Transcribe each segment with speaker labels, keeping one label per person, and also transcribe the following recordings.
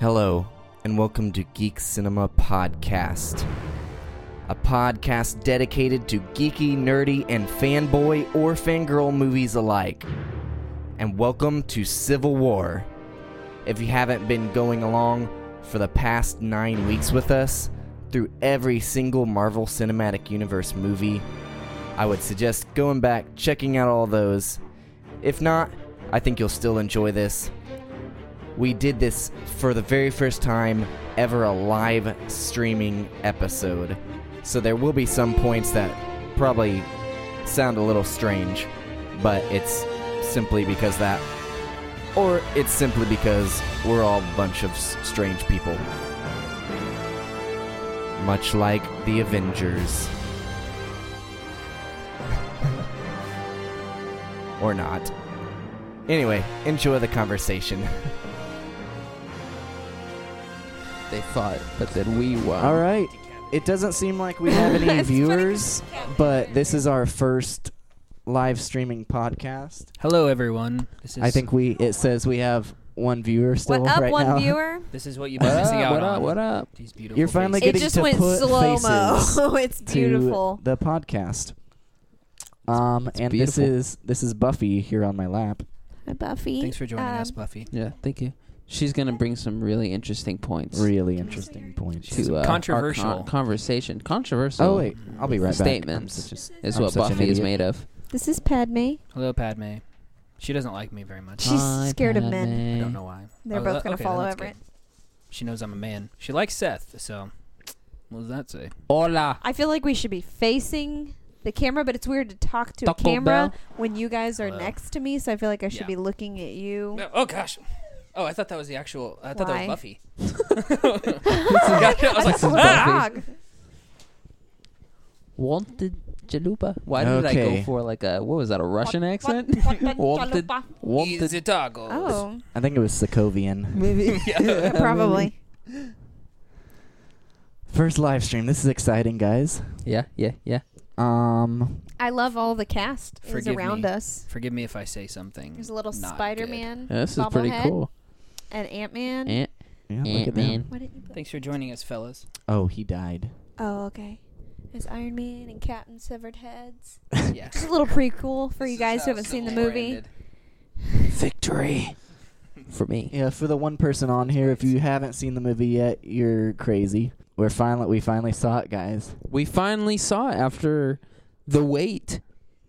Speaker 1: Hello, and welcome to Geek Cinema Podcast, a podcast dedicated to geeky, nerdy, and fanboy or fangirl movies alike. And welcome to Civil War. If you haven't been going along for the past nine weeks with us through every single Marvel Cinematic Universe movie, I would suggest going back, checking out all those. If not, I think you'll still enjoy this. We did this for the very first time ever a live streaming episode. So there will be some points that probably sound a little strange, but it's simply because that. Or it's simply because we're all a bunch of s- strange people. Much like the Avengers. or not. Anyway, enjoy the conversation.
Speaker 2: they fought, but then we won.
Speaker 1: All right. It doesn't seem like we have any viewers, but this is our first live streaming podcast.
Speaker 3: Hello, everyone. This is
Speaker 1: I think we it says we have one viewer still
Speaker 4: what up,
Speaker 1: right
Speaker 4: one
Speaker 1: now.
Speaker 4: viewer?
Speaker 3: this is what you've
Speaker 2: What
Speaker 3: been
Speaker 2: up?
Speaker 1: Ah,
Speaker 3: missing out
Speaker 2: What
Speaker 3: on.
Speaker 2: up? What up?
Speaker 3: These beautiful
Speaker 1: You're finally
Speaker 3: faces.
Speaker 4: It
Speaker 1: getting
Speaker 4: just
Speaker 1: to
Speaker 4: went
Speaker 1: put
Speaker 4: slow
Speaker 1: faces
Speaker 4: mo. it's beautiful.
Speaker 1: To the podcast. Um, and
Speaker 2: beautiful.
Speaker 1: this is this is Buffy here on my lap.
Speaker 4: Hi, Buffy.
Speaker 3: Thanks for joining us,
Speaker 4: Um,
Speaker 3: Buffy.
Speaker 2: Yeah, thank you. She's gonna bring some really interesting points
Speaker 1: Really interesting point.
Speaker 3: She's
Speaker 2: to uh, our
Speaker 3: controversial.
Speaker 2: con- conversation. Controversial.
Speaker 1: Oh wait, I'll be right back.
Speaker 2: Statements.
Speaker 1: I'm such a s-
Speaker 2: is
Speaker 1: I'm
Speaker 2: what
Speaker 1: such an
Speaker 2: Buffy is
Speaker 1: idiot.
Speaker 2: made of.
Speaker 4: This is Padme.
Speaker 3: Hello, Padme. She doesn't like me very much.
Speaker 4: She's scared of men.
Speaker 3: I don't know why.
Speaker 4: They're
Speaker 3: Oh,
Speaker 4: both
Speaker 3: that-
Speaker 4: gonna
Speaker 3: okay,
Speaker 4: follow
Speaker 3: that's
Speaker 4: Everett.
Speaker 3: good. She knows I'm a man. She likes Seth, so what does that say?
Speaker 2: Hola.
Speaker 4: I feel like we should be facing the camera, but it's weird to talk to
Speaker 2: Taco
Speaker 4: a camera
Speaker 2: Bell.
Speaker 4: when you guys are
Speaker 3: Hello.
Speaker 4: next to me. So I feel like I should
Speaker 3: Yeah.
Speaker 4: be looking at you.
Speaker 3: Oh, oh, gosh. Oh, I thought that was the actual. I thought
Speaker 4: Why?
Speaker 3: that was Buffy. I was like,
Speaker 4: That's a
Speaker 3: ah!
Speaker 4: dog.
Speaker 2: Wanted Chalupa. Why did I
Speaker 1: Okay.
Speaker 2: go for like a what was that a Russian
Speaker 4: What-
Speaker 2: accent?
Speaker 4: what- what-
Speaker 2: Wanted.
Speaker 4: chalupa.
Speaker 2: Wanted.
Speaker 3: Easy tacos.
Speaker 4: Oh,
Speaker 1: I think it was Sokovian.
Speaker 2: Maybe.
Speaker 4: yeah, probably.
Speaker 1: First live stream. This is exciting, guys.
Speaker 2: Yeah. Yeah. Yeah.
Speaker 1: Um,
Speaker 4: I love all the cast is
Speaker 3: Forgive
Speaker 4: around
Speaker 3: me.
Speaker 4: us.
Speaker 3: Forgive me if I say something.
Speaker 4: There's a little
Speaker 3: not good.
Speaker 4: Spider-Man,
Speaker 2: Yeah, this is pretty
Speaker 4: Bobblehead.
Speaker 2: cool.
Speaker 4: and Ant-Man.
Speaker 2: Ant
Speaker 1: yeah, look at
Speaker 2: Ant
Speaker 1: them.
Speaker 2: Man.
Speaker 4: Why didn't you put?
Speaker 3: Thanks for joining us, fellas.
Speaker 1: Oh, he died.
Speaker 4: Oh, okay. It's Iron Man and Captain Severed Heads.
Speaker 3: Yeah.
Speaker 4: Just a little prequel for you
Speaker 3: This is
Speaker 4: guys
Speaker 3: how
Speaker 4: who haven't seen the
Speaker 3: Civil War
Speaker 4: movie.
Speaker 3: ended.
Speaker 2: Victory. For me.
Speaker 1: Yeah, for the one person on here, if you haven't seen the movie yet, you're crazy. We're finally we finally saw it, guys.
Speaker 2: We finally saw it after the wait.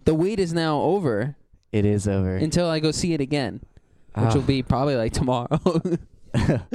Speaker 2: The wait is now over
Speaker 1: It is over.
Speaker 2: until I go see it again, which
Speaker 1: Ah.
Speaker 2: will be probably like tomorrow.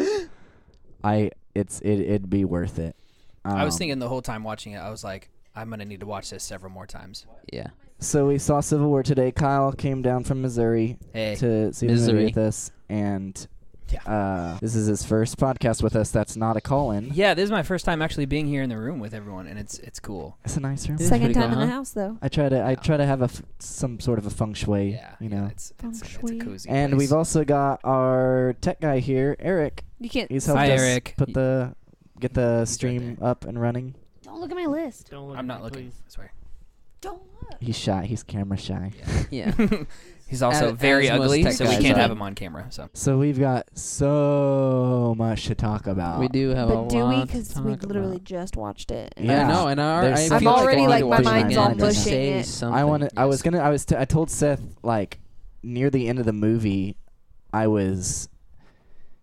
Speaker 1: I it's it it'd be worth it.
Speaker 3: I was
Speaker 1: Um,
Speaker 3: thinking the whole time watching it, I was like, I'm gonna need to watch this several more times.
Speaker 2: yeah.
Speaker 1: So we saw Civil War today. Kyle came down from Missouri
Speaker 3: Hey,
Speaker 1: to see the
Speaker 2: Missouri.
Speaker 1: movie with us, and
Speaker 3: Yeah.
Speaker 1: uh, this is his first podcast with us. That's not a call in.
Speaker 3: yeah, this is my first time actually being here in the room with everyone, and it's it's cool.
Speaker 1: It's a nice room.
Speaker 2: It is
Speaker 4: Second
Speaker 2: pretty cool,
Speaker 4: time in the
Speaker 2: huh?
Speaker 4: house, though.
Speaker 1: I try to I try to have a f- some sort of a feng shui,
Speaker 3: Yeah,
Speaker 1: you
Speaker 3: yeah,
Speaker 1: know.
Speaker 3: it's it's,
Speaker 4: Feng
Speaker 3: it's a
Speaker 4: shui.
Speaker 3: cozy.
Speaker 1: And
Speaker 3: place.
Speaker 1: we've also got our tech guy here, Eric.
Speaker 4: You can't.
Speaker 1: He's helped
Speaker 3: Hi,
Speaker 1: us
Speaker 3: Eric.
Speaker 1: put the get the
Speaker 3: right
Speaker 1: stream up and running.
Speaker 4: Don't look at my list.
Speaker 5: Don't look
Speaker 3: I'm
Speaker 5: at
Speaker 3: not
Speaker 5: me,
Speaker 3: looking.
Speaker 5: please.
Speaker 3: I swear.
Speaker 4: Don't look.
Speaker 1: He's shy. He's camera shy.
Speaker 2: Yeah.
Speaker 3: He's also
Speaker 2: As-
Speaker 3: very
Speaker 2: as most
Speaker 3: ugly,
Speaker 2: tech
Speaker 3: so we
Speaker 1: guys
Speaker 3: can't
Speaker 1: are.
Speaker 3: have him on camera. So
Speaker 1: So we've got so much to talk about.
Speaker 2: we do have a
Speaker 4: But do we?
Speaker 2: lot to
Speaker 4: Because we
Speaker 2: talk
Speaker 4: literally
Speaker 2: about.
Speaker 4: just watched it.
Speaker 1: Yeah.
Speaker 2: I know, and I, I
Speaker 1: There's
Speaker 2: feel
Speaker 1: so
Speaker 4: I'm
Speaker 2: like I
Speaker 4: already,
Speaker 2: need
Speaker 4: like,
Speaker 2: to
Speaker 4: my
Speaker 2: watch it
Speaker 4: mind's
Speaker 2: again
Speaker 4: all
Speaker 2: and just
Speaker 4: mushing
Speaker 2: say
Speaker 4: it.
Speaker 2: Something.
Speaker 1: I wanted. I
Speaker 3: yes.
Speaker 1: was gonna. I was. T- I told Seth like near the end of the movie, I was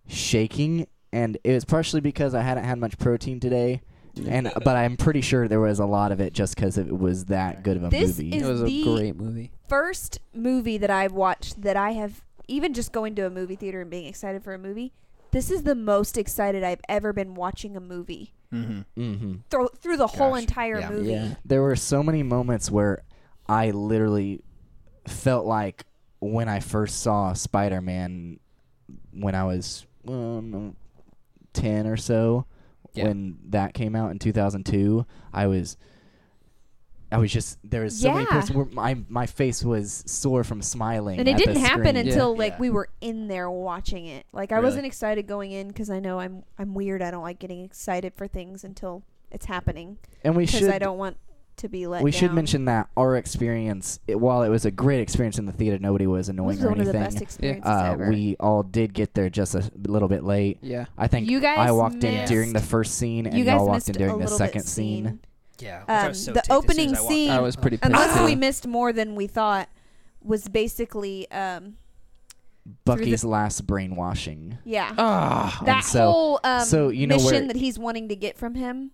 Speaker 1: shaking, and it was partially because I hadn't had much protein today, and but I'm pretty sure there was a lot of it just because it was that good of a
Speaker 4: This
Speaker 1: movie.
Speaker 2: It
Speaker 4: is
Speaker 2: was a
Speaker 4: the-
Speaker 2: great movie.
Speaker 4: First movie that I've watched that I have even just going to a movie theater and being excited for a movie. This is the most excited I've ever been watching a movie
Speaker 3: mm-hmm.
Speaker 1: mm-hmm.
Speaker 4: thro- through the whole
Speaker 3: Gosh,
Speaker 4: entire
Speaker 3: yeah.
Speaker 4: movie.
Speaker 2: Yeah.
Speaker 1: There were so many moments where I literally felt like when I first saw Spider Man when I was um, 10 or so,
Speaker 3: Yeah.
Speaker 1: when that came out in 2002, I was. I was just there was so many
Speaker 4: Yeah.
Speaker 1: places where my my face was sore from smiling.
Speaker 4: And it
Speaker 1: at the
Speaker 4: didn't happen
Speaker 1: screen.
Speaker 4: until like
Speaker 3: Yeah.
Speaker 4: we were in there watching it. Like I
Speaker 3: Really?
Speaker 4: wasn't excited going in because I know I'm I'm weird. I don't like getting excited for things until it's happening
Speaker 1: and we
Speaker 4: because
Speaker 1: should
Speaker 4: I don't want to be let
Speaker 1: we
Speaker 4: down.
Speaker 1: should mention that our experience, it, while it was a great experience in the theater, nobody was
Speaker 4: this
Speaker 1: annoying
Speaker 4: was
Speaker 1: or
Speaker 4: one of the best
Speaker 1: anything.
Speaker 4: experiences
Speaker 1: Uh,
Speaker 4: ever.
Speaker 1: we all did get there just a little bit late.
Speaker 2: Yeah.
Speaker 1: I think
Speaker 4: You guys
Speaker 1: I walked in
Speaker 4: missed-
Speaker 1: during the first scene, and
Speaker 4: you guys
Speaker 1: all walked
Speaker 4: missed
Speaker 1: in
Speaker 4: a
Speaker 1: during the
Speaker 4: little
Speaker 1: second
Speaker 4: bit scene.
Speaker 1: scene.
Speaker 3: Yeah. which I
Speaker 4: Um,
Speaker 3: was so
Speaker 4: the
Speaker 3: ticked as soon
Speaker 4: opening
Speaker 3: as I walked
Speaker 4: scene-
Speaker 3: in.
Speaker 2: I was pretty pissed
Speaker 4: Unless
Speaker 2: too.
Speaker 4: we missed more than we thought, was basically um,
Speaker 1: Bucky's last brainwashing.
Speaker 4: yeah.
Speaker 1: Ah,
Speaker 4: that
Speaker 1: and so
Speaker 4: whole um,
Speaker 1: so you know
Speaker 4: mission
Speaker 1: where-
Speaker 4: that he's wanting to get from him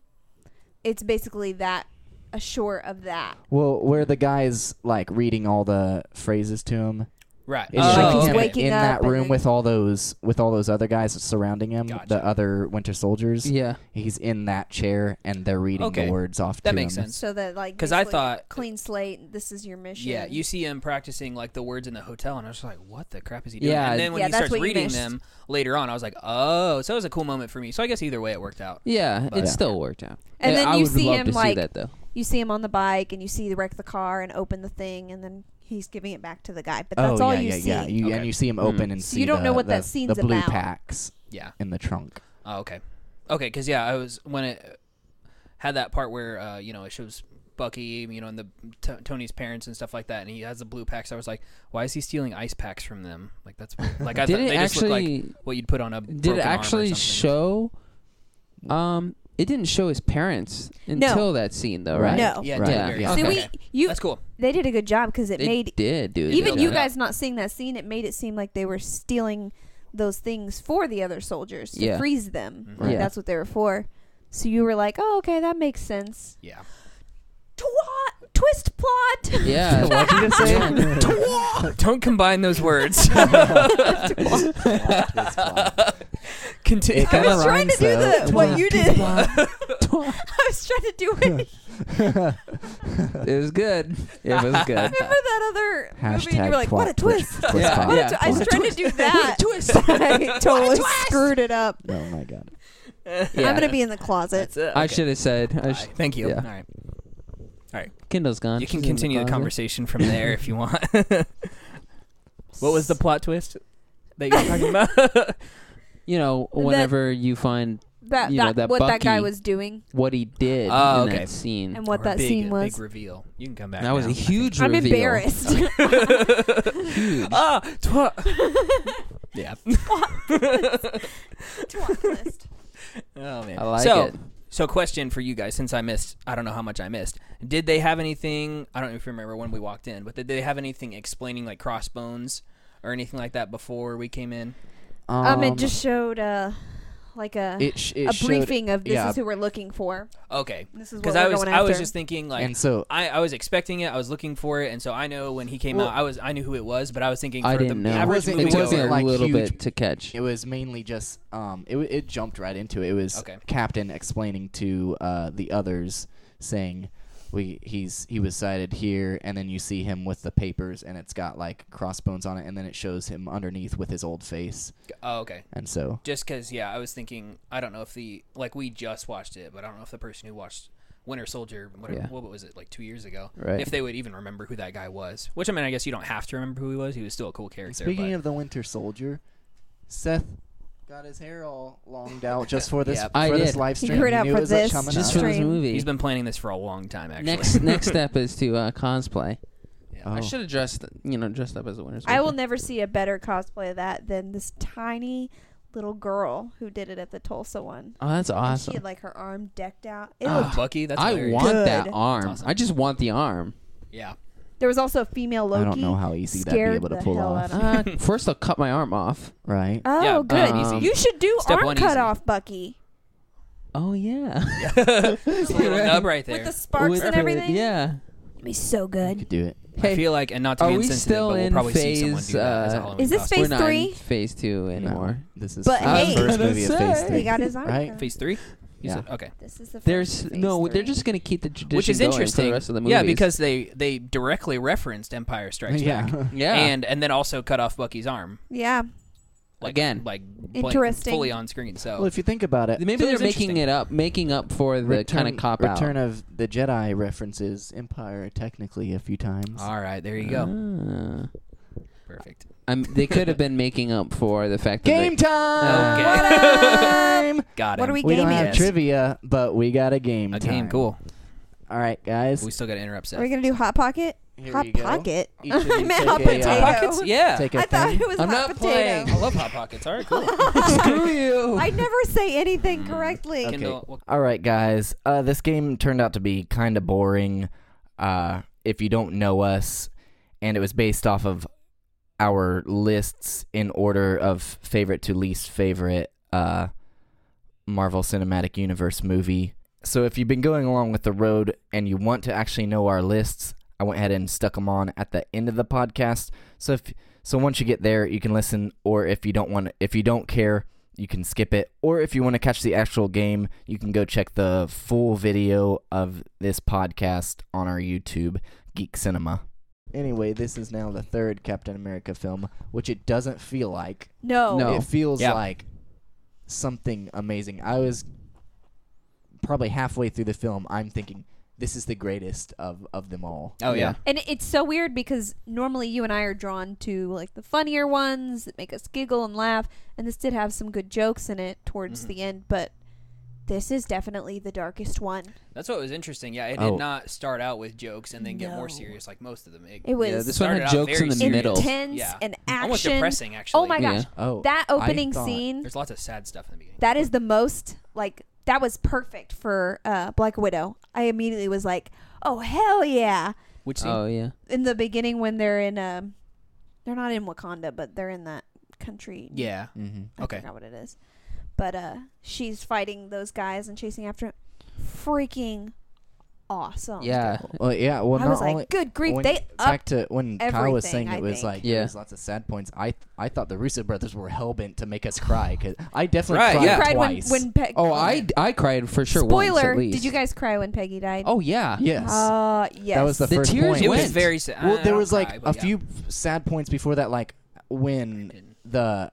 Speaker 4: it's basically that a short of that
Speaker 1: well, where the guy's like reading all the phrases to him
Speaker 3: Right. Um,
Speaker 1: is
Speaker 4: like
Speaker 1: showing
Speaker 4: he's
Speaker 1: him
Speaker 4: waking
Speaker 1: in
Speaker 4: up
Speaker 1: that
Speaker 4: and
Speaker 1: room
Speaker 4: then-
Speaker 1: with all those with all those other guys surrounding him,
Speaker 3: Gotcha.
Speaker 1: the other Winter Soldiers.
Speaker 2: Yeah.
Speaker 1: He's in that chair, and they're reading
Speaker 3: Okay.
Speaker 1: the words off.
Speaker 3: That
Speaker 1: to
Speaker 3: makes
Speaker 1: him.
Speaker 3: sense.
Speaker 4: so that like
Speaker 3: 'Cause I
Speaker 4: basically
Speaker 3: thought-
Speaker 4: clean slate this is your mission
Speaker 3: Yeah, you see him practicing like the words in the hotel, and I was just like, "What the crap is he doing?"
Speaker 2: Yeah,
Speaker 3: and then when
Speaker 4: Yeah,
Speaker 3: he
Speaker 4: that's
Speaker 3: starts
Speaker 4: what you
Speaker 3: reading
Speaker 4: missed.
Speaker 3: them later on, I was like, "Oh!" So it was a cool moment for me. So I guess either way, it worked out.
Speaker 2: Yeah,
Speaker 3: But-
Speaker 2: it still worked out.
Speaker 4: And then
Speaker 2: I
Speaker 4: you
Speaker 2: would
Speaker 4: see
Speaker 2: love
Speaker 4: him,
Speaker 2: to
Speaker 4: like-
Speaker 2: see that though.
Speaker 4: you see him on the bike and you see the wreck the car and open the thing and then he's giving it back to the guy but that's
Speaker 1: oh
Speaker 4: all
Speaker 1: yeah,
Speaker 4: you
Speaker 1: yeah,
Speaker 4: see
Speaker 1: yeah. You,
Speaker 3: Okay. Mm.
Speaker 1: And you see him open and
Speaker 4: So
Speaker 1: see
Speaker 4: you don't
Speaker 1: the,
Speaker 4: know what
Speaker 1: the,
Speaker 4: that scene's
Speaker 1: the blue
Speaker 4: about.
Speaker 1: packs
Speaker 3: Yeah.
Speaker 1: in the trunk.
Speaker 3: Oh, okay. Okay, because yeah, I was when it had that part where uh, you know it shows Bucky, you know, and the t- Tony's parents and stuff like that, and he has the blue packs. I was like, "Why is he stealing ice packs from them?" Like that's weird. like I
Speaker 2: Did
Speaker 3: thought
Speaker 2: it
Speaker 3: they just look like
Speaker 2: actually?
Speaker 3: what you'd put on a
Speaker 2: did
Speaker 3: broken
Speaker 2: it
Speaker 3: arm or
Speaker 2: actually
Speaker 3: something.
Speaker 2: show? Um, it didn't show his parents
Speaker 4: No.
Speaker 2: until that scene though, right?
Speaker 4: No.
Speaker 3: Yeah,
Speaker 1: Right.
Speaker 3: it did
Speaker 2: Yeah.
Speaker 3: very-
Speaker 2: Yeah.
Speaker 4: See,
Speaker 3: okay.
Speaker 4: we you
Speaker 3: that's cool.
Speaker 4: they did a good job because it
Speaker 2: They
Speaker 4: made
Speaker 2: did, dude.
Speaker 4: even
Speaker 3: did
Speaker 4: you
Speaker 3: that.
Speaker 4: guys not seeing that scene it made it seem like they were stealing those things for the other soldiers to
Speaker 2: Yeah.
Speaker 4: freeze them
Speaker 3: Mhm.
Speaker 1: Mm-hmm.
Speaker 4: Like,
Speaker 2: Yeah.
Speaker 4: that's what they were for so you were like oh okay that makes sense
Speaker 3: Yeah.
Speaker 4: Twat, twist plot
Speaker 2: Yeah.
Speaker 1: What'd you just say?
Speaker 3: Don't combine those words. Continue.
Speaker 1: It
Speaker 4: I
Speaker 1: kinda
Speaker 4: was trying to
Speaker 1: rhymes,
Speaker 4: do the
Speaker 1: though.
Speaker 4: what you did. I was trying to do it.
Speaker 2: it was good. It was good.
Speaker 4: Remember that other movie? And you
Speaker 1: Hashtag
Speaker 4: were like, what a
Speaker 1: twat, twitch,
Speaker 4: twist!
Speaker 1: twist
Speaker 2: Yeah,
Speaker 1: pop.
Speaker 4: What
Speaker 2: yeah.
Speaker 4: a twi- I was
Speaker 1: Twat.
Speaker 4: trying to do that.
Speaker 3: twist.
Speaker 4: I totally screwed it up.
Speaker 1: Oh my god.
Speaker 2: Yeah.
Speaker 4: I'm gonna be in the closet.
Speaker 3: That's it.
Speaker 2: I
Speaker 3: Okay.
Speaker 2: should have said. I sh-
Speaker 3: Alright, Thank you.
Speaker 2: yeah.
Speaker 3: All right.
Speaker 2: Kindle's gone.
Speaker 3: You can
Speaker 2: She's in
Speaker 3: continue the
Speaker 2: closet.
Speaker 3: conversation from there if you want. what was the plot twist that you were talking about?
Speaker 2: You know, whenever you find
Speaker 4: That,
Speaker 2: You
Speaker 4: that,
Speaker 2: know, that
Speaker 4: what that guy
Speaker 2: Bucky-
Speaker 4: was doing
Speaker 2: what he did
Speaker 3: Oh,
Speaker 2: in
Speaker 3: okay.
Speaker 2: that scene,
Speaker 4: and what
Speaker 3: Or
Speaker 4: that
Speaker 3: big,
Speaker 4: scene was.
Speaker 3: Big reveal. You can come back.
Speaker 2: that was
Speaker 3: now.
Speaker 2: a huge
Speaker 4: I'm
Speaker 2: reveal.
Speaker 4: embarrassed.
Speaker 2: Huge.
Speaker 3: ah, twa- yeah.
Speaker 4: Twat list.
Speaker 3: Oh man.
Speaker 2: I like
Speaker 3: so,
Speaker 2: it.
Speaker 3: So, question for you guys, since I missed, I don't know how much I missed. Did they have anything? I don't know if you remember when we walked in, but did they have anything explaining like crossbones or anything like that before we came in?
Speaker 4: Um, it just showed uh, like a
Speaker 1: it sh- it
Speaker 4: a e-
Speaker 1: showed-
Speaker 4: briefing of this
Speaker 1: yeah.
Speaker 4: is who we're looking for.
Speaker 3: Okay,
Speaker 4: This is what
Speaker 3: because
Speaker 4: we're
Speaker 3: I was
Speaker 4: going
Speaker 3: I
Speaker 4: after.
Speaker 3: was just thinking like
Speaker 1: and so
Speaker 3: I, I was expecting it. I was looking for it, and so I know when he came
Speaker 1: Well-
Speaker 3: out, I was I knew who it was, but I was thinking for
Speaker 2: I
Speaker 3: the
Speaker 2: didn't know.
Speaker 1: It
Speaker 3: average
Speaker 1: wasn't-
Speaker 2: It
Speaker 1: movie
Speaker 2: wasn't
Speaker 1: goer.
Speaker 2: a
Speaker 1: like
Speaker 2: little
Speaker 1: huge-
Speaker 2: bit to catch.
Speaker 1: it was mainly just um it w- it jumped right into it. It was
Speaker 3: Okay.
Speaker 1: Captain explaining to uh the others saying we he's he was sighted here and then you see him with the papers and it's got like crossbones on it and then it shows him underneath with his old face.
Speaker 3: Oh, okay.
Speaker 1: And so
Speaker 3: Just because, yeah, I was thinking. I don't know if the like we just watched it, but I don't know if the person who watched Winter Soldier, whatever,
Speaker 2: Yeah.
Speaker 3: what was it like two years ago,
Speaker 2: Right.
Speaker 3: if they would even remember who that guy was. Which I mean, I guess you don't have to remember who he was. He was still a cool character.
Speaker 1: Speaking
Speaker 3: but-
Speaker 1: of the Winter Soldier, Seth got his hair all longed out just for this
Speaker 3: Yep.
Speaker 1: for
Speaker 2: I
Speaker 1: this
Speaker 2: did.
Speaker 1: live
Speaker 4: He
Speaker 1: stream.
Speaker 4: grew it
Speaker 1: You
Speaker 4: out
Speaker 1: knew
Speaker 4: for
Speaker 1: was, like,
Speaker 4: this,
Speaker 1: coming
Speaker 2: just
Speaker 1: up.
Speaker 2: for this
Speaker 4: Stream.
Speaker 2: movie.
Speaker 3: he's been planning this for a long time, actually.
Speaker 2: Next next step is to uh, cosplay.
Speaker 3: Yeah.
Speaker 2: I
Speaker 1: Oh.
Speaker 2: should have dressed, you know, dressed up as a winter.
Speaker 4: I will
Speaker 2: Soldier.
Speaker 4: never see a better cosplay of that than this tiny little girl who did it at the Tulsa one.
Speaker 2: Oh, that's
Speaker 4: And
Speaker 2: awesome.
Speaker 4: She had like her arm decked out. It
Speaker 2: Ah.
Speaker 4: looked,
Speaker 3: Bucky, that's
Speaker 2: I
Speaker 3: hilarious.
Speaker 2: want
Speaker 4: Good.
Speaker 2: that arm.
Speaker 3: That's awesome.
Speaker 2: I just want the arm.
Speaker 3: Yeah,
Speaker 4: there was also a female Loki.
Speaker 1: I don't know how easy that'd be
Speaker 4: Scared
Speaker 1: able to
Speaker 4: the
Speaker 1: pull
Speaker 4: hell
Speaker 1: off.
Speaker 4: out
Speaker 2: Uh, first, I'll cut my arm off.
Speaker 1: Right.
Speaker 4: Oh,
Speaker 3: Yeah,
Speaker 4: good.
Speaker 2: um,
Speaker 4: you should do
Speaker 3: Step
Speaker 4: arm
Speaker 3: one,
Speaker 4: cut
Speaker 3: easy.
Speaker 4: off, Bucky.
Speaker 2: Oh yeah.
Speaker 3: Just a little nub right there.
Speaker 4: With the sparks
Speaker 2: With
Speaker 4: and
Speaker 2: her-
Speaker 4: everything.
Speaker 2: Yeah.
Speaker 4: It'd be so
Speaker 1: You
Speaker 4: good.
Speaker 1: could do it.
Speaker 3: I
Speaker 2: Hey,
Speaker 3: feel like, and not to
Speaker 2: are
Speaker 3: be
Speaker 2: we
Speaker 3: insensitive,
Speaker 2: still
Speaker 3: but we'll
Speaker 2: in
Speaker 3: probably see someone do
Speaker 2: phase,
Speaker 3: that as a
Speaker 2: uh,
Speaker 3: Halloween
Speaker 4: Is this
Speaker 3: costume.
Speaker 4: phase
Speaker 2: we're not
Speaker 4: three?
Speaker 2: in phase two anymore.
Speaker 1: No, this is
Speaker 4: But
Speaker 1: the
Speaker 4: hey-
Speaker 1: first
Speaker 2: I was
Speaker 1: movie of
Speaker 2: gonna
Speaker 1: Phase
Speaker 2: say.
Speaker 4: He
Speaker 1: Three.
Speaker 4: got his arm
Speaker 1: Right.
Speaker 4: cut.
Speaker 3: Phase three? You
Speaker 1: Yeah.
Speaker 3: said okay.
Speaker 4: This is the first
Speaker 2: There's
Speaker 4: phase
Speaker 2: no.
Speaker 4: three.
Speaker 2: They're just gonna keep the tradition
Speaker 3: Which is
Speaker 2: going for
Speaker 3: interesting.
Speaker 2: the rest of the movies.
Speaker 3: Yeah, because they they directly referenced Empire Strikes Back.
Speaker 1: Yeah.
Speaker 2: yeah,
Speaker 3: And and then also cut off Bucky's arm.
Speaker 4: Yeah.
Speaker 3: Like,
Speaker 2: Again.
Speaker 3: Like blank-
Speaker 4: Interesting.
Speaker 3: fully on screen. So
Speaker 1: Well, if you think about it,
Speaker 2: maybe
Speaker 3: So
Speaker 2: they're
Speaker 3: it's
Speaker 2: making it
Speaker 3: interesting.
Speaker 2: up, making up for the kind of cop out.
Speaker 1: Return of the Jedi references Empire technically a few times.
Speaker 3: all right, there you go.
Speaker 2: Ah.
Speaker 3: Perfect.
Speaker 2: I'm, they could have been making up for the fact that
Speaker 1: Game
Speaker 2: they-
Speaker 1: time!
Speaker 3: Okay.
Speaker 1: What time?
Speaker 3: Got it.
Speaker 4: What are we
Speaker 1: we don't
Speaker 4: gaming?
Speaker 1: have trivia, but we got a game.
Speaker 3: A
Speaker 1: time.
Speaker 3: game, cool.
Speaker 1: Uh, All right, guys.
Speaker 3: We still got to interrupt Seth.
Speaker 4: Are we gonna do hot pocket?
Speaker 1: Here
Speaker 4: hot
Speaker 1: you go.
Speaker 4: pocket.
Speaker 1: Each of you
Speaker 4: I meant
Speaker 1: take
Speaker 4: hot
Speaker 1: a,
Speaker 4: potato.
Speaker 1: uh,
Speaker 3: pockets? Yeah.
Speaker 1: Take a
Speaker 4: I thought
Speaker 1: thing.
Speaker 4: it was
Speaker 2: I'm
Speaker 4: hot
Speaker 2: not
Speaker 4: potato.
Speaker 2: playing.
Speaker 3: I love hot pockets. All right, cool.
Speaker 2: Screw you.
Speaker 4: I never say anything correctly.
Speaker 1: Okay.
Speaker 3: Kindle, well,
Speaker 6: All right, guys. Uh, this game turned out to be kind of boring. Uh, if you don't know us, and it was based off of our lists in order of favorite to least favorite uh, Marvel Cinematic Universe movie. So if you've been going along with the road and you want to actually know our lists, I went ahead and stuck them on at the end of the podcast. So if so, once you get there, you can listen, or if you don't want, if you don't care, you can skip it. Or if you want to catch the actual game, you can go check the full video of this podcast on our YouTube, Geek Cinema.
Speaker 1: Anyway, this is now the third Captain America film, which it doesn't feel like.
Speaker 4: No.
Speaker 2: No.
Speaker 1: It feels
Speaker 3: Yeah.
Speaker 1: like something amazing. I was probably halfway through the film. I'm thinking this is the greatest of of them all.
Speaker 3: oh yeah.
Speaker 4: And it's so weird because normally you and I are drawn to like the funnier ones that make us giggle and laugh, and this did have some good jokes in it towards
Speaker 3: Mhm.
Speaker 4: the end, but this is definitely the darkest one.
Speaker 3: That's what was interesting. Yeah, it did
Speaker 6: Oh.
Speaker 3: not start out with jokes and then get more
Speaker 4: No.
Speaker 3: serious like most of them. It,
Speaker 4: It was
Speaker 2: Yeah, this one
Speaker 3: started
Speaker 2: had
Speaker 3: out
Speaker 2: jokes in
Speaker 3: very
Speaker 2: the middle.
Speaker 3: serious.
Speaker 4: intense
Speaker 3: Yeah.
Speaker 4: and
Speaker 3: Almost
Speaker 4: action.
Speaker 3: depressing, actually.
Speaker 4: Oh my
Speaker 2: Yeah.
Speaker 4: gosh,
Speaker 1: Oh,
Speaker 4: that
Speaker 1: I
Speaker 4: opening
Speaker 1: thought-
Speaker 4: scene
Speaker 3: There's lots of sad stuff in the beginning.
Speaker 4: that is the most like that was perfect for uh, Black Widow. I immediately was like, "Oh hell yeah!"
Speaker 3: Which scene?
Speaker 2: Oh yeah.
Speaker 4: In the beginning when they're in um, they're not in Wakanda, but they're in that country.
Speaker 3: yeah.
Speaker 1: Mm-hmm.
Speaker 4: I
Speaker 3: Okay.
Speaker 4: forgot what it is. But uh she's fighting those guys and chasing after him. Freaking awesome.
Speaker 2: Yeah.
Speaker 1: Well, yeah. Well,
Speaker 4: I
Speaker 1: not
Speaker 4: was like,
Speaker 1: only
Speaker 4: good grief,
Speaker 1: when-
Speaker 4: they up
Speaker 1: back to when Kyle was saying
Speaker 4: everything, I
Speaker 1: it was
Speaker 4: think.
Speaker 1: like
Speaker 2: Yeah.
Speaker 1: there was lots of sad points. I I thought the Russo brothers were hell bent to make us cry 'cause I definitely
Speaker 3: Right,
Speaker 1: cried
Speaker 3: yeah.
Speaker 4: cried when
Speaker 1: twice.
Speaker 4: when Peg
Speaker 2: Oh, I I cried for sure. once,
Speaker 4: Spoiler,
Speaker 2: at least.
Speaker 4: did you guys cry when Peggy died?
Speaker 2: Oh yeah.
Speaker 1: yes,
Speaker 4: Uh yes.
Speaker 1: that was the,
Speaker 2: The
Speaker 1: first
Speaker 2: tears
Speaker 1: point.
Speaker 3: It was
Speaker 2: went.
Speaker 3: very sad.
Speaker 1: Well,
Speaker 3: I
Speaker 1: there
Speaker 3: don't
Speaker 1: was like
Speaker 3: cry, but
Speaker 1: a
Speaker 3: yeah.
Speaker 1: few sad points before that, like when
Speaker 3: didn't.
Speaker 1: the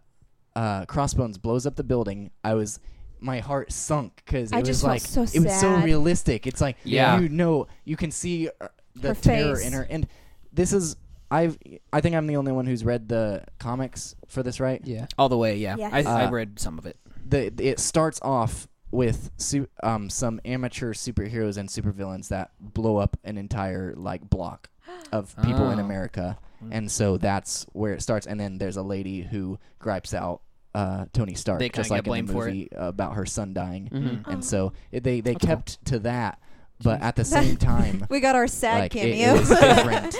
Speaker 1: uh, crossbones blows up the building. I was my heart sunk because it
Speaker 4: I
Speaker 1: was
Speaker 4: just felt
Speaker 1: like
Speaker 4: so
Speaker 1: it was so
Speaker 4: sad.
Speaker 1: realistic. It's like
Speaker 3: Yeah.
Speaker 1: you know you can see uh, the
Speaker 4: Her
Speaker 1: terror
Speaker 4: face.
Speaker 1: in her, and this is I've I think I'm the only one who's read the comics for this, right?
Speaker 2: Yeah.
Speaker 3: All the way, yeah.
Speaker 4: Yeah.
Speaker 3: I, I
Speaker 1: Uh,
Speaker 3: read some of it.
Speaker 1: the it starts off with su- um, some amateur superheroes and supervillains that blow up an entire like block of people in
Speaker 3: Oh.
Speaker 1: America, and so that's where it starts. And then there's a lady who gripes out uh, Tony Stark,
Speaker 3: They
Speaker 1: just
Speaker 3: kinda
Speaker 1: like
Speaker 3: get
Speaker 1: in the
Speaker 3: blamed for it. Mm-hmm.
Speaker 1: movie about her son dying,
Speaker 2: Mhm.
Speaker 4: Oh.
Speaker 1: and so it, they they
Speaker 2: That's cool.
Speaker 1: kept to that, but at the same time,
Speaker 4: we got our sad
Speaker 1: like it,
Speaker 4: cameo.
Speaker 1: it was different.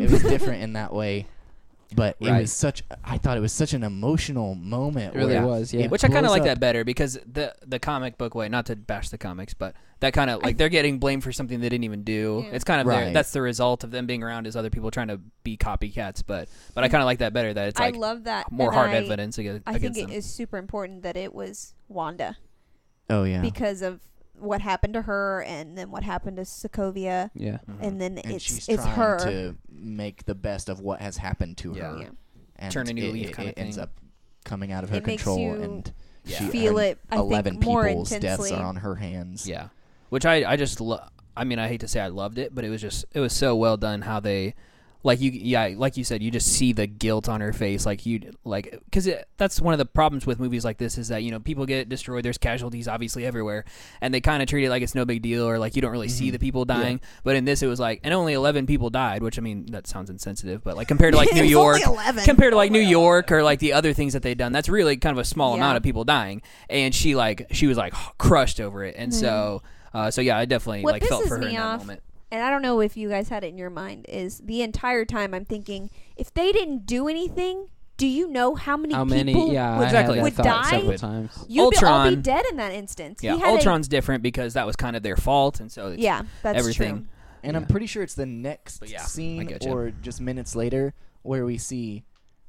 Speaker 1: it was different in that way. But it
Speaker 2: Right.
Speaker 1: was such. I thought it was such an emotional moment.
Speaker 2: It really
Speaker 1: where
Speaker 2: was, yeah.
Speaker 1: it
Speaker 2: It
Speaker 3: Which I kind of
Speaker 1: blows
Speaker 3: like
Speaker 1: up
Speaker 3: that better because the the comic book way, not to bash the comics, but that kind of like they're getting blamed for something they didn't even do.
Speaker 4: Yeah.
Speaker 3: It's kind of their,
Speaker 1: Right.
Speaker 3: that's the result of them being around is other people trying to be copycats. But but I kind of like that better that it's
Speaker 4: I
Speaker 3: like
Speaker 4: love that.
Speaker 3: more
Speaker 4: and
Speaker 3: hard
Speaker 4: I,
Speaker 3: evidence aga-
Speaker 4: I think
Speaker 3: against
Speaker 4: it
Speaker 3: them.
Speaker 4: is super important that it was Wanda
Speaker 1: Oh yeah.
Speaker 4: because of what happened to her and then what happened to Sokovia
Speaker 2: Yeah.
Speaker 3: Mm-hmm.
Speaker 4: and then
Speaker 1: Mm-hmm. and
Speaker 4: it's
Speaker 1: she's
Speaker 4: it's
Speaker 1: trying
Speaker 4: her.
Speaker 1: to make the best of what has happened to
Speaker 3: Yeah.
Speaker 1: her.
Speaker 4: Yeah.
Speaker 1: And
Speaker 3: Turn a new
Speaker 1: it,
Speaker 3: leaf
Speaker 1: it-
Speaker 3: kinda
Speaker 1: it ends
Speaker 3: thing.
Speaker 1: up coming out of her
Speaker 4: It makes
Speaker 1: control,
Speaker 4: you
Speaker 1: and
Speaker 3: Yeah.
Speaker 1: she
Speaker 4: feel
Speaker 1: and
Speaker 4: it. I
Speaker 1: Eleven
Speaker 4: think more
Speaker 1: people's
Speaker 4: intensely.
Speaker 1: deaths are on her hands.
Speaker 3: Yeah, which I I just lo- I mean I hate to say I loved it, but it was just it was so well done how they like you yeah like you said you just see the guilt on her face like you like because that's one of the problems with movies like this is that you know people get destroyed there's casualties obviously everywhere and they kind of treat it like it's no big deal or like you don't really
Speaker 4: Mm-hmm.
Speaker 3: see the people dying but in this it was like and only 11 people died which i mean that sounds insensitive but like compared to like
Speaker 4: It's
Speaker 3: new
Speaker 4: only
Speaker 3: york
Speaker 4: 11.
Speaker 3: compared to like New York or like the other things that they've done, that's really kind of a small
Speaker 4: Yeah.
Speaker 3: amount of people dying. And she like she was like crushed over it, and so uh, so yeah, I definitely
Speaker 4: Mm-hmm. What
Speaker 3: like felt
Speaker 4: pisses
Speaker 3: for her
Speaker 4: me
Speaker 3: in that
Speaker 4: off-
Speaker 3: moment.
Speaker 4: and I don't know if you guys had it in your mind, is the entire time I'm thinking, if they didn't do anything, do you know how many
Speaker 2: How
Speaker 4: people
Speaker 2: many? yeah. I had
Speaker 4: would,
Speaker 3: Exactly.
Speaker 2: that
Speaker 4: would
Speaker 2: thought
Speaker 4: die?
Speaker 2: several times.
Speaker 4: You'd be, all be
Speaker 3: Ultron-
Speaker 4: dead in that instance.
Speaker 3: Yeah,
Speaker 4: he had a-
Speaker 3: Ultron's different because that was kind of their fault, and so it's
Speaker 4: yeah, that's
Speaker 3: everything.
Speaker 4: true.
Speaker 1: And I'm pretty sure it's the next
Speaker 3: But yeah, I
Speaker 1: scene
Speaker 3: getcha.
Speaker 1: or just minutes later where we see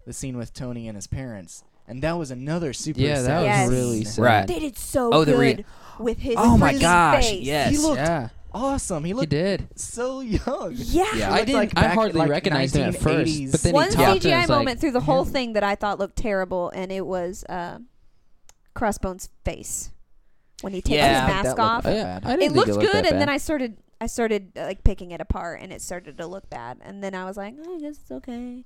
Speaker 1: the scene with Tony and his parents, and that was another super.
Speaker 2: Yeah, that
Speaker 1: sad
Speaker 4: Yes.
Speaker 2: was
Speaker 1: scene.
Speaker 2: really sad.
Speaker 3: Right.
Speaker 4: They did so
Speaker 3: Oh, the
Speaker 4: good
Speaker 3: re-
Speaker 4: with his.
Speaker 3: Oh my
Speaker 4: freaking
Speaker 3: gosh,
Speaker 4: face.
Speaker 3: yes.
Speaker 1: He looked
Speaker 2: Yeah.
Speaker 1: awesome. He
Speaker 2: He
Speaker 1: looked
Speaker 2: did.
Speaker 1: so young.
Speaker 4: Yeah.
Speaker 3: Yeah.
Speaker 1: He
Speaker 2: I
Speaker 1: looked
Speaker 2: didn't.
Speaker 1: like
Speaker 2: I
Speaker 1: back in,
Speaker 2: hardly
Speaker 1: like,
Speaker 2: recognized him at first,
Speaker 1: 1980s.
Speaker 2: but then
Speaker 4: One
Speaker 2: he talked and I
Speaker 4: CGI
Speaker 2: was
Speaker 4: moment
Speaker 2: like,
Speaker 4: through the whole thing that I thought looked terrible, and it was uh, Crossbones' face when he takes
Speaker 3: Yeah. I
Speaker 4: his
Speaker 1: think that
Speaker 4: mask
Speaker 1: looked
Speaker 4: off.
Speaker 2: "Oh, yeah, I didn't
Speaker 4: it
Speaker 2: think
Speaker 4: looked,
Speaker 2: that
Speaker 4: good, and then
Speaker 2: bad."
Speaker 4: I started, I started uh, like picking it apart, and it started to look bad. And then I was like, oh, I guess it's okay.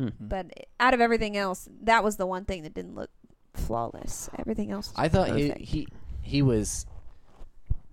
Speaker 2: Mhm.
Speaker 4: But out of everything else, that was the one thing that didn't look flawless. Everything else, was
Speaker 1: I thought he,
Speaker 4: perfect.
Speaker 1: he he was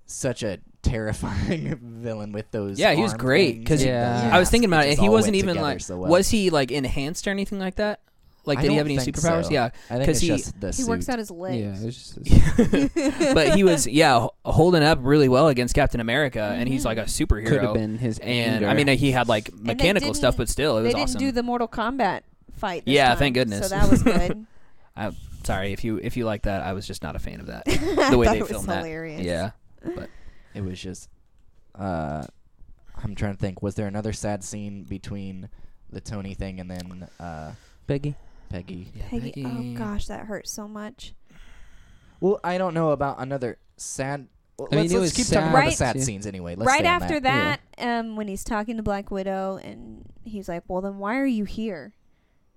Speaker 1: such a terrifying villain with those.
Speaker 3: Yeah, he was
Speaker 1: arm
Speaker 3: great,
Speaker 1: things
Speaker 3: 'cause
Speaker 1: and
Speaker 2: he-
Speaker 1: those
Speaker 2: Yeah.
Speaker 3: I was thinking about
Speaker 1: masks.
Speaker 3: it.
Speaker 1: just
Speaker 3: and He
Speaker 1: all
Speaker 3: wasn't
Speaker 1: went
Speaker 3: even
Speaker 1: together
Speaker 3: like.
Speaker 1: so well.
Speaker 3: Was he like enhanced or anything like that? Like,
Speaker 1: I
Speaker 3: did he have
Speaker 1: don't
Speaker 3: any
Speaker 1: think
Speaker 3: superpowers?
Speaker 1: so.
Speaker 3: Yeah,
Speaker 1: I think
Speaker 3: 'cause
Speaker 1: it's
Speaker 3: he-
Speaker 1: just the
Speaker 4: He
Speaker 1: suit.
Speaker 4: works out his
Speaker 2: Yeah,
Speaker 4: legs.
Speaker 2: it was just
Speaker 3: but he was yeah h- holding up really well against Captain America, and he's
Speaker 4: Mhm.
Speaker 3: like a
Speaker 2: could have
Speaker 3: superhero.
Speaker 2: been his
Speaker 3: And
Speaker 2: anger.
Speaker 3: I mean, he had like mechanical stuff,
Speaker 4: didn't-
Speaker 3: but still, it
Speaker 4: they
Speaker 3: was
Speaker 4: didn't
Speaker 3: awesome.
Speaker 4: do the Mortal Kombat fight. this
Speaker 3: Yeah,
Speaker 4: time,
Speaker 3: thank
Speaker 4: So
Speaker 3: goodness.
Speaker 4: that was good.
Speaker 3: Sorry if you if you like that. I was just not a fan of that.
Speaker 4: the I
Speaker 3: way
Speaker 4: thought
Speaker 3: they
Speaker 4: it was
Speaker 3: filmed that.
Speaker 4: hilarious.
Speaker 3: yeah,
Speaker 1: It was just. Uh, I'm trying to think. Was there another sad scene between the Tony thing and then uh,
Speaker 2: Peggy.
Speaker 1: Peggy?
Speaker 4: Peggy, Oh gosh, that hurt so much.
Speaker 1: Well, I don't know about another sad. Well,
Speaker 2: I mean,
Speaker 1: let's
Speaker 2: it
Speaker 1: let's
Speaker 2: was
Speaker 1: keep
Speaker 2: sad,
Speaker 1: talking about
Speaker 4: Right-
Speaker 1: the sad
Speaker 2: yeah.
Speaker 1: scenes anyway. Let's
Speaker 4: right
Speaker 1: stay on
Speaker 4: after
Speaker 1: that.
Speaker 4: that, um, when he's talking to Black Widow, and he's like, "Well, then why are you here?"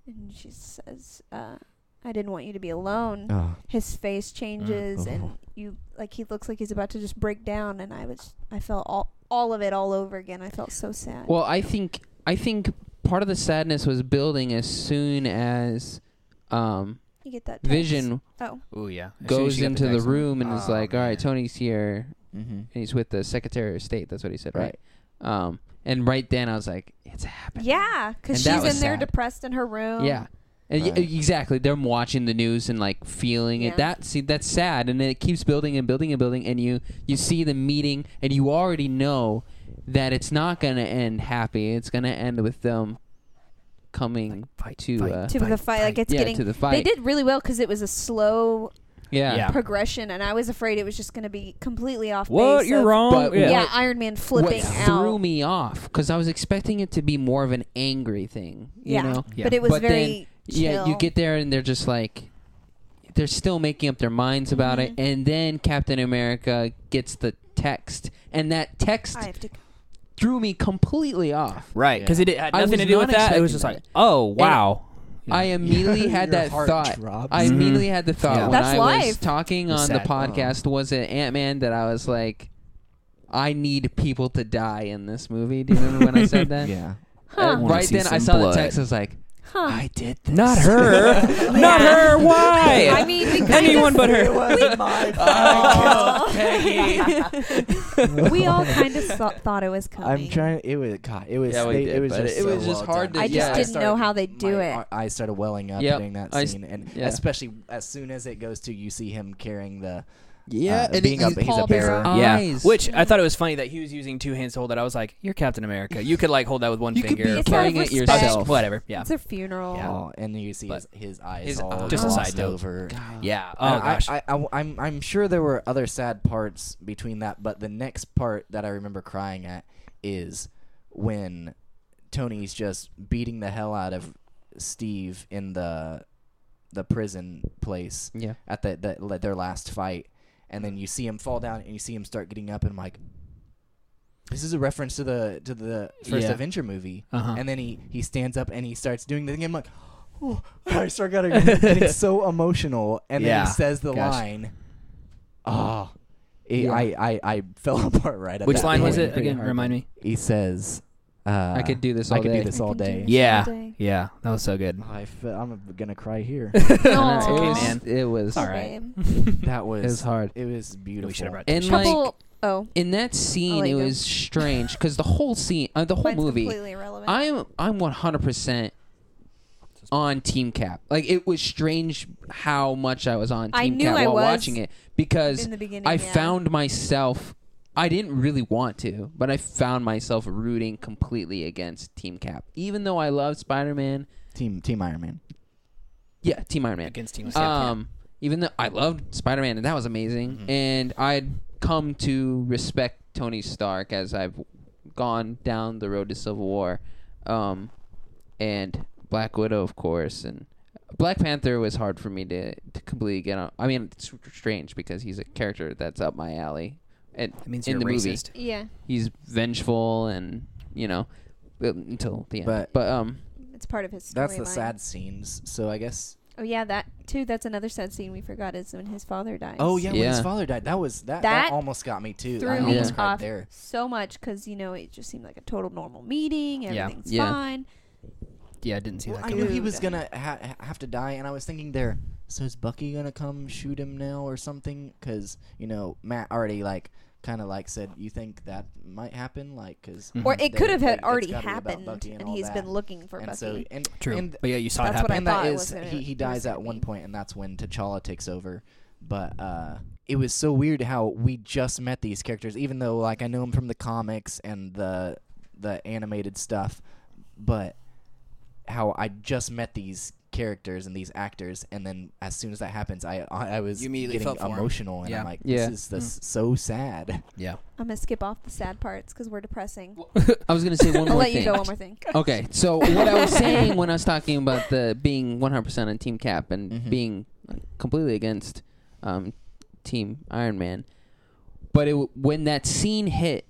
Speaker 4: And she says, uh, "I didn't want you to be
Speaker 2: Uh.
Speaker 4: alone."
Speaker 1: Oh,
Speaker 4: His face changes, and
Speaker 1: Oh.
Speaker 4: you like he looks like he's about to just break down. And I was, I felt all all of it all over again. I felt so sad.
Speaker 2: Well, I think I think part of the sadness was building as soon as um,
Speaker 4: you get that text.
Speaker 2: Vision
Speaker 4: Oh,
Speaker 3: Oh yeah, As soon as
Speaker 2: goes
Speaker 3: she got
Speaker 2: into the
Speaker 3: text, I'm like,
Speaker 2: room and is
Speaker 3: "Oh,
Speaker 2: like, "All right,
Speaker 3: man."
Speaker 2: Tony's here,
Speaker 1: mm-hmm.
Speaker 2: and he's with the Secretary of State." That's what he said,
Speaker 1: right.
Speaker 2: right? Um, and right then I was like, "It's happening."
Speaker 4: yeah,
Speaker 2: And
Speaker 4: because
Speaker 2: that
Speaker 4: she's in
Speaker 2: was
Speaker 4: there
Speaker 2: sad.
Speaker 4: depressed in her room.
Speaker 2: Yeah. And y-
Speaker 1: Right.
Speaker 2: exactly. Them watching the news and like feeling
Speaker 4: Yeah.
Speaker 2: it. That see that's sad and it keeps building and building and building and you you see the meeting and you already know that it's not going to end happy. It's going to end with them coming
Speaker 3: fight,
Speaker 2: to
Speaker 3: fight.
Speaker 2: uh,
Speaker 4: to the fight, like it's
Speaker 2: yeah,
Speaker 4: getting.
Speaker 2: to the
Speaker 4: they
Speaker 2: fight.
Speaker 4: did really well because it was a slow
Speaker 2: yeah.
Speaker 3: Yeah.
Speaker 4: progression, and I was afraid it was just going to be completely off
Speaker 3: What?
Speaker 4: base.
Speaker 3: You're
Speaker 4: of-
Speaker 3: wrong.
Speaker 2: But
Speaker 3: yeah.
Speaker 4: Yeah,
Speaker 2: what-
Speaker 4: Iron Man flipping
Speaker 2: what
Speaker 4: out.
Speaker 2: threw me off cuz I was expecting it to be more of an angry thing, you
Speaker 4: yeah.
Speaker 2: know.
Speaker 3: Yeah.
Speaker 4: but it was
Speaker 2: But
Speaker 4: very
Speaker 2: Yeah, you
Speaker 4: chill.
Speaker 2: get there and they're just like they're still making up their minds about
Speaker 4: Mhm.
Speaker 2: it and then Captain America gets the text and that text
Speaker 4: I have to.
Speaker 2: threw me completely off.
Speaker 3: Right, because it had
Speaker 2: I
Speaker 3: nothing
Speaker 2: was
Speaker 3: to do with
Speaker 2: not
Speaker 3: that. It was
Speaker 2: expecting
Speaker 3: just
Speaker 2: that.
Speaker 3: like, oh wow.
Speaker 2: I immediately had
Speaker 1: Your
Speaker 2: that
Speaker 1: heart
Speaker 2: thought.
Speaker 1: drops.
Speaker 2: I
Speaker 3: Mhm.
Speaker 2: immediately had the thought
Speaker 3: Yeah.
Speaker 2: when
Speaker 4: That's
Speaker 2: I was
Speaker 4: life.
Speaker 2: talking
Speaker 3: It was
Speaker 2: on
Speaker 3: sad. Uh-huh.
Speaker 2: the podcast was it Ant Man that I was like, I need people to die in this movie. Do you remember when I said that?
Speaker 1: Yeah.
Speaker 2: Uh,
Speaker 3: wanna
Speaker 2: right
Speaker 3: see
Speaker 2: then I saw
Speaker 3: some blood.
Speaker 2: the text. I was like,
Speaker 4: Huh.
Speaker 2: I did this.
Speaker 3: Not her. Not
Speaker 4: Yeah.
Speaker 3: her. Why?
Speaker 4: I mean, they kind
Speaker 3: anyone
Speaker 4: of-
Speaker 3: but her.
Speaker 4: Oh. we all
Speaker 1: Oh.
Speaker 4: kind of so- thought it was coming.
Speaker 1: I'm trying. It was God. It was.
Speaker 2: Yeah, we
Speaker 1: they-
Speaker 2: did,
Speaker 1: it was
Speaker 2: but
Speaker 1: just.
Speaker 2: it
Speaker 1: so
Speaker 2: was just
Speaker 1: well
Speaker 2: hard
Speaker 1: done.
Speaker 2: to-
Speaker 4: I just
Speaker 2: Yeah.
Speaker 4: didn't know how they do
Speaker 1: my-
Speaker 4: it.
Speaker 1: I started welling up
Speaker 2: Yep.
Speaker 1: during that
Speaker 2: I s-
Speaker 1: scene, and
Speaker 2: yeah.
Speaker 1: especially as soon as it goes to, you see him carrying the.
Speaker 2: Yeah,
Speaker 1: uh, being a,
Speaker 2: he's
Speaker 1: he's a
Speaker 4: Paul
Speaker 1: bearer.
Speaker 4: Bearer.
Speaker 3: Yeah,
Speaker 2: Eyes.
Speaker 3: which I thought it was funny that he was using two hands to hold it. I was like, "You're Captain America. You could like hold that with one
Speaker 2: You could
Speaker 3: finger."
Speaker 2: be
Speaker 3: or
Speaker 4: It's out of
Speaker 2: carrying it
Speaker 4: respect.
Speaker 2: yourself.
Speaker 3: Whatever. Yeah.
Speaker 4: It's a funeral.
Speaker 3: Yeah.
Speaker 1: Oh, and you see
Speaker 3: But
Speaker 1: his, his eyes
Speaker 3: his-
Speaker 1: all
Speaker 3: just
Speaker 1: just
Speaker 3: a
Speaker 1: glossed
Speaker 3: side note.
Speaker 1: over.
Speaker 2: Uh,
Speaker 3: Yeah. Oh
Speaker 1: And
Speaker 3: gosh.
Speaker 1: I, I, I, I'm, I'm sure there were other sad parts between that, but the next part that I remember crying at is when Tony's just beating the hell out of Steve in the the prison place
Speaker 2: Yeah.
Speaker 1: at the, the le- their last fight, and then you see him fall down and you see him start getting up, and I'm like, this is a reference to the to the first
Speaker 3: Yeah.
Speaker 1: Avenger movie,
Speaker 3: Uh-huh.
Speaker 1: and then he he stands up and he starts doing the thing. I'm like. "Oh," I start getting, getting so emotional, and then
Speaker 3: Yeah.
Speaker 1: he says the
Speaker 3: Gosh.
Speaker 1: line. Oh, it-
Speaker 2: Yeah.
Speaker 1: I, I I fell apart right at
Speaker 3: Which
Speaker 1: that
Speaker 3: line was
Speaker 1: point.
Speaker 3: it
Speaker 2: Pretty
Speaker 3: again?
Speaker 2: hard.
Speaker 3: Remind me.
Speaker 1: He says, uh,
Speaker 2: I could do this
Speaker 1: I
Speaker 2: all
Speaker 1: could
Speaker 2: day.
Speaker 1: do this
Speaker 4: I
Speaker 1: all
Speaker 4: can do
Speaker 1: day."
Speaker 4: this
Speaker 3: Yeah.
Speaker 4: all day.
Speaker 3: Yeah, that was so good.
Speaker 1: I feel, I'm gonna cry here.
Speaker 2: And
Speaker 4: Aw.
Speaker 2: it
Speaker 3: okay,
Speaker 2: was-
Speaker 3: man.
Speaker 2: It was
Speaker 3: all
Speaker 4: Poor
Speaker 3: right.
Speaker 4: babe.
Speaker 1: that was
Speaker 2: it was hard.
Speaker 1: It was beautiful.
Speaker 3: We should have brought.
Speaker 2: And
Speaker 3: Tisha.
Speaker 2: like
Speaker 4: Trouble. oh,
Speaker 2: in that scene,
Speaker 4: like
Speaker 2: it
Speaker 4: him.
Speaker 2: was strange because the whole scene, uh, the whole
Speaker 4: mine's
Speaker 2: movie,
Speaker 4: completely irrelevant.
Speaker 2: I'm I'm 100 percent on Team Cap. Like it was strange how much I was on Team
Speaker 4: I knew
Speaker 2: Cap
Speaker 4: I
Speaker 2: while
Speaker 4: was
Speaker 2: watching it because
Speaker 4: in the beginning,
Speaker 2: I
Speaker 4: yeah.
Speaker 2: found myself. I didn't really want to, but I found myself rooting completely against Team Cap, even though I love Spider Man.
Speaker 1: Team Team Iron Man.
Speaker 2: Yeah, Team Iron Man.
Speaker 3: against Team
Speaker 2: Um, even though I loved Spider Man and that was amazing,
Speaker 4: Mm-hmm.
Speaker 2: and I'd come to respect Tony Stark as I've gone down the road to Civil War, um, and Black Widow, of course, and Black Panther was hard for me to, to completely get on. I mean, it's strange because he's a character that's up my alley, and
Speaker 3: It means
Speaker 2: in
Speaker 3: you're
Speaker 2: the movie
Speaker 3: racist.
Speaker 4: yeah,
Speaker 2: he's vengeful and you know uh, until the end.
Speaker 1: But-
Speaker 2: but um,
Speaker 4: it's part of his story.
Speaker 1: That's the sad scenes. So I guess.
Speaker 4: Oh yeah, that too. That's another sad scene we forgot is when his father dies.
Speaker 1: Oh yeah, when his
Speaker 2: Yeah.
Speaker 1: father died, that was that. That,
Speaker 4: That
Speaker 1: almost got me too.
Speaker 4: threw
Speaker 1: I
Speaker 4: me
Speaker 1: almost
Speaker 2: Yeah.
Speaker 1: cried
Speaker 4: off
Speaker 1: there.
Speaker 4: so much because you know it just seemed like a total normal meeting.
Speaker 3: Yeah.
Speaker 4: Everything's
Speaker 2: Yeah.
Speaker 4: fine.
Speaker 3: Yeah, I didn't see
Speaker 1: Well,
Speaker 3: that.
Speaker 1: I
Speaker 3: coming.
Speaker 1: knew he
Speaker 4: Dude.
Speaker 1: was gonna ha- ha- have to die, and I was thinking there. So is Bucky gonna come shoot him now or something? Because you know Matt already like kind of like said, "You think that might happen?" Like, because
Speaker 4: Or it could have had
Speaker 1: Mm-hmm. it's gotta
Speaker 4: already
Speaker 1: be about
Speaker 4: happened,
Speaker 1: Bucky
Speaker 4: and,
Speaker 1: all
Speaker 4: he's
Speaker 1: that.
Speaker 4: been looking for
Speaker 1: and
Speaker 4: Bucky.
Speaker 1: So, and,
Speaker 3: True.
Speaker 1: And,
Speaker 3: but yeah, you saw it
Speaker 4: That's what
Speaker 3: happen.
Speaker 4: I
Speaker 1: and that
Speaker 4: thought it
Speaker 1: is
Speaker 4: was gonna-
Speaker 1: he, he
Speaker 4: it was
Speaker 1: dies
Speaker 4: gonna
Speaker 1: at one
Speaker 4: be.
Speaker 1: point, and that's when T'Challa takes over. But uh, it was so weird how we just met these characters, even though like I know them from the comics and the the animated stuff, but how I just met these characters and these actors, and then as soon as that happens, I I, I was
Speaker 3: You immediately
Speaker 1: getting
Speaker 3: felt for 'em.
Speaker 1: emotional, and
Speaker 3: Yeah. Mm-hmm.
Speaker 1: I'm like,
Speaker 2: Yeah.
Speaker 1: this is this so sad.
Speaker 6: Yeah.
Speaker 4: I'm gonna skip off the sad parts because we're depressing.
Speaker 2: I was gonna say one
Speaker 4: I'll
Speaker 2: more
Speaker 4: let
Speaker 2: thing.
Speaker 4: you go one more thing.
Speaker 2: Okay, so what I was saying when I was talking about the being 100% on Team Cap and
Speaker 1: Mhm.
Speaker 2: being completely against um, Team Iron Man, but it w- when that scene hit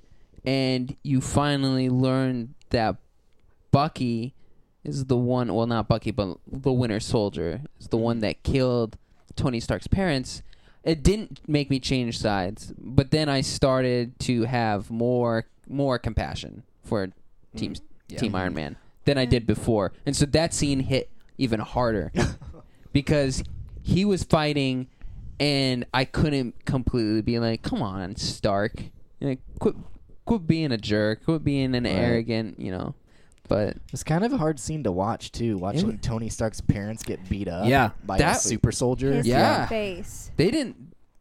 Speaker 2: and you finally learned that Bucky is the one, well, not Bucky, but the Winter Soldier is the one that killed Tony Stark's parents. It didn't make me change sides, but then I started to have more more compassion for Team
Speaker 3: Yeah.
Speaker 2: Team Iron Man than I did before. And so that scene hit even harder because he was fighting and I couldn't completely be like, "Come on, Stark. Like, quit quit being a jerk. Quit being an
Speaker 1: Right.
Speaker 2: arrogant, you know." But
Speaker 1: It's kind of a hard scene to watch too. Watching
Speaker 2: wa-
Speaker 1: Tony Stark's parents get beat up,
Speaker 3: Yeah.
Speaker 1: by a
Speaker 2: That-
Speaker 1: super soldier.
Speaker 4: His
Speaker 2: Yeah.
Speaker 4: face.
Speaker 2: they didn't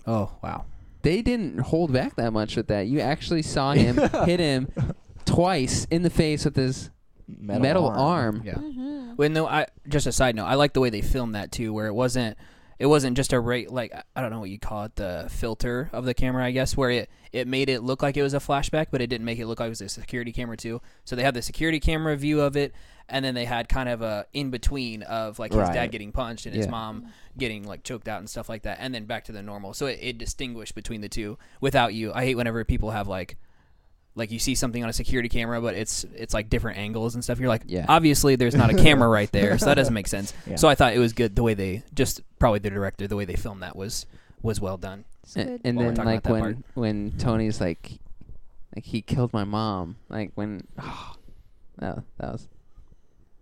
Speaker 3: Oh wow.
Speaker 2: they didn't hold back that much with that. You actually saw him hit him twice in the face with his metal, arm.
Speaker 3: Yeah.
Speaker 4: Mm-hmm.
Speaker 3: Well, no, I just a side note. I like the way they filmed that too, where it wasn't it wasn't just a rate like I don't know what you call it, the filter of the camera, I guess, where it it made it look like it was a flashback, but it didn't make it look like it was a security camera too. So they had the security camera view of it, and then they had kind of a in between of like his
Speaker 1: Right.
Speaker 3: dad getting punched and his
Speaker 2: Yeah.
Speaker 3: mom getting like choked out and stuff like that, and then back to the normal. So it, it distinguished between the two. Without you, I hate whenever people have like like you see something on a security camera but it's it's like different angles and stuff you're like
Speaker 2: Yeah.
Speaker 3: obviously there's not a camera right there so that doesn't make sense
Speaker 1: Yeah.
Speaker 3: so i thought it was good the way they just probably the director the way they filmed that was was well done
Speaker 4: It's
Speaker 2: and,
Speaker 4: good.
Speaker 2: and
Speaker 3: While we're
Speaker 2: then
Speaker 3: talking
Speaker 2: like
Speaker 3: about that
Speaker 2: when
Speaker 3: part.
Speaker 2: when Tony's like like he killed my mom like when that, that was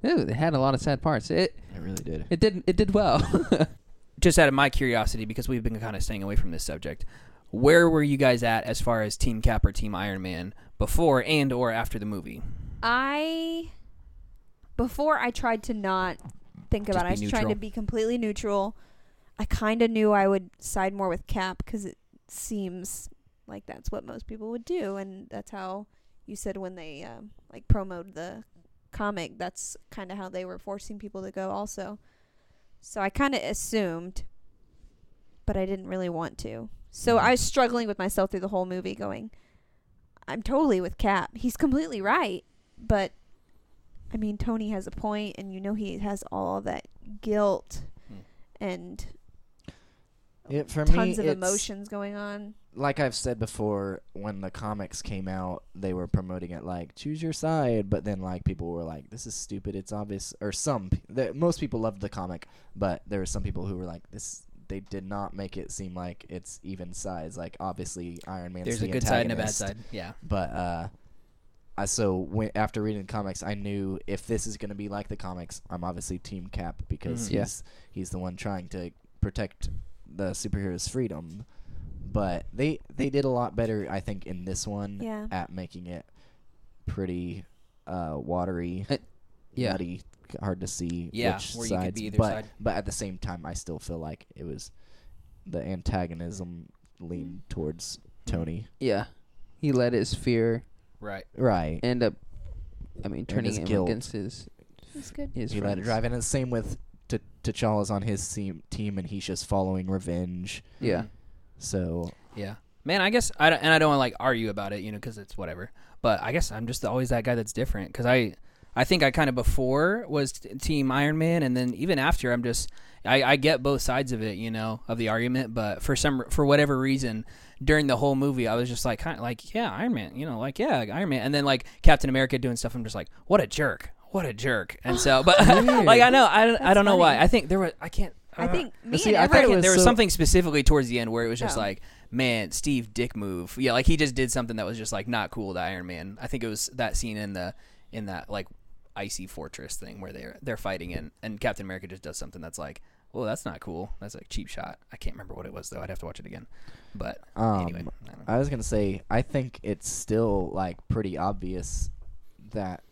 Speaker 2: Ooh, it had a lot of sad parts it
Speaker 1: It really did.
Speaker 2: it did it did well
Speaker 3: just out of my curiosity because we've been kind of staying away from this subject where were you guys at as far as team cap or team iron man before and or after the movie
Speaker 4: I before I tried to not think about it, I was
Speaker 3: be
Speaker 4: trying to
Speaker 3: neutral.
Speaker 4: be completely neutral. I kind of knew I would side more with Cap because it seems like that's what most people would do, and that's how you said when they um, like promoted the comic, that's kind of how they were forcing people to go also. So I kind of assumed, but I didn't really want to. So
Speaker 3: Mm-hmm.
Speaker 4: I was struggling with myself through the whole movie, going, I'm totally with Cap. He's completely right, but I mean, Tony has a point, and you know he has all that guilt
Speaker 3: Hmm.
Speaker 4: and
Speaker 1: It for
Speaker 4: tons
Speaker 1: me,
Speaker 4: of
Speaker 1: it's-
Speaker 4: emotions going on.
Speaker 1: Like I've said before, when the comics came out, they were promoting it like choose your side, but then like people were like, "This is stupid." It's obvious, or some pe- the, most people loved the comic, but there were some people who were like, "This." They did not make it seem like it's even sides. Like obviously, Iron Man's
Speaker 3: there's
Speaker 1: the
Speaker 3: a good side and a bad
Speaker 1: antagonist.
Speaker 3: side yeah
Speaker 1: but uh I, so when, after reading the comics i knew if this is going to be like the comics i'm obviously team cap because
Speaker 3: Mhm.
Speaker 2: Yeah.
Speaker 1: he's he's the one trying to protect the superhero's freedom but they they did a lot better i think in this one
Speaker 4: Yeah.
Speaker 1: at making it pretty uh watery
Speaker 2: Uh, yeah.
Speaker 1: muddy hard to see
Speaker 3: Yeah,
Speaker 1: which
Speaker 3: where you could
Speaker 1: sides
Speaker 3: be either
Speaker 1: but
Speaker 3: side.
Speaker 1: but at the same time i still feel like it was the antagonism leaned towards tony
Speaker 2: yeah he let his fear
Speaker 3: right
Speaker 1: right
Speaker 2: end up I mean turning
Speaker 1: his
Speaker 2: him
Speaker 1: guilt.
Speaker 2: against his
Speaker 4: It's good.
Speaker 2: his
Speaker 1: he let it
Speaker 2: friends.
Speaker 1: drive in. And the same with T- T'Challa's on his team, team, and he's just following revenge.
Speaker 2: yeah
Speaker 1: So
Speaker 3: Yeah, man. I guess I don't, and I don't want to like argue about it, you know, because it's whatever. But I guess I'm just always that guy that's different because I, I think I kind of before was t- Team Iron Man, and then even after I'm just I, I get both sides of it, you know, of the argument. But for some for whatever reason, during the whole movie, I was just like kind of like yeah, Iron Man, you know, like yeah, Iron Man, and then like Captain America doing stuff. I'm just like, what a jerk, what a jerk. And so, but like I know I don't I
Speaker 4: That's
Speaker 3: don't know why.
Speaker 4: funny.
Speaker 3: I think there was I can't. uh,
Speaker 4: I think me
Speaker 1: see,
Speaker 4: and
Speaker 1: I thought it
Speaker 4: Everett.
Speaker 3: Second,
Speaker 1: was
Speaker 3: there was
Speaker 1: so-
Speaker 3: something specifically towards the end where it was just
Speaker 4: Oh.
Speaker 3: like, man, Steve Dick move. Yeah, like he just did something that was just like not cool to Iron Man. I think it was that scene in the in that like icy fortress thing where they're they're fighting and and Captain America just does something that's like, "Oh, that's not cool." That's like cheap shot. I can't remember what it was though. I'd have to watch it again. But
Speaker 1: Um,
Speaker 3: anyway, I don't know.
Speaker 1: I was gonna say, I think it's still like pretty obvious that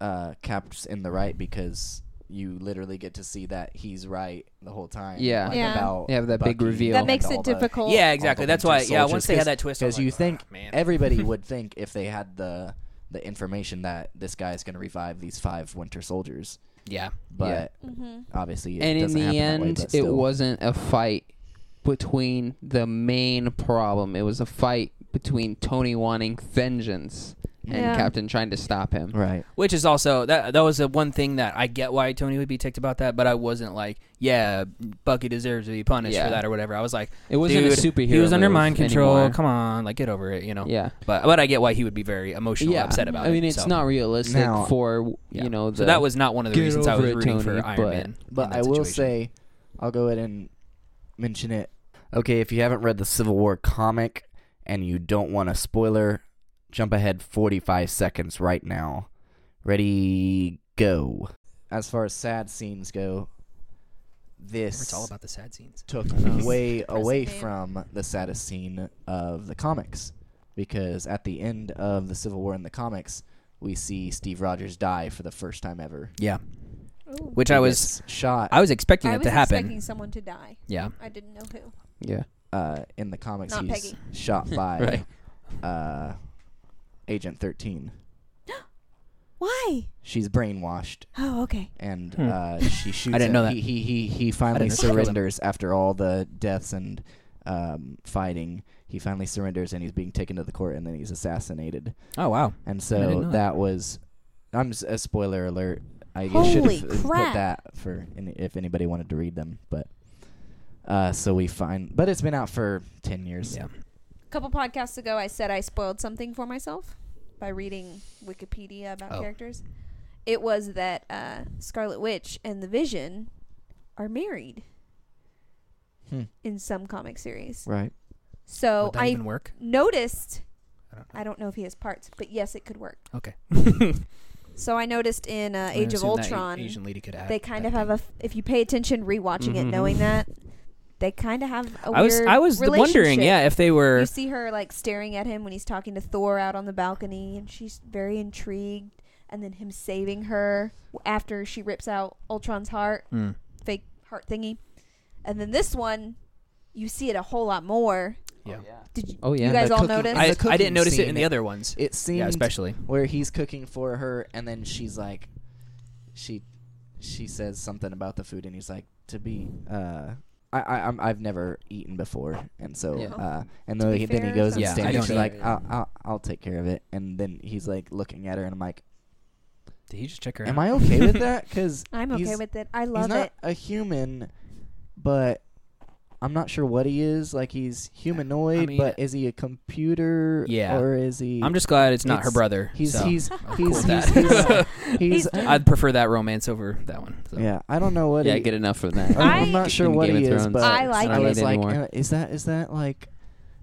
Speaker 1: uh, Cap's in the right because you literally get to see that he's right the whole time.
Speaker 2: Yeah.
Speaker 1: like,
Speaker 4: Yeah.
Speaker 1: About
Speaker 2: They have that big
Speaker 1: Bucky
Speaker 2: reveal.
Speaker 1: and
Speaker 4: that makes
Speaker 1: all
Speaker 4: it
Speaker 1: the-
Speaker 4: difficult.
Speaker 3: yeah,
Speaker 1: the
Speaker 3: exactly. That's why.
Speaker 1: uh, Winter
Speaker 3: Yeah, once
Speaker 1: Soldiers,
Speaker 3: they had that twist, I was
Speaker 1: Because you
Speaker 3: like,
Speaker 1: think
Speaker 3: "Ah, man,
Speaker 1: everybody would think if they had the the information that this guy is gonna revive these five Winter Soldiers,
Speaker 3: yeah,
Speaker 1: but
Speaker 4: Mm-hmm.
Speaker 1: obviously, it
Speaker 2: and in
Speaker 1: doesn't
Speaker 2: the
Speaker 1: happen that way,
Speaker 2: end,
Speaker 1: but
Speaker 2: it
Speaker 1: still.
Speaker 2: wasn't a fight between the main problem. It was a fight between Tony wanting vengeance and
Speaker 4: Yeah.
Speaker 2: Captain trying to stop him.
Speaker 1: right.
Speaker 3: Which is also that that was the one thing that I get why Tony would be ticked about that, but I wasn't like, yeah, Bucky deserves to be punished
Speaker 2: Yeah.
Speaker 3: for that or whatever. I was like,
Speaker 2: It wasn't
Speaker 3: dude,
Speaker 2: a superhero.
Speaker 3: he was under
Speaker 2: move
Speaker 3: mind control.
Speaker 2: anymore.
Speaker 3: Come on, like get over it, you know.
Speaker 2: Yeah.
Speaker 3: But but I get why he would Oh. be very emotional,
Speaker 2: yeah.
Speaker 3: upset about
Speaker 2: I
Speaker 3: it.
Speaker 2: mean, it's
Speaker 3: so,
Speaker 2: not realistic
Speaker 1: Now-
Speaker 2: for
Speaker 3: yeah.
Speaker 2: you know. The,
Speaker 3: so that was not one of the
Speaker 2: Get
Speaker 3: reasons I
Speaker 2: over
Speaker 3: was
Speaker 2: it,
Speaker 3: rooting
Speaker 2: Tony,
Speaker 3: for Iron
Speaker 2: but-
Speaker 3: Man. in
Speaker 1: But I
Speaker 3: that
Speaker 1: will
Speaker 3: situation.
Speaker 1: say, I'll go ahead and mention it.
Speaker 6: Okay, if you haven't read the Civil War comic and you don't want a spoiler, jump ahead 45 seconds right now. Ready, go.
Speaker 1: As far as sad scenes go,
Speaker 3: it's
Speaker 1: this
Speaker 3: all about the sad scenes.
Speaker 1: took
Speaker 3: Nice.
Speaker 1: way away
Speaker 4: Impressive.
Speaker 1: from the saddest scene of the comics, because at the end of the Civil War in the comics, we see Steve Rogers die for the first time ever.
Speaker 3: Yeah,
Speaker 4: Ooh.
Speaker 3: which
Speaker 1: He
Speaker 3: I was
Speaker 1: gets shot
Speaker 3: I was expecting
Speaker 4: I
Speaker 3: it
Speaker 4: was
Speaker 3: to happen.
Speaker 4: expecting someone to die.
Speaker 3: yeah,
Speaker 4: I didn't know who.
Speaker 2: yeah.
Speaker 1: uh, in the comics.
Speaker 4: Not
Speaker 1: he's
Speaker 4: Peggy.
Speaker 1: shot by
Speaker 3: Right.
Speaker 1: uh, Agent Thirteen.
Speaker 4: Why?
Speaker 1: She's brainwashed.
Speaker 4: Oh, okay.
Speaker 1: and
Speaker 3: Hmm.
Speaker 1: uh, she shoots.
Speaker 3: didn't
Speaker 1: him.
Speaker 3: know that.
Speaker 1: He he he, he
Speaker 3: I
Speaker 1: finally
Speaker 3: didn't know she killed him.
Speaker 1: surrenders after all the deaths and um, fighting. He finally surrenders and he's being taken to the court and then he's assassinated.
Speaker 3: Oh wow.
Speaker 1: And
Speaker 3: didn't
Speaker 1: so
Speaker 3: know
Speaker 1: that. was, I'm s- a spoiler alert. I
Speaker 4: Holy
Speaker 1: should have put
Speaker 4: crap.
Speaker 1: that for any, if anybody wanted to read them, but. Uh, so we find, but it's been out for ten years.
Speaker 3: Yeah.
Speaker 4: A couple podcasts ago, I said I spoiled something for myself by reading Wikipedia about
Speaker 3: Oh.
Speaker 4: characters. It was that uh, Scarlet Witch and the Vision are married
Speaker 1: Hmm.
Speaker 4: in some comic series.
Speaker 1: Right.
Speaker 4: So
Speaker 3: Would that
Speaker 4: Oh, I
Speaker 3: even work?
Speaker 4: noticed.
Speaker 3: I don't know.
Speaker 4: I don't know if he has parts, but yes, it could work.
Speaker 3: Okay.
Speaker 4: So I noticed in uh, Age of Ultron,
Speaker 3: Asian lady could act
Speaker 4: they kind of
Speaker 3: that
Speaker 4: have
Speaker 3: thing. Mm-hmm.
Speaker 4: a. F- if you pay attention, rewatching it, knowing
Speaker 2: Mhm.
Speaker 4: that, they kind of have a
Speaker 3: I was
Speaker 4: weird
Speaker 3: I was wondering,
Speaker 4: relationship.
Speaker 3: yeah, if they were
Speaker 4: You see her like staring at him when he's talking to Thor out on the balcony, and she's very intrigued. And then him saving her w- after she rips out Ultron's heart,
Speaker 3: Mm.
Speaker 4: fake heart thingy. And then this one, you see it a whole lot more.
Speaker 3: Yeah.
Speaker 4: Did you,
Speaker 2: Oh yeah.
Speaker 4: you guys
Speaker 1: the
Speaker 4: all
Speaker 1: cookie-
Speaker 4: notice?
Speaker 3: I,
Speaker 1: the
Speaker 3: I
Speaker 1: cooking
Speaker 3: didn't notice it in
Speaker 1: scene,
Speaker 3: the other ones.
Speaker 1: It seems
Speaker 3: yeah, especially.
Speaker 1: where he's cooking for her and then she's like she she says something about the food and he's like to be uh I, I I'm, I've never eaten before, and so
Speaker 2: Yeah.
Speaker 1: uh, and
Speaker 4: To
Speaker 1: then
Speaker 4: be
Speaker 1: he, then he
Speaker 4: fair,
Speaker 1: goes and
Speaker 3: Yeah, I
Speaker 1: stands.
Speaker 3: don't
Speaker 1: and She's
Speaker 3: eat.
Speaker 1: like, I'll, I'll I'll take care of it. And then he's like looking at her, and I'm like,
Speaker 3: Did he just check her
Speaker 1: Am
Speaker 3: out?
Speaker 1: I okay with that? Because
Speaker 4: I'm okay
Speaker 1: he's-
Speaker 4: with it. I
Speaker 1: he's
Speaker 4: love
Speaker 1: not
Speaker 4: it.
Speaker 1: a human, but I'm not sure what he is. Like he's humanoid,
Speaker 3: mean-
Speaker 1: but is he a computer?
Speaker 3: Yeah.
Speaker 1: or is he?
Speaker 3: I'm just glad it's not her
Speaker 1: It's-
Speaker 3: brother.
Speaker 1: he's
Speaker 3: so.
Speaker 1: he's
Speaker 3: I'm cool
Speaker 1: he's
Speaker 3: with
Speaker 1: he's,
Speaker 3: that.
Speaker 1: he's, he's
Speaker 3: I'd prefer that romance over that one. So.
Speaker 1: Yeah, I don't know what.
Speaker 2: yeah.
Speaker 1: he,
Speaker 2: I get enough from that.
Speaker 1: I'm, I'm
Speaker 4: I-
Speaker 1: not sure
Speaker 2: In
Speaker 1: what
Speaker 2: Game
Speaker 1: he
Speaker 2: of
Speaker 1: is,
Speaker 2: Thrones,
Speaker 1: but
Speaker 4: I like
Speaker 2: don't
Speaker 4: it.
Speaker 2: need
Speaker 1: was like,
Speaker 2: anymore.
Speaker 1: uh, is that is that like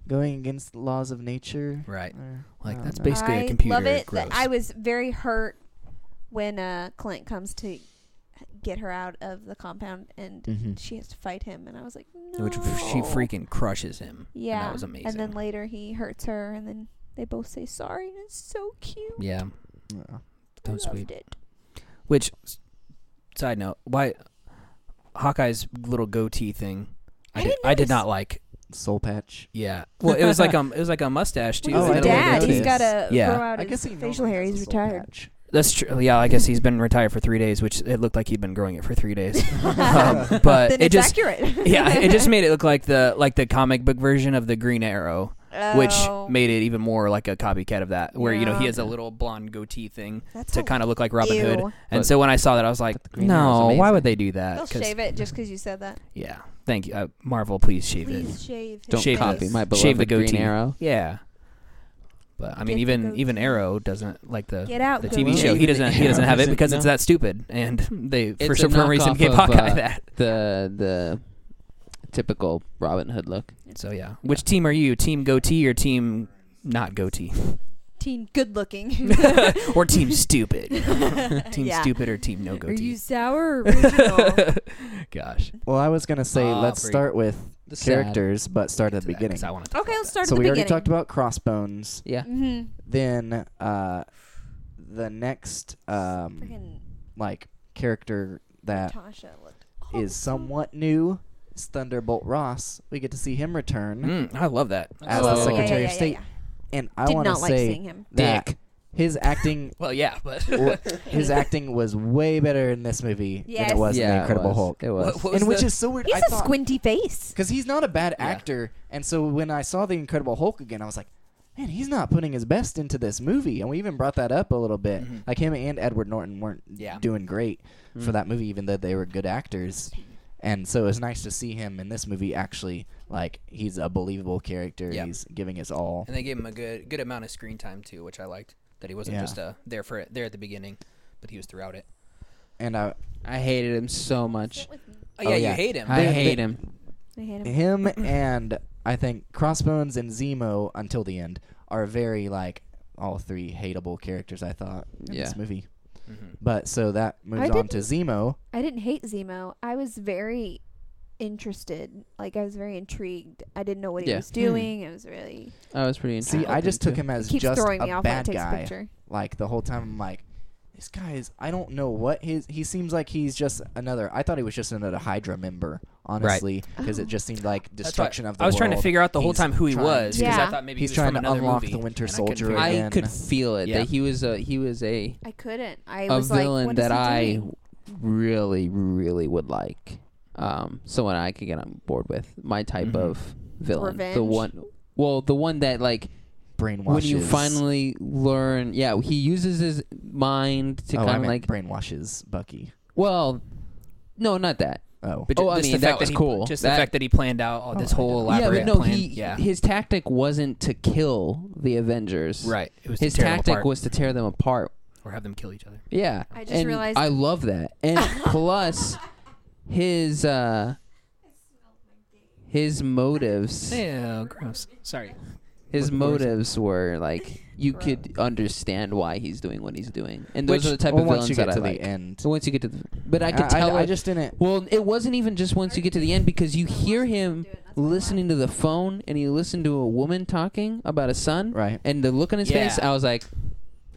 Speaker 1: going against laws of nature?
Speaker 3: Right.
Speaker 1: Or-
Speaker 3: Like,
Speaker 1: I
Speaker 3: that's
Speaker 1: don't know.
Speaker 3: basically a
Speaker 4: I
Speaker 3: computer,
Speaker 4: love it. That
Speaker 3: gross.
Speaker 4: I was very hurt when uh, Clint comes to get her out of the compound, and
Speaker 1: Mhm.
Speaker 4: she has to fight him. And I was like, no.
Speaker 3: Which f- she freaking crushes him.
Speaker 4: Yeah.
Speaker 3: And that was amazing.
Speaker 4: And then later he hurts her, and then they both say sorry, and it's so cute.
Speaker 3: yeah.
Speaker 1: Yeah.
Speaker 4: I
Speaker 3: That was
Speaker 4: loved
Speaker 3: sweet.
Speaker 4: it.
Speaker 3: Which, s- side note, why Hawkeye's little goatee thing? I,
Speaker 4: I
Speaker 3: did.
Speaker 4: didn't
Speaker 3: I did
Speaker 4: notice.
Speaker 3: not like.
Speaker 1: Soul patch.
Speaker 3: Yeah. Well, it was like um, it was like a mustache too.
Speaker 4: Well,
Speaker 1: Oh,
Speaker 4: he's
Speaker 1: I
Speaker 4: a
Speaker 1: didn't
Speaker 4: dad. He's
Speaker 1: notice.
Speaker 4: got to
Speaker 3: Yeah.
Speaker 4: grow out
Speaker 1: I
Speaker 4: his
Speaker 1: guess he
Speaker 4: facial hair. He's retired.
Speaker 3: That's true. Yeah, I guess he's been retired for three days, which it looked like he'd been growing it for three days. um, but
Speaker 4: then
Speaker 3: it
Speaker 4: it's
Speaker 3: just
Speaker 4: accurate.
Speaker 3: yeah, it just made it look like the like the comic book version of the Green Arrow, which
Speaker 4: Oh,
Speaker 3: made it even more like a copycat of that, where you know he
Speaker 4: Yeah.
Speaker 3: has a little blonde goatee thing
Speaker 4: that's
Speaker 3: to
Speaker 4: a-
Speaker 3: kind of look like Robin Hood.
Speaker 4: Ew.
Speaker 3: And
Speaker 2: But-
Speaker 3: so when I saw that, I was like,
Speaker 2: but the Green
Speaker 3: no,
Speaker 2: Arrow's
Speaker 3: why
Speaker 2: amazing.
Speaker 3: would they do that?
Speaker 4: They'll
Speaker 3: 'Cause-
Speaker 4: shave it just because you said that.
Speaker 3: Yeah, thank you, uh, Marvel. Please shave it.
Speaker 4: Please shave. His
Speaker 2: Don't
Speaker 3: Shave the-
Speaker 2: copy my beloved
Speaker 3: shave the
Speaker 2: Green
Speaker 3: goatee.
Speaker 2: Arrow.
Speaker 3: Yeah, but I
Speaker 4: Get
Speaker 3: mean,
Speaker 4: the
Speaker 3: even even
Speaker 4: goatee.
Speaker 3: Arrow doesn't like the
Speaker 4: Get out.
Speaker 3: the
Speaker 4: go
Speaker 3: TV
Speaker 4: away.
Speaker 3: show. He
Speaker 2: Even
Speaker 3: doesn't.
Speaker 2: the
Speaker 3: He doesn't
Speaker 2: Arrow
Speaker 3: have it
Speaker 2: isn't-
Speaker 3: because it's
Speaker 2: no.
Speaker 3: that stupid, and they for
Speaker 2: It's
Speaker 3: some
Speaker 2: a
Speaker 3: for reason
Speaker 2: knockoff
Speaker 3: gave
Speaker 2: of,
Speaker 3: Hawkeye
Speaker 2: uh,
Speaker 3: that.
Speaker 2: The the typical Robin Hood look.
Speaker 3: So yeah, which team are you? Team goatee or team not goatee?
Speaker 4: Team good looking.
Speaker 3: or team stupid. team
Speaker 4: Yeah.
Speaker 3: stupid or team no go
Speaker 4: Are you sour or original?
Speaker 3: Gosh.
Speaker 1: Well, I was gonna say
Speaker 3: Ah,
Speaker 1: let's
Speaker 3: pretty-
Speaker 1: start with
Speaker 2: The sad-
Speaker 1: characters, but start at the
Speaker 3: To that, 'cause
Speaker 1: beginning.
Speaker 3: I wanna talk
Speaker 4: okay, let's
Speaker 3: about
Speaker 4: start
Speaker 1: So
Speaker 4: at the
Speaker 1: we already
Speaker 4: beginning.
Speaker 1: talked about crossbones.
Speaker 2: Yeah.
Speaker 4: Mm-hmm.
Speaker 1: Then uh, the next um,
Speaker 4: Freaking
Speaker 1: like character that
Speaker 4: Tasha looked.
Speaker 1: is somewhat new is Thunderbolt Ross. We get to see him return
Speaker 3: that. Mm, I love that.
Speaker 1: as
Speaker 2: Oh.
Speaker 1: the
Speaker 2: Yeah, yeah,
Speaker 1: Secretary
Speaker 4: yeah,
Speaker 1: of
Speaker 4: yeah,
Speaker 1: State,
Speaker 4: yeah.
Speaker 1: and I
Speaker 4: Did
Speaker 1: want to
Speaker 4: not like
Speaker 1: say
Speaker 4: seeing him.
Speaker 1: that
Speaker 3: Dick.
Speaker 1: his acting
Speaker 3: Well, yeah, but
Speaker 1: w- his acting was way better in this movie
Speaker 4: Yes.
Speaker 1: than it was in
Speaker 2: Yeah,
Speaker 1: the Incredible
Speaker 2: it was.
Speaker 1: Hulk.
Speaker 2: It
Speaker 3: What-
Speaker 2: was.
Speaker 3: what was
Speaker 1: And which
Speaker 3: the-
Speaker 1: is so weird.
Speaker 4: He's
Speaker 1: I
Speaker 4: a
Speaker 1: thought,
Speaker 4: squinty face.
Speaker 1: because he's not a bad
Speaker 3: Yeah.
Speaker 1: actor. And so when I saw the Incredible Hulk again, I was like, man, he's not putting his best into this movie. And we even brought that up a little bit.
Speaker 3: Mhm.
Speaker 1: Like him and Edward Norton weren't
Speaker 3: Yeah. Mm-hmm.
Speaker 1: doing great for
Speaker 2: Mm.
Speaker 1: that movie, even though they were good actors. And so it was nice to see him in this movie. Actually, like he's a believable character.
Speaker 3: Yeah.
Speaker 1: He's giving his all.
Speaker 3: and they gave him a good good amount of screen time too, which I liked. That he wasn't
Speaker 1: Yeah.
Speaker 3: just uh, there for it, there at the beginning, but he was throughout it.
Speaker 1: And I,
Speaker 2: I hated him so much.
Speaker 3: Oh, yeah,
Speaker 1: Oh,
Speaker 3: you
Speaker 1: yeah.
Speaker 3: hate him.
Speaker 2: I
Speaker 1: They-
Speaker 2: hate
Speaker 1: they-
Speaker 2: him.
Speaker 4: I hate him.
Speaker 1: uh, him and I think Crossbones and Zemo until the end are very like all three hateable characters. I thought in
Speaker 2: Yeah.
Speaker 1: this movie.
Speaker 3: Mhm.
Speaker 1: But so that moves
Speaker 4: I
Speaker 1: on to Zemo.
Speaker 4: I didn't hate Zemo. I was very interested. Like I was very intrigued. I didn't know what he
Speaker 2: Yeah.
Speaker 4: was
Speaker 1: Hmm.
Speaker 4: doing. It was really
Speaker 2: I was pretty
Speaker 1: See,
Speaker 2: interested.
Speaker 1: I just took him
Speaker 4: it
Speaker 1: as
Speaker 4: keeps
Speaker 1: just
Speaker 4: throwing me
Speaker 1: a
Speaker 4: off when it
Speaker 1: bad
Speaker 4: takes a
Speaker 1: guy.
Speaker 4: picture.
Speaker 1: Like the whole time, I'm like, this guy is. I don't know what his. He seems like he's just another. I thought he was just another Hydra member, honestly, because
Speaker 4: Oh.
Speaker 1: it just seemed like
Speaker 3: That's why-
Speaker 1: destruction of the.
Speaker 3: I was trying to
Speaker 1: world.
Speaker 3: figure out the whole
Speaker 1: He's
Speaker 3: time who he
Speaker 1: trying
Speaker 3: was
Speaker 1: to-
Speaker 3: because I
Speaker 4: Yeah.
Speaker 3: thought maybe
Speaker 1: He's
Speaker 3: he was
Speaker 1: trying
Speaker 3: from
Speaker 1: to
Speaker 3: another
Speaker 1: unlock
Speaker 3: movie,
Speaker 1: the Winter
Speaker 3: and I couldn't
Speaker 1: Soldier
Speaker 3: figure it out.
Speaker 2: I
Speaker 1: again.
Speaker 2: could feel it
Speaker 3: Yeah.
Speaker 2: that he was a he was a
Speaker 4: I couldn't. I
Speaker 2: a
Speaker 4: was like,
Speaker 2: villain
Speaker 4: what is
Speaker 2: that
Speaker 4: he
Speaker 2: I
Speaker 4: doing?
Speaker 2: really really would like. Um, someone I could get on board with. My type
Speaker 3: Mm-hmm.
Speaker 1: Mhm.
Speaker 2: of villain.
Speaker 4: Revenge?
Speaker 2: The one. Well, the one that like
Speaker 1: brainwashes.
Speaker 2: when you finally learn, yeah, he uses his mind to
Speaker 1: oh, I
Speaker 2: kind of
Speaker 1: meant
Speaker 2: like.
Speaker 1: brainwashes Bucky.
Speaker 2: Well, no, not that.
Speaker 1: Oh,
Speaker 3: But
Speaker 2: Oh,
Speaker 3: ju-
Speaker 2: I
Speaker 3: just
Speaker 2: mean,
Speaker 3: the
Speaker 2: that
Speaker 3: fact
Speaker 2: was
Speaker 3: he,
Speaker 2: cool.
Speaker 3: Just
Speaker 2: That-
Speaker 3: the fact that he planned out all this
Speaker 1: Oh, I
Speaker 3: whole
Speaker 1: didn't-
Speaker 3: elaborate
Speaker 2: yeah, but no,
Speaker 3: plan.
Speaker 2: he
Speaker 3: yeah,
Speaker 2: his tactic wasn't to kill the Avengers.
Speaker 3: right. It was to
Speaker 2: His
Speaker 3: tear them
Speaker 2: tactic
Speaker 3: apart
Speaker 2: was to tear them apart.
Speaker 3: or have them kill each other.
Speaker 2: Yeah.
Speaker 4: I just
Speaker 2: and
Speaker 4: realized-
Speaker 2: I love that. And plus his uh his motives
Speaker 3: Yeah, gross. Sorry.
Speaker 2: his
Speaker 3: What- what was it?
Speaker 2: motives were like you could understand why he's doing what he's doing. And those
Speaker 3: Which-
Speaker 2: are the type
Speaker 1: well,
Speaker 2: of
Speaker 1: once
Speaker 2: villains
Speaker 1: you get
Speaker 2: that
Speaker 1: to
Speaker 2: I
Speaker 1: the
Speaker 2: like.
Speaker 1: end,
Speaker 2: So once you get to the But I could tell
Speaker 1: I,
Speaker 2: it-
Speaker 1: just didn't.
Speaker 2: well, it wasn't even just once you get to the end because you hear him listening to the phone and you listen to a woman talking about a son.
Speaker 1: Right.
Speaker 2: And the look on his face,
Speaker 3: Yeah.
Speaker 2: I was like,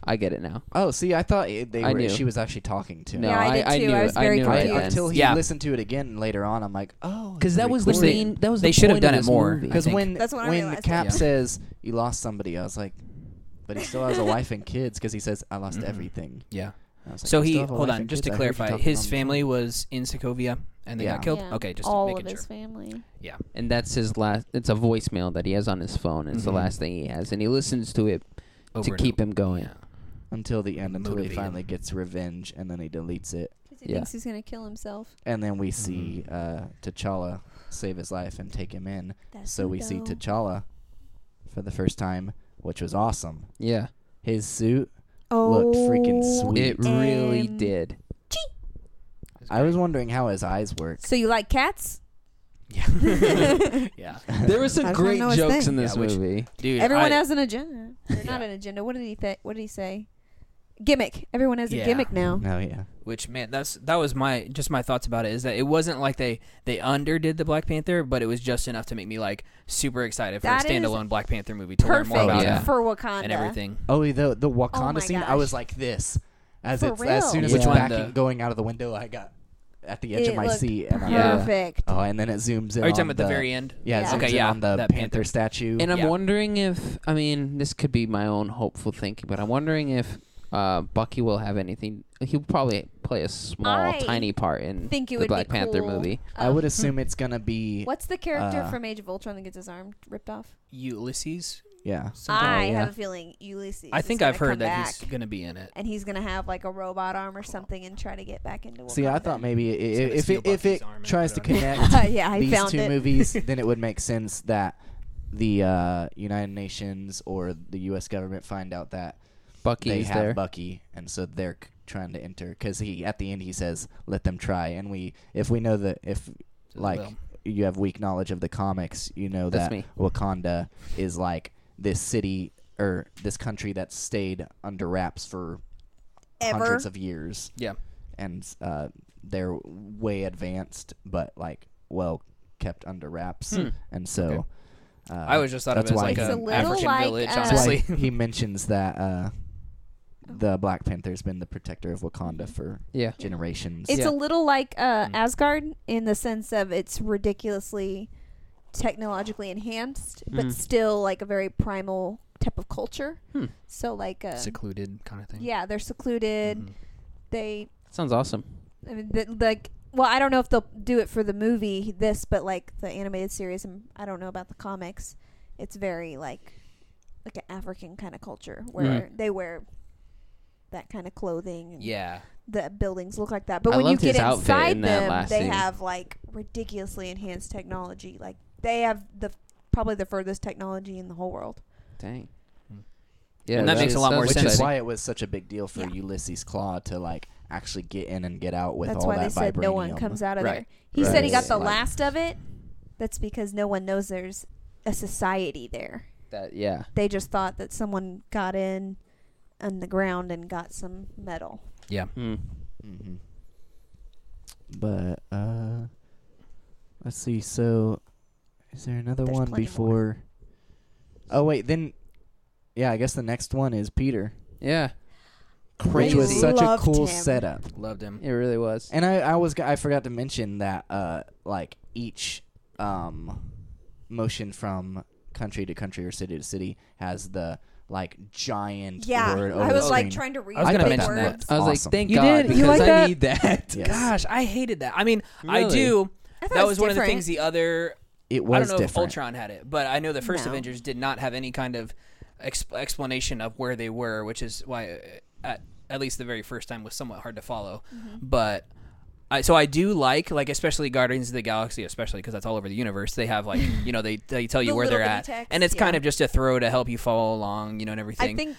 Speaker 2: I get it now.
Speaker 1: Oh, see, I thought it, they
Speaker 2: I
Speaker 1: were,
Speaker 2: knew.
Speaker 1: she was actually talking to him.
Speaker 2: No,
Speaker 4: Yeah, I
Speaker 2: I,
Speaker 4: did
Speaker 2: I
Speaker 4: too.
Speaker 2: knew
Speaker 4: I
Speaker 2: it.
Speaker 4: was very
Speaker 2: knew it
Speaker 1: I,
Speaker 2: then.
Speaker 4: confused.
Speaker 1: until he
Speaker 3: Yeah.
Speaker 1: listened to it again later on, I'm like, oh,
Speaker 2: because that was the
Speaker 3: Which they-
Speaker 2: main. That was
Speaker 3: they
Speaker 2: the
Speaker 3: should have
Speaker 2: point
Speaker 3: done
Speaker 2: of
Speaker 3: it
Speaker 2: this
Speaker 3: more.
Speaker 2: movie.
Speaker 1: Because
Speaker 3: think.
Speaker 1: when
Speaker 4: That's what I
Speaker 1: when
Speaker 4: realized,
Speaker 1: Cap
Speaker 3: yeah.
Speaker 1: says you lost somebody, I was like, but he still has a wife and kids because he says I lost
Speaker 3: Mhm.
Speaker 1: everything.
Speaker 3: Yeah.
Speaker 1: I was like,
Speaker 3: So
Speaker 1: "You
Speaker 3: he
Speaker 1: still have a
Speaker 3: hold
Speaker 1: wife
Speaker 3: on,
Speaker 1: and
Speaker 3: just
Speaker 1: kids? I
Speaker 3: to
Speaker 1: heard you
Speaker 3: clarify,
Speaker 1: talking on
Speaker 3: his
Speaker 1: the
Speaker 3: family
Speaker 1: phone."
Speaker 3: was in Sokovia and they
Speaker 1: Yeah.
Speaker 3: got killed.
Speaker 4: Yeah.
Speaker 3: Okay, just
Speaker 4: all of
Speaker 3: making
Speaker 4: his
Speaker 3: sure.
Speaker 4: family.
Speaker 3: Yeah.
Speaker 2: and that's his last. It's a voicemail that he has on his phone. It's the
Speaker 3: Mhm.
Speaker 2: last thing he has, and he listens to it
Speaker 3: Over
Speaker 2: to
Speaker 3: and
Speaker 2: keep
Speaker 3: over.
Speaker 2: him going.
Speaker 3: Yeah.
Speaker 1: until the end, until he
Speaker 3: Motivated.
Speaker 1: finally gets revenge, and then he deletes it,
Speaker 4: Because he
Speaker 2: Yeah.
Speaker 4: thinks he's gonna kill himself.
Speaker 1: and then we see
Speaker 3: Mm-hmm.
Speaker 1: uh, T'Challa save his life and take him in.
Speaker 4: That's
Speaker 1: So we see T'Challa for the first time, which was awesome.
Speaker 2: Yeah,
Speaker 1: His suit
Speaker 4: oh,
Speaker 1: looked freaking sweet.
Speaker 2: it really
Speaker 4: Um,
Speaker 2: did.
Speaker 1: I was wondering how his eyes work.
Speaker 4: So you like cats?
Speaker 3: Yeah. yeah.
Speaker 2: There were some
Speaker 4: I just wanna
Speaker 2: great
Speaker 4: know his
Speaker 2: jokes
Speaker 4: thing.
Speaker 2: in this
Speaker 3: Yeah, which-
Speaker 2: movie.
Speaker 3: Dude,
Speaker 4: Everyone
Speaker 3: I,
Speaker 4: has an agenda. Or Not
Speaker 3: Yeah.
Speaker 4: an agenda. What did he say? What did he say? Gimmick. Everyone has a
Speaker 3: Yeah.
Speaker 4: gimmick now.
Speaker 1: Oh yeah.
Speaker 3: which man, that's that was my just my thoughts about it is that it wasn't like they they underdid the Black Panther, but it was just enough to make me like super excited for
Speaker 4: That
Speaker 3: a
Speaker 4: is
Speaker 3: standalone Black Panther movie to
Speaker 4: Perfect
Speaker 3: learn more about
Speaker 2: Yeah.
Speaker 3: it
Speaker 4: for Wakanda.
Speaker 3: and everything.
Speaker 1: Oh, the the Wakanda
Speaker 4: my
Speaker 1: scene. I
Speaker 4: gosh.
Speaker 1: was like this, as
Speaker 4: For
Speaker 1: it's as
Speaker 4: real?
Speaker 1: soon as
Speaker 2: Yeah.
Speaker 1: it's
Speaker 2: Which
Speaker 3: one,
Speaker 1: back
Speaker 3: the-
Speaker 1: going out of the window, I got at the edge
Speaker 4: It
Speaker 1: of my
Speaker 4: looked
Speaker 1: seat. And I'm
Speaker 2: Yeah.
Speaker 1: like,
Speaker 4: Perfect.
Speaker 1: oh, and then it zooms in.
Speaker 3: Are
Speaker 1: on
Speaker 3: you talking at the
Speaker 1: the
Speaker 3: very end?
Speaker 1: Yeah, it
Speaker 4: Yeah.
Speaker 1: zooms
Speaker 3: Okay,
Speaker 1: in
Speaker 3: yeah,
Speaker 1: on the
Speaker 3: that
Speaker 1: Panther,
Speaker 3: Panther.
Speaker 1: statue.
Speaker 2: And I'm
Speaker 3: Yeah.
Speaker 2: wondering if I mean this could be my own hopeful thinking, but I'm wondering if uh, Bucky will have anything. He'll probably play a small,
Speaker 4: I
Speaker 2: tiny part in
Speaker 4: think it
Speaker 2: the
Speaker 4: would be
Speaker 2: Black Panther
Speaker 4: cool.
Speaker 2: movie.
Speaker 1: I
Speaker 4: Um,
Speaker 3: uh,
Speaker 1: would assume it's gonna be
Speaker 4: What's the character
Speaker 1: uh,
Speaker 4: from Age of Ultron that gets his arm ripped off?
Speaker 3: Ulysses.
Speaker 1: yeah.
Speaker 3: something?
Speaker 4: I
Speaker 1: yeah.
Speaker 4: have a feeling Ulysses.
Speaker 3: I
Speaker 4: is
Speaker 3: think
Speaker 4: gonna
Speaker 3: I've heard
Speaker 4: come
Speaker 3: that
Speaker 4: back,
Speaker 3: he's gonna be in it.
Speaker 4: and he's gonna have like a robot arm or something and try to get back into. Wakanda.
Speaker 1: See, I thought maybe i-
Speaker 3: He's gonna
Speaker 1: i- if
Speaker 3: steal
Speaker 1: it, if
Speaker 3: Bucky's
Speaker 1: it
Speaker 3: arm and
Speaker 1: tries to
Speaker 3: put it
Speaker 1: connect
Speaker 4: yeah, I
Speaker 1: these
Speaker 4: found
Speaker 1: two
Speaker 4: it.
Speaker 1: movies, then it would make sense that the uh, United Nations or the U.S. government find out that they
Speaker 2: Bucky's
Speaker 1: have
Speaker 2: there.
Speaker 1: Bucky, and so they're c- trying to enter because he at the end he says, "Let them try." And we, if we know that if
Speaker 3: they
Speaker 1: like
Speaker 3: will.
Speaker 1: you have weak knowledge of the comics, you know
Speaker 2: That's
Speaker 1: that
Speaker 2: me.
Speaker 1: Wakanda is like this city or this country that's stayed under wraps for
Speaker 4: Ever.
Speaker 1: hundreds of years,
Speaker 3: Yeah.
Speaker 1: and uh, they're way advanced, but like well kept under wraps, and so.
Speaker 3: Okay.
Speaker 1: Uh,
Speaker 3: I always just thought of
Speaker 1: that's
Speaker 3: it as
Speaker 1: why
Speaker 3: like
Speaker 1: he-
Speaker 4: It's a
Speaker 3: an
Speaker 4: little
Speaker 3: African
Speaker 4: like,
Speaker 3: village,
Speaker 4: uh,
Speaker 1: That's why
Speaker 3: honestly.
Speaker 1: he mentions that uh, the Black Panther's been the protector of Wakanda for
Speaker 2: Yeah.
Speaker 1: generations.
Speaker 4: It's
Speaker 2: Yeah.
Speaker 4: a little like uh,
Speaker 3: Mm.
Speaker 4: Asgard in the sense of it's ridiculously technologically enhanced, but
Speaker 2: Mm.
Speaker 4: still like a very primal type of culture.
Speaker 2: Hmm.
Speaker 4: So like, uh,
Speaker 3: Secluded kind of thing.
Speaker 4: yeah, they're secluded.
Speaker 2: Mm-hmm.
Speaker 1: Mm-hmm.
Speaker 3: Mhm.
Speaker 4: They,
Speaker 2: Sounds awesome.
Speaker 4: I mean, th like, well, I don't know if they'll do it for the movie this, but like the animated series, and I don't know about the comics. It's very like like an African kind of culture where they wear that kind of clothing. And
Speaker 3: Yeah.
Speaker 4: the buildings look like that. But
Speaker 2: I
Speaker 4: when you
Speaker 2: loved
Speaker 4: get
Speaker 2: his outfit
Speaker 4: inside
Speaker 2: in that
Speaker 4: them,
Speaker 2: last
Speaker 4: they
Speaker 2: scene.
Speaker 4: have like ridiculously enhanced technology. Like they have the probably the furthest technology in the whole world.
Speaker 2: Dang.
Speaker 3: Mm.
Speaker 2: Yeah,
Speaker 3: And that makes a lot more
Speaker 1: which
Speaker 3: sense.
Speaker 1: is why it was such a big deal for
Speaker 4: Yeah.
Speaker 1: Ulysses Claw to like actually get in and get out with
Speaker 4: That's
Speaker 1: all
Speaker 4: why
Speaker 1: that
Speaker 4: they said
Speaker 1: vibranium.
Speaker 4: no one comes out of
Speaker 3: Right.
Speaker 4: there. He said he got
Speaker 2: Right.
Speaker 4: the
Speaker 2: Right.
Speaker 4: last of it. That's because no one knows there's a society there.
Speaker 2: That yeah.
Speaker 4: They just thought that someone got in on the ground and got some metal.
Speaker 3: Yeah.
Speaker 2: Mm.
Speaker 1: hmm But uh, let's see. So, is there another
Speaker 4: There's
Speaker 1: one
Speaker 4: plenty more.
Speaker 1: before? Oh wait, then. Yeah, I guess the next one is Peter,
Speaker 2: Yeah.
Speaker 1: which was
Speaker 4: Crazy.
Speaker 1: such a
Speaker 4: Loved
Speaker 1: cool
Speaker 4: him.
Speaker 1: setup.
Speaker 3: Loved him.
Speaker 2: It really was.
Speaker 1: And I, I was g- I forgot to mention that uh like each um motion from country to country or city to city has the like giant
Speaker 4: Yeah,
Speaker 1: word over
Speaker 4: I was
Speaker 1: the
Speaker 4: like
Speaker 1: screen.
Speaker 4: trying to read.
Speaker 3: I was gonna
Speaker 4: the
Speaker 3: mention that.
Speaker 4: words.
Speaker 2: I was
Speaker 1: Awesome.
Speaker 2: like, thank
Speaker 3: You
Speaker 2: God,
Speaker 3: did? You
Speaker 2: because
Speaker 3: like
Speaker 2: I
Speaker 3: that?
Speaker 2: need that.
Speaker 1: Yes.
Speaker 3: Gosh, I hated that. I mean, I
Speaker 2: Really?
Speaker 3: do.
Speaker 4: I thought
Speaker 3: That
Speaker 4: it
Speaker 3: was one of the
Speaker 4: different.
Speaker 3: things the other
Speaker 1: It was
Speaker 3: I don't know if
Speaker 1: different.
Speaker 3: Ultron had it, but I know the first
Speaker 4: No.
Speaker 3: Avengers did not have any kind of exp- explanation of where they were, which is why, uh, at, at least the very first time, was somewhat hard to follow.
Speaker 4: Mm-hmm.
Speaker 3: But I, so I do like, like especially Guardians of the Galaxy, especially because that's all over the universe. They have like you know they they tell you
Speaker 4: The
Speaker 3: where
Speaker 4: little
Speaker 3: they're
Speaker 4: bitty
Speaker 3: at,
Speaker 4: text,
Speaker 3: and it's
Speaker 4: yeah.
Speaker 3: kind of just a throw to help you follow along, you know, and everything.
Speaker 4: I think.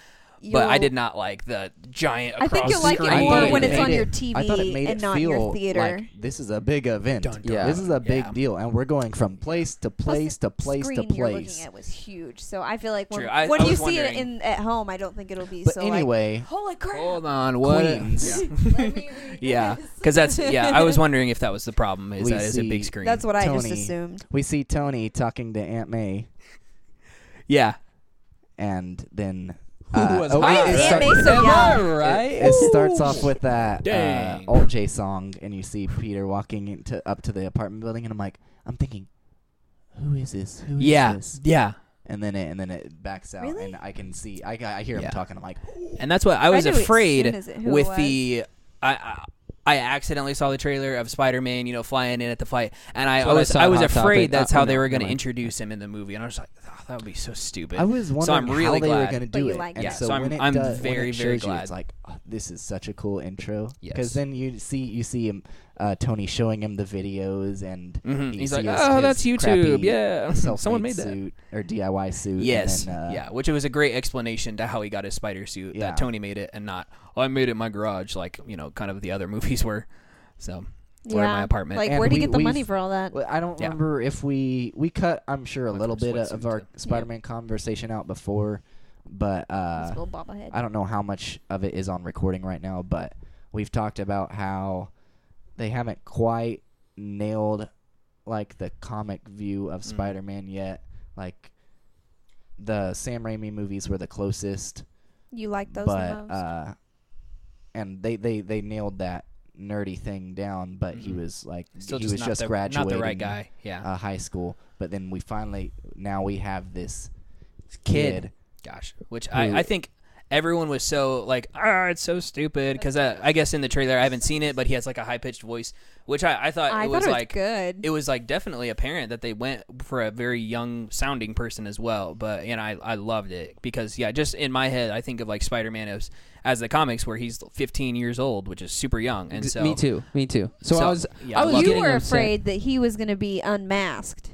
Speaker 3: but I
Speaker 4: you'll-
Speaker 3: did not like the giant.
Speaker 4: I think
Speaker 3: across
Speaker 4: you'll like it
Speaker 3: screen.
Speaker 4: more
Speaker 2: thought
Speaker 4: when
Speaker 2: it
Speaker 4: it's on
Speaker 1: made
Speaker 4: your
Speaker 1: it-
Speaker 4: TV
Speaker 1: I thought it made
Speaker 4: and
Speaker 1: it
Speaker 4: not
Speaker 1: feel
Speaker 4: your theater.
Speaker 1: like this is a big event.
Speaker 3: Dun, dun,
Speaker 2: Yeah.
Speaker 1: This is a big
Speaker 3: yeah.
Speaker 1: deal, and we're going from place to
Speaker 4: Plus
Speaker 1: place
Speaker 4: the
Speaker 1: to place
Speaker 4: screen
Speaker 1: to
Speaker 4: You're looking
Speaker 1: place.
Speaker 4: at was huge, so I feel like when,
Speaker 3: True. I-
Speaker 4: when
Speaker 3: I
Speaker 4: you
Speaker 3: was
Speaker 4: see it
Speaker 3: wondering-
Speaker 4: in at home, I don't think it'll be
Speaker 1: But
Speaker 4: so.
Speaker 1: anyway,
Speaker 4: like, holy crap!
Speaker 3: Hold on, what?
Speaker 1: Queens.
Speaker 4: Let me read
Speaker 3: Yeah,
Speaker 4: this."
Speaker 3: because that's yeah. I was wondering if that was the problem. Is
Speaker 1: We
Speaker 3: that is a big
Speaker 1: see-
Speaker 3: screen?
Speaker 4: That's what I just
Speaker 1: Tony.
Speaker 4: assumed.
Speaker 1: we see Tony talking to Aunt May,
Speaker 3: yeah.
Speaker 1: and then
Speaker 2: Who
Speaker 1: uh,
Speaker 2: was
Speaker 1: oh,
Speaker 2: hot?
Speaker 1: it- it
Speaker 4: Aunt
Speaker 1: start-
Speaker 4: May's so
Speaker 2: Am
Speaker 4: young.
Speaker 2: I right?
Speaker 1: It, it starts off with that uh,
Speaker 3: Dang.
Speaker 1: old J song, and you see Peter walking into up to the apartment building, and I'm like, I'm thinking, who is this? Who is
Speaker 3: Yeah,
Speaker 1: this?
Speaker 3: yeah,
Speaker 1: And then it and then it backs out,
Speaker 4: Really?
Speaker 1: and I can see, I, I hear
Speaker 3: Yeah.
Speaker 1: him talking. I'm like,
Speaker 3: and that's what I was
Speaker 4: knew as soon
Speaker 3: afraid
Speaker 4: as it- who uh, it
Speaker 3: with
Speaker 4: was.
Speaker 3: the I, I I accidentally saw the trailer of Spider Man, you know, flying in at the fight, and I,
Speaker 2: That's
Speaker 3: I
Speaker 2: what I
Speaker 3: was
Speaker 2: saw
Speaker 3: I
Speaker 2: on
Speaker 3: was
Speaker 2: Hot
Speaker 3: afraid
Speaker 2: Topic.
Speaker 3: that's
Speaker 2: Uh,
Speaker 3: how
Speaker 2: oh,
Speaker 3: they
Speaker 2: no,
Speaker 3: were going
Speaker 2: never
Speaker 3: to
Speaker 2: mind.
Speaker 3: introduce him in the movie, and I was like, oh, that would be so stupid.
Speaker 1: I was wondering
Speaker 3: so I'm
Speaker 1: how
Speaker 3: really
Speaker 1: they were
Speaker 3: glad.
Speaker 1: going to
Speaker 4: But
Speaker 1: do
Speaker 4: you
Speaker 1: it.
Speaker 4: liked
Speaker 1: and
Speaker 4: it.
Speaker 1: so
Speaker 3: So
Speaker 1: when
Speaker 3: I'm-
Speaker 1: it
Speaker 3: I'm
Speaker 1: does, when
Speaker 3: very,
Speaker 1: it
Speaker 3: very
Speaker 1: shows You, it's
Speaker 3: glad.
Speaker 1: like oh, this is such a cool intro
Speaker 3: Yes.
Speaker 1: because then you see you see him, uh, Tony showing him the videos, and
Speaker 3: Mhm.
Speaker 1: you
Speaker 3: He's
Speaker 1: see
Speaker 3: like,
Speaker 1: his-
Speaker 3: oh,
Speaker 1: his
Speaker 3: that's YouTube.
Speaker 1: crappy
Speaker 3: Yeah, Um, someone
Speaker 1: self-made
Speaker 3: made that.
Speaker 1: suit or DIY suit. and
Speaker 3: Yes,
Speaker 1: then, uh,
Speaker 3: yeah, which was a great explanation to how he got his spider suit.
Speaker 1: Yeah.
Speaker 3: That Tony made it, and not oh, I made it in my garage, like you know, kind of the other movies were. So or in my apartment.
Speaker 4: Like,
Speaker 1: And
Speaker 4: where do you
Speaker 1: we-
Speaker 4: get the
Speaker 1: we've-
Speaker 4: money for all that?
Speaker 1: Well, I don't
Speaker 3: Yeah.
Speaker 1: remember if we we cut. I'm sure a
Speaker 3: Went
Speaker 1: little
Speaker 3: from
Speaker 1: bit
Speaker 3: sweatsuit
Speaker 1: of our
Speaker 3: to-
Speaker 1: Spider-Man conversation out before, but
Speaker 4: This
Speaker 1: uh,
Speaker 4: little bobblehead.
Speaker 1: I don't know how much of it is on recording right now. But we've talked about how they haven't quite nailed like the comic view of
Speaker 3: Mm.
Speaker 1: Spider-Man yet. Like the Sam Raimi movies were the closest,
Speaker 4: you like those
Speaker 1: but
Speaker 4: the most?
Speaker 1: uh, and they they they nailed that nerdy thing down. But he
Speaker 3: Mhm.
Speaker 1: was like
Speaker 3: Still
Speaker 1: he
Speaker 3: just
Speaker 1: was
Speaker 3: not
Speaker 1: just
Speaker 3: the,
Speaker 1: graduating
Speaker 3: Not the right guy. Yeah.
Speaker 1: uh, high school, but then we finally now we have this
Speaker 2: kid.
Speaker 1: kid.
Speaker 3: Gosh, which
Speaker 1: Who-
Speaker 3: I, I think everyone was so like, ah, it's so stupid because I, I guess in the trailer I haven't seen it, but he has like a high pitched voice, which I, I thought
Speaker 4: I
Speaker 3: it
Speaker 4: thought
Speaker 3: was
Speaker 4: it was
Speaker 3: like
Speaker 4: good.
Speaker 3: it was like definitely apparent that they went for a very young sounding person as well. But and I I loved it because yeah, just in my head I think of like Spider Man as as the comics where he's 15 years old, which is super young, and
Speaker 2: D-
Speaker 3: so
Speaker 2: me too. Me too. So,
Speaker 3: So,
Speaker 2: I was
Speaker 3: yeah,
Speaker 2: I
Speaker 3: I
Speaker 2: was
Speaker 3: love
Speaker 4: you
Speaker 2: getting
Speaker 4: were
Speaker 2: upset.
Speaker 4: afraid that he was going to be unmasked.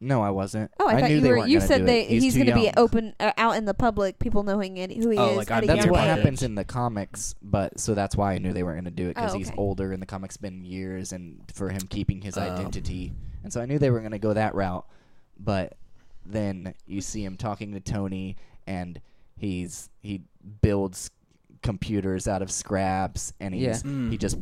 Speaker 1: No, I wasn't.
Speaker 4: Oh, I, thought
Speaker 1: knew
Speaker 4: you
Speaker 1: they
Speaker 4: were.
Speaker 1: weren't
Speaker 4: You
Speaker 1: gonna do
Speaker 4: said
Speaker 1: it.
Speaker 4: that he's
Speaker 1: too
Speaker 4: going to be
Speaker 1: young.
Speaker 4: open uh, out in the public, people knowing it, who he
Speaker 3: Oh,
Speaker 4: is.
Speaker 3: like,
Speaker 4: at
Speaker 3: I'm
Speaker 4: a
Speaker 3: Peter
Speaker 1: That's
Speaker 4: young
Speaker 1: what
Speaker 4: age.
Speaker 3: Parker.
Speaker 1: happens in the comics, but so that's why I knew they weren't going to do it because
Speaker 4: Oh,
Speaker 1: he's
Speaker 4: okay.
Speaker 1: older in the comics, been years, and for him keeping his
Speaker 3: Oh.
Speaker 1: identity, and so I knew they were going to go that route. But then you see him talking to Tony, and he's he builds computers out of scraps, and he's
Speaker 3: Yeah. Mm.
Speaker 1: he just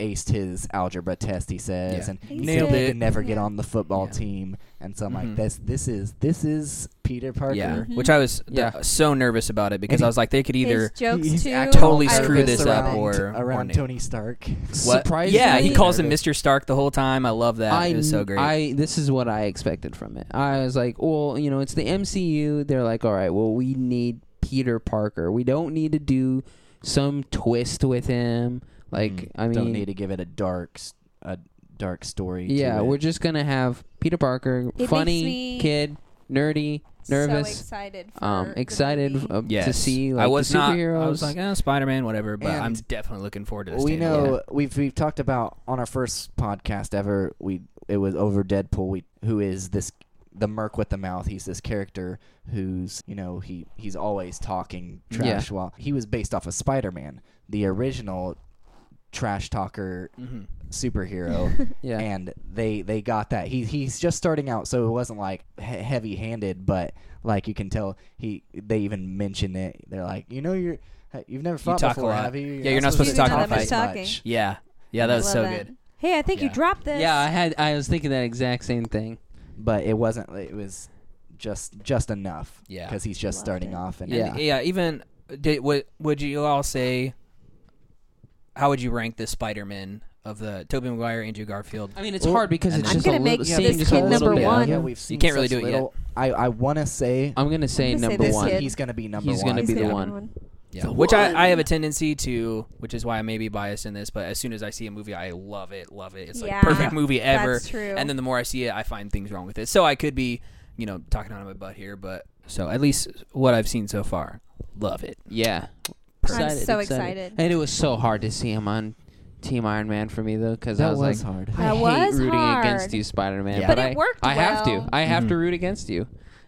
Speaker 1: aced his algebra test. He says,
Speaker 3: Yeah.
Speaker 1: and
Speaker 4: He
Speaker 1: he
Speaker 3: Nailed
Speaker 1: said he
Speaker 3: it.
Speaker 1: could never get
Speaker 4: Yeah.
Speaker 1: on the football
Speaker 3: Yeah.
Speaker 1: team, and so I'm
Speaker 3: Mhm.
Speaker 1: like, this this is this is Peter Parker.
Speaker 3: Yeah,
Speaker 4: Mhm.
Speaker 3: which I was th-
Speaker 2: Yeah.
Speaker 3: so nervous about it because
Speaker 1: And
Speaker 3: I was like, they could either
Speaker 4: His jokes
Speaker 1: He's
Speaker 4: too.
Speaker 1: acting
Speaker 3: Totally
Speaker 4: I-
Speaker 3: screw this up
Speaker 1: around-
Speaker 3: or- or
Speaker 1: around
Speaker 3: Nick.
Speaker 1: Tony Stark.
Speaker 3: what?
Speaker 2: Surprisingly
Speaker 3: Yeah, he calls him
Speaker 2: nervous.
Speaker 3: Mr. Stark the whole time. I love that.
Speaker 2: I,
Speaker 3: it was so
Speaker 2: kn-
Speaker 3: great.
Speaker 2: I this is what I expected from it. I was like, well, you know, it's the MCU. They're like, all right, well, we need Peter Parker. We don't need to do some twist with him. Like,
Speaker 1: Mm,
Speaker 2: I mean,
Speaker 1: don't need to give it a dark s- a dark story. to
Speaker 2: yeah,
Speaker 1: it.
Speaker 2: we're just gonna have Peter Parker,
Speaker 4: makes
Speaker 2: funny
Speaker 4: me
Speaker 2: kid, nerdy,
Speaker 4: So
Speaker 2: nervous,
Speaker 4: excited. For
Speaker 2: um,
Speaker 4: the
Speaker 2: excited
Speaker 4: movie.
Speaker 2: uh,
Speaker 3: yes.
Speaker 2: to see like
Speaker 3: I was
Speaker 2: the
Speaker 3: not.
Speaker 2: superheroes.
Speaker 3: I was like, eh, Spider Man, whatever. But I'm
Speaker 1: And
Speaker 3: definitely looking forward to this.
Speaker 1: we
Speaker 3: table.
Speaker 1: know we've we've talked about on our first podcast ever. We it was over Deadpool. We who is this the merc with the mouth. He's this character who's you know he he's always talking trash. While he was based off of Spider Man, the original trash talker
Speaker 3: Mhm.
Speaker 1: superhero.
Speaker 2: yeah,
Speaker 1: and they they got that. He he's just starting out, so it wasn't like he- heavy-handed, but like you can tell he they even mention it. They're like, you know, you're you've never fought
Speaker 3: talk a
Speaker 1: before,
Speaker 3: lot.
Speaker 1: have you?
Speaker 3: Yeah, you're not supposed to talk
Speaker 4: about
Speaker 1: this
Speaker 4: fight.
Speaker 1: much."
Speaker 3: Yeah, yeah, that
Speaker 4: I
Speaker 3: was
Speaker 4: love
Speaker 3: so
Speaker 4: that.
Speaker 3: good.
Speaker 4: Hey, I think
Speaker 3: Yeah.
Speaker 4: you dropped this.
Speaker 2: yeah. I had I was thinking that exact same thing.
Speaker 1: But it wasn't. It was just just enough.
Speaker 3: Yeah.
Speaker 1: because he's just
Speaker 4: Loved
Speaker 1: starting
Speaker 4: it.
Speaker 1: off, and
Speaker 2: Yeah.
Speaker 3: And, yeah. Even did, would would you all say? How would you rank the Spider Man of the Tobey Maguire, Andrew Garfield?
Speaker 2: I mean, it's
Speaker 1: Well,
Speaker 2: hard because
Speaker 3: and
Speaker 2: it's
Speaker 3: I'm
Speaker 2: just a
Speaker 4: gonna
Speaker 2: little,
Speaker 4: make
Speaker 2: seeing
Speaker 4: this
Speaker 2: just a
Speaker 4: kid
Speaker 2: little
Speaker 4: number
Speaker 2: bit.
Speaker 4: one.
Speaker 1: Yeah, we've seen
Speaker 3: can't really
Speaker 1: such
Speaker 3: do it yet.
Speaker 1: little, I I want to say
Speaker 2: I'm gonna say
Speaker 4: gonna say
Speaker 2: number
Speaker 4: this
Speaker 2: one.
Speaker 4: kid.
Speaker 1: he's going to be number
Speaker 2: He's
Speaker 1: one.
Speaker 2: gonna
Speaker 4: He's
Speaker 2: be the
Speaker 4: gonna
Speaker 2: one.
Speaker 3: Yeah, which I, I have a tendency to, which is why I may be biased in this, but as soon as I see a movie, I love it, love it. It's like
Speaker 4: Yeah,
Speaker 3: perfect movie ever.
Speaker 4: That's true.
Speaker 3: And then the more I see it, I find things wrong with it. So I could be, you know, talking out of my butt here, but so at least what I've seen so far, love it.
Speaker 2: Yeah.
Speaker 4: I'm so excited.
Speaker 2: And it was so hard to see him on Team Iron Man for me though, because I
Speaker 1: That
Speaker 2: was,
Speaker 1: was
Speaker 2: like,
Speaker 1: hard.
Speaker 2: I
Speaker 4: That
Speaker 2: hate
Speaker 4: was
Speaker 2: rooting
Speaker 4: hard.
Speaker 2: against you, Spider Man.
Speaker 3: Yeah.
Speaker 2: But,
Speaker 3: But
Speaker 4: it
Speaker 2: I,
Speaker 4: worked
Speaker 2: I have to.
Speaker 4: well.
Speaker 2: I have to
Speaker 3: Mhm.
Speaker 2: root against you.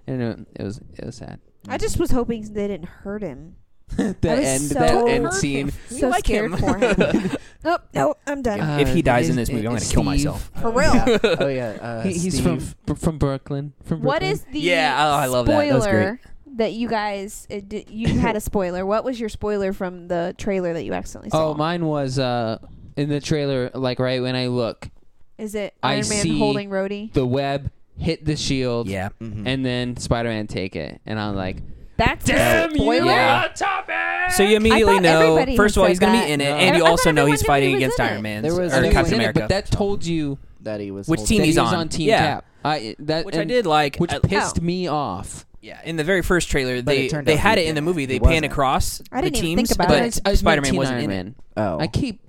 Speaker 2: And it, it was it was sad.
Speaker 4: I just was hoping they didn't hurt him.
Speaker 2: the
Speaker 4: I was
Speaker 2: end
Speaker 4: so
Speaker 2: that end
Speaker 4: hurt.
Speaker 2: scene.
Speaker 3: We
Speaker 4: so
Speaker 3: like
Speaker 4: scared
Speaker 3: him.
Speaker 4: for him. oh no, I'm done.
Speaker 2: Uh,
Speaker 3: if he dies in
Speaker 2: is-
Speaker 3: this movie, I'm gonna
Speaker 2: is
Speaker 3: kill
Speaker 2: Steve-
Speaker 3: myself.
Speaker 4: For real.
Speaker 1: Yeah. Oh yeah, uh,
Speaker 2: He- he's
Speaker 1: Steve.
Speaker 2: from from Brooklyn. From Brooklyn.
Speaker 4: What is the
Speaker 3: Yeah,
Speaker 2: oh,
Speaker 3: I- I love that. That was
Speaker 4: spoiler that, you guys it, did- you had a spoiler? What was your spoiler from the trailer that you accidentally saw?
Speaker 2: Oh, mine was uh in the trailer. Like right when I look,
Speaker 4: Is it
Speaker 2: I
Speaker 4: Iron Man
Speaker 2: see
Speaker 4: holding Rhodey?
Speaker 2: the web hit the shield.
Speaker 3: Yeah.
Speaker 1: Mhm.
Speaker 2: And then Spider Man take it, and I'm like,
Speaker 4: That's
Speaker 2: Damn
Speaker 4: a spoiler.
Speaker 2: Yeah.
Speaker 3: So you
Speaker 4: I
Speaker 3: immediately
Speaker 4: thought
Speaker 3: know.
Speaker 4: everybody
Speaker 3: First
Speaker 4: had
Speaker 3: of all,
Speaker 4: said
Speaker 3: he's gonna
Speaker 4: that.
Speaker 3: be in it,
Speaker 1: No.
Speaker 3: and
Speaker 4: I
Speaker 3: you
Speaker 4: thought
Speaker 3: also know
Speaker 4: everyone
Speaker 3: he's
Speaker 4: knew he
Speaker 3: fighting
Speaker 4: was
Speaker 3: against
Speaker 4: in it.
Speaker 3: Iron Man
Speaker 1: There was
Speaker 2: I
Speaker 3: or
Speaker 2: knew
Speaker 1: no
Speaker 2: he was
Speaker 3: Captain
Speaker 2: in it,
Speaker 3: America.
Speaker 2: but that told you
Speaker 1: that he was
Speaker 3: Which
Speaker 1: holding-
Speaker 3: team
Speaker 2: that
Speaker 3: he's
Speaker 2: he was
Speaker 3: on.
Speaker 2: on, Team
Speaker 3: Yeah.
Speaker 2: Cap. I that
Speaker 3: which I
Speaker 2: and-
Speaker 3: did like.
Speaker 2: which
Speaker 3: I-
Speaker 2: pissed
Speaker 4: Oh.
Speaker 2: me off.
Speaker 3: Yeah, in the very first trailer,
Speaker 1: But it
Speaker 3: they
Speaker 1: turned
Speaker 3: they
Speaker 1: out
Speaker 3: had
Speaker 1: he
Speaker 3: it in the
Speaker 1: didn't.
Speaker 3: movie. They
Speaker 1: He
Speaker 3: pan
Speaker 1: wasn't.
Speaker 3: across
Speaker 4: I
Speaker 3: the
Speaker 4: didn't even
Speaker 3: teams,
Speaker 4: think about
Speaker 2: But
Speaker 4: it.
Speaker 3: but
Speaker 2: it's- I was
Speaker 3: Spider Man
Speaker 2: Team
Speaker 3: wasn't
Speaker 2: Iron
Speaker 3: in it.
Speaker 2: Man.
Speaker 1: Oh,
Speaker 2: I keep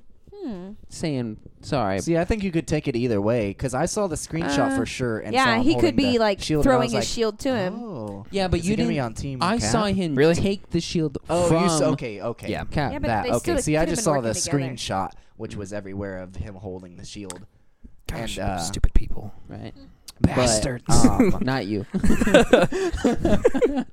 Speaker 4: Hmm.
Speaker 2: saying sorry.
Speaker 1: See, I think you could take it either way because I saw the screenshot
Speaker 2: Uh,
Speaker 1: for sure. And saw
Speaker 4: Yeah,
Speaker 1: him
Speaker 4: he could
Speaker 1: holding
Speaker 4: be
Speaker 1: the
Speaker 4: like
Speaker 1: shield, and I
Speaker 4: throwing
Speaker 1: was
Speaker 4: his
Speaker 1: like,
Speaker 4: shield to him.
Speaker 1: Oh,
Speaker 2: Yeah, but
Speaker 1: is
Speaker 2: you
Speaker 1: he gonna
Speaker 2: didn't-
Speaker 1: Be on team
Speaker 2: I
Speaker 1: Cap?
Speaker 2: saw him
Speaker 3: Really?
Speaker 2: take the shield
Speaker 1: Oh,
Speaker 2: from
Speaker 1: you saw, okay, okay,
Speaker 3: Yeah. Mm.
Speaker 2: Cap.
Speaker 4: Yeah, but
Speaker 1: that
Speaker 4: they still
Speaker 1: okay. See,
Speaker 4: could
Speaker 1: I
Speaker 4: have
Speaker 1: just
Speaker 4: been
Speaker 1: saw the
Speaker 4: working together.
Speaker 1: screenshot, which was everywhere of him holding the shield.
Speaker 3: Gosh,
Speaker 1: And, uh,
Speaker 3: stupid people,
Speaker 2: right.
Speaker 3: bastards.
Speaker 1: But, um,
Speaker 2: Not you.
Speaker 1: my,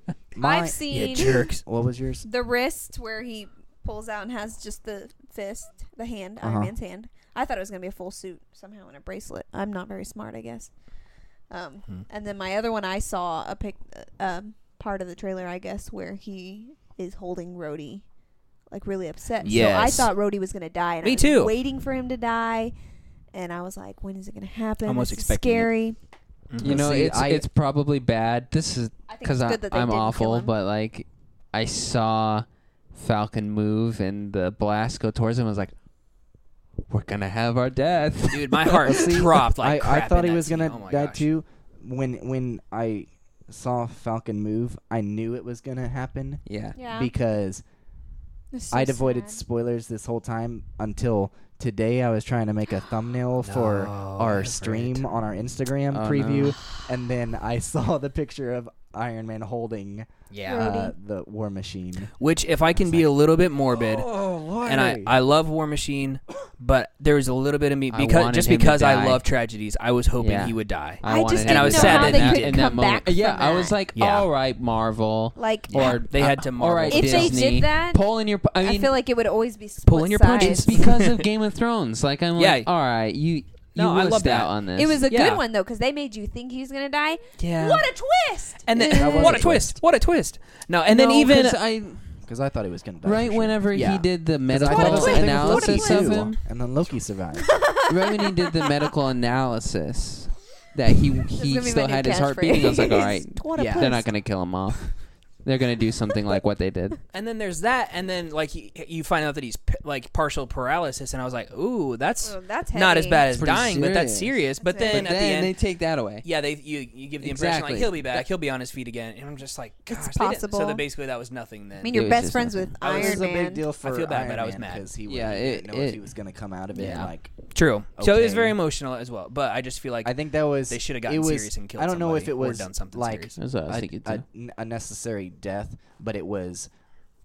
Speaker 4: I've seen
Speaker 3: Yeah, jerks.
Speaker 1: what was yours?
Speaker 4: the wrist where he pulls out and has just the fist, the hand, Iron
Speaker 1: Uh-huh.
Speaker 4: Man's hand. I thought it was gonna be a full suit somehow and a bracelet. I'm not very smart, I guess. Um,
Speaker 3: Hmm.
Speaker 4: And then my other one, I saw a pic, uh, um, part of the trailer, I guess, where he is holding Rhodey, like really upset.
Speaker 3: Yes.
Speaker 4: So I thought Rhodey was gonna die. And
Speaker 3: Me
Speaker 4: I was
Speaker 3: too.
Speaker 4: Waiting for him to die, and I was like, when is it gonna happen?
Speaker 3: Almost
Speaker 4: This is
Speaker 3: expecting it.
Speaker 4: scary.
Speaker 2: you know,
Speaker 1: See,
Speaker 2: it's
Speaker 1: I-
Speaker 2: it's probably bad. This is
Speaker 4: I think
Speaker 2: because
Speaker 4: it's good that they
Speaker 2: I'm
Speaker 4: didn't kill
Speaker 2: awful,
Speaker 4: him.
Speaker 2: but like I saw Falcon move and the blast go towards him. I was like, we're gonna have our death.
Speaker 3: Dude, my heart
Speaker 1: Well, see,
Speaker 3: dropped like
Speaker 1: I,
Speaker 3: crap
Speaker 1: I thought
Speaker 3: in
Speaker 1: he
Speaker 3: that
Speaker 1: was gonna
Speaker 3: scene. Oh my
Speaker 1: die
Speaker 3: gosh.
Speaker 1: too. When when I saw Falcon move, I knew it was gonna happen
Speaker 2: yeah.
Speaker 4: Yeah.
Speaker 1: because
Speaker 4: It's so
Speaker 1: I'd avoided
Speaker 4: sad.
Speaker 1: spoilers this whole time until today. I was trying to make a thumbnail for
Speaker 3: No, I
Speaker 1: our
Speaker 3: forgot.
Speaker 1: stream on our Instagram
Speaker 2: Oh,
Speaker 1: preview,
Speaker 2: no.
Speaker 1: and then I saw the picture of Iron Man holding
Speaker 3: Yeah.
Speaker 1: uh,
Speaker 4: Rhodey.
Speaker 1: the War Machine.
Speaker 3: Which, if I can be a little bit morbid,
Speaker 1: Oh, why?
Speaker 3: and I, I love War Machine, but there was a little bit of me
Speaker 2: I
Speaker 3: because
Speaker 2: wanted
Speaker 3: just
Speaker 2: him to
Speaker 3: because I
Speaker 2: die.
Speaker 3: love tragedies, I was hoping
Speaker 2: Yeah.
Speaker 3: he would die.
Speaker 4: I
Speaker 2: wanted
Speaker 4: just
Speaker 2: him
Speaker 3: didn't
Speaker 2: to
Speaker 3: know
Speaker 2: die
Speaker 3: how
Speaker 2: in
Speaker 3: they
Speaker 2: that-
Speaker 3: could
Speaker 2: in
Speaker 4: come
Speaker 2: that moment.
Speaker 4: back from
Speaker 2: Yeah, I was
Speaker 4: that.
Speaker 2: like,
Speaker 3: Yeah.
Speaker 2: all right, Marvel.
Speaker 4: Like,
Speaker 3: Yeah.
Speaker 2: Or
Speaker 3: They had to
Speaker 2: uh,
Speaker 3: Marvel
Speaker 2: All right,
Speaker 4: if
Speaker 2: Disney.
Speaker 4: they did that,
Speaker 2: pulling your. I
Speaker 4: I,
Speaker 2: mean,
Speaker 4: feel like it would always be split
Speaker 3: Pulling your punches.
Speaker 4: sides.
Speaker 2: it's because of Game of Thrones. Like I'm
Speaker 3: Yeah.
Speaker 2: like, all right, you
Speaker 3: No,
Speaker 2: you
Speaker 3: I love
Speaker 2: wussed
Speaker 3: that.
Speaker 2: out on this.
Speaker 4: It was a
Speaker 3: Yeah.
Speaker 4: good one though, because they made you think he was gonna die.
Speaker 3: Yeah.
Speaker 4: What a twist!
Speaker 3: and then
Speaker 2: That was
Speaker 3: what
Speaker 2: a
Speaker 3: a twist. What a twist. No, and then
Speaker 2: No,
Speaker 3: even
Speaker 2: 'cause I
Speaker 1: because I thought he was gonna die.
Speaker 2: right
Speaker 1: for sure.
Speaker 2: whenever
Speaker 1: Yeah.
Speaker 2: he did the
Speaker 1: 'Cause I
Speaker 2: medical
Speaker 1: thought it was something with
Speaker 2: analysis
Speaker 1: Loki
Speaker 2: of
Speaker 1: too,
Speaker 2: him,
Speaker 1: and then Loki survived.
Speaker 2: right when he did the medical analysis, that he
Speaker 4: That's
Speaker 2: he
Speaker 4: gonna be my
Speaker 2: still
Speaker 4: new
Speaker 2: had his heart
Speaker 4: catchphrase.
Speaker 2: beating. I was like, all right,
Speaker 4: what a
Speaker 1: Yeah.
Speaker 4: twist.
Speaker 2: they're not gonna kill him off. They're gonna do something like what they did.
Speaker 3: and then there's that and then like he, you find out that he's p- like partial paralysis and I was like, "Ooh, that's
Speaker 4: Oh, that's
Speaker 3: not as
Speaker 4: heavy.
Speaker 3: bad
Speaker 2: It's
Speaker 3: as
Speaker 2: pretty
Speaker 3: dying, but that's serious."
Speaker 2: serious.
Speaker 3: But
Speaker 4: That's it.
Speaker 3: then
Speaker 2: but
Speaker 3: at the
Speaker 2: then
Speaker 3: end
Speaker 2: they take that away.
Speaker 3: yeah, they you you give the impression
Speaker 2: Exactly.
Speaker 3: like he'll be back,
Speaker 2: That-
Speaker 3: he'll be on his feet again, and I'm just like, gosh,
Speaker 4: It's
Speaker 3: they didn't- So
Speaker 4: possible.
Speaker 3: that basically that was nothing then.
Speaker 4: I mean,
Speaker 2: It
Speaker 4: you're
Speaker 2: was
Speaker 4: best
Speaker 2: just
Speaker 4: friends
Speaker 2: nothing.
Speaker 4: with
Speaker 3: I
Speaker 4: Iron
Speaker 3: was-
Speaker 1: This is a
Speaker 4: Man.
Speaker 1: big deal for
Speaker 3: feel bad,
Speaker 1: Iron
Speaker 3: but I was
Speaker 1: Man
Speaker 3: mad.
Speaker 1: because he
Speaker 2: Yeah,
Speaker 1: yeah,
Speaker 2: it-
Speaker 1: didn't know if
Speaker 2: it-
Speaker 1: he was gonna come out of it.
Speaker 3: Yeah.
Speaker 1: And, like
Speaker 3: True. So it was
Speaker 1: Okay.
Speaker 3: very emotional as well, but I just feel like
Speaker 1: I think that was
Speaker 3: they should have
Speaker 1: it
Speaker 3: gotten
Speaker 1: was,
Speaker 3: serious and killed.
Speaker 1: I don't know if
Speaker 3: somebody
Speaker 1: it was
Speaker 3: or done something
Speaker 1: like
Speaker 3: serious.
Speaker 2: That's what I was
Speaker 1: a-
Speaker 2: thinking
Speaker 1: a,
Speaker 2: too.
Speaker 1: n- a necessary death, but it was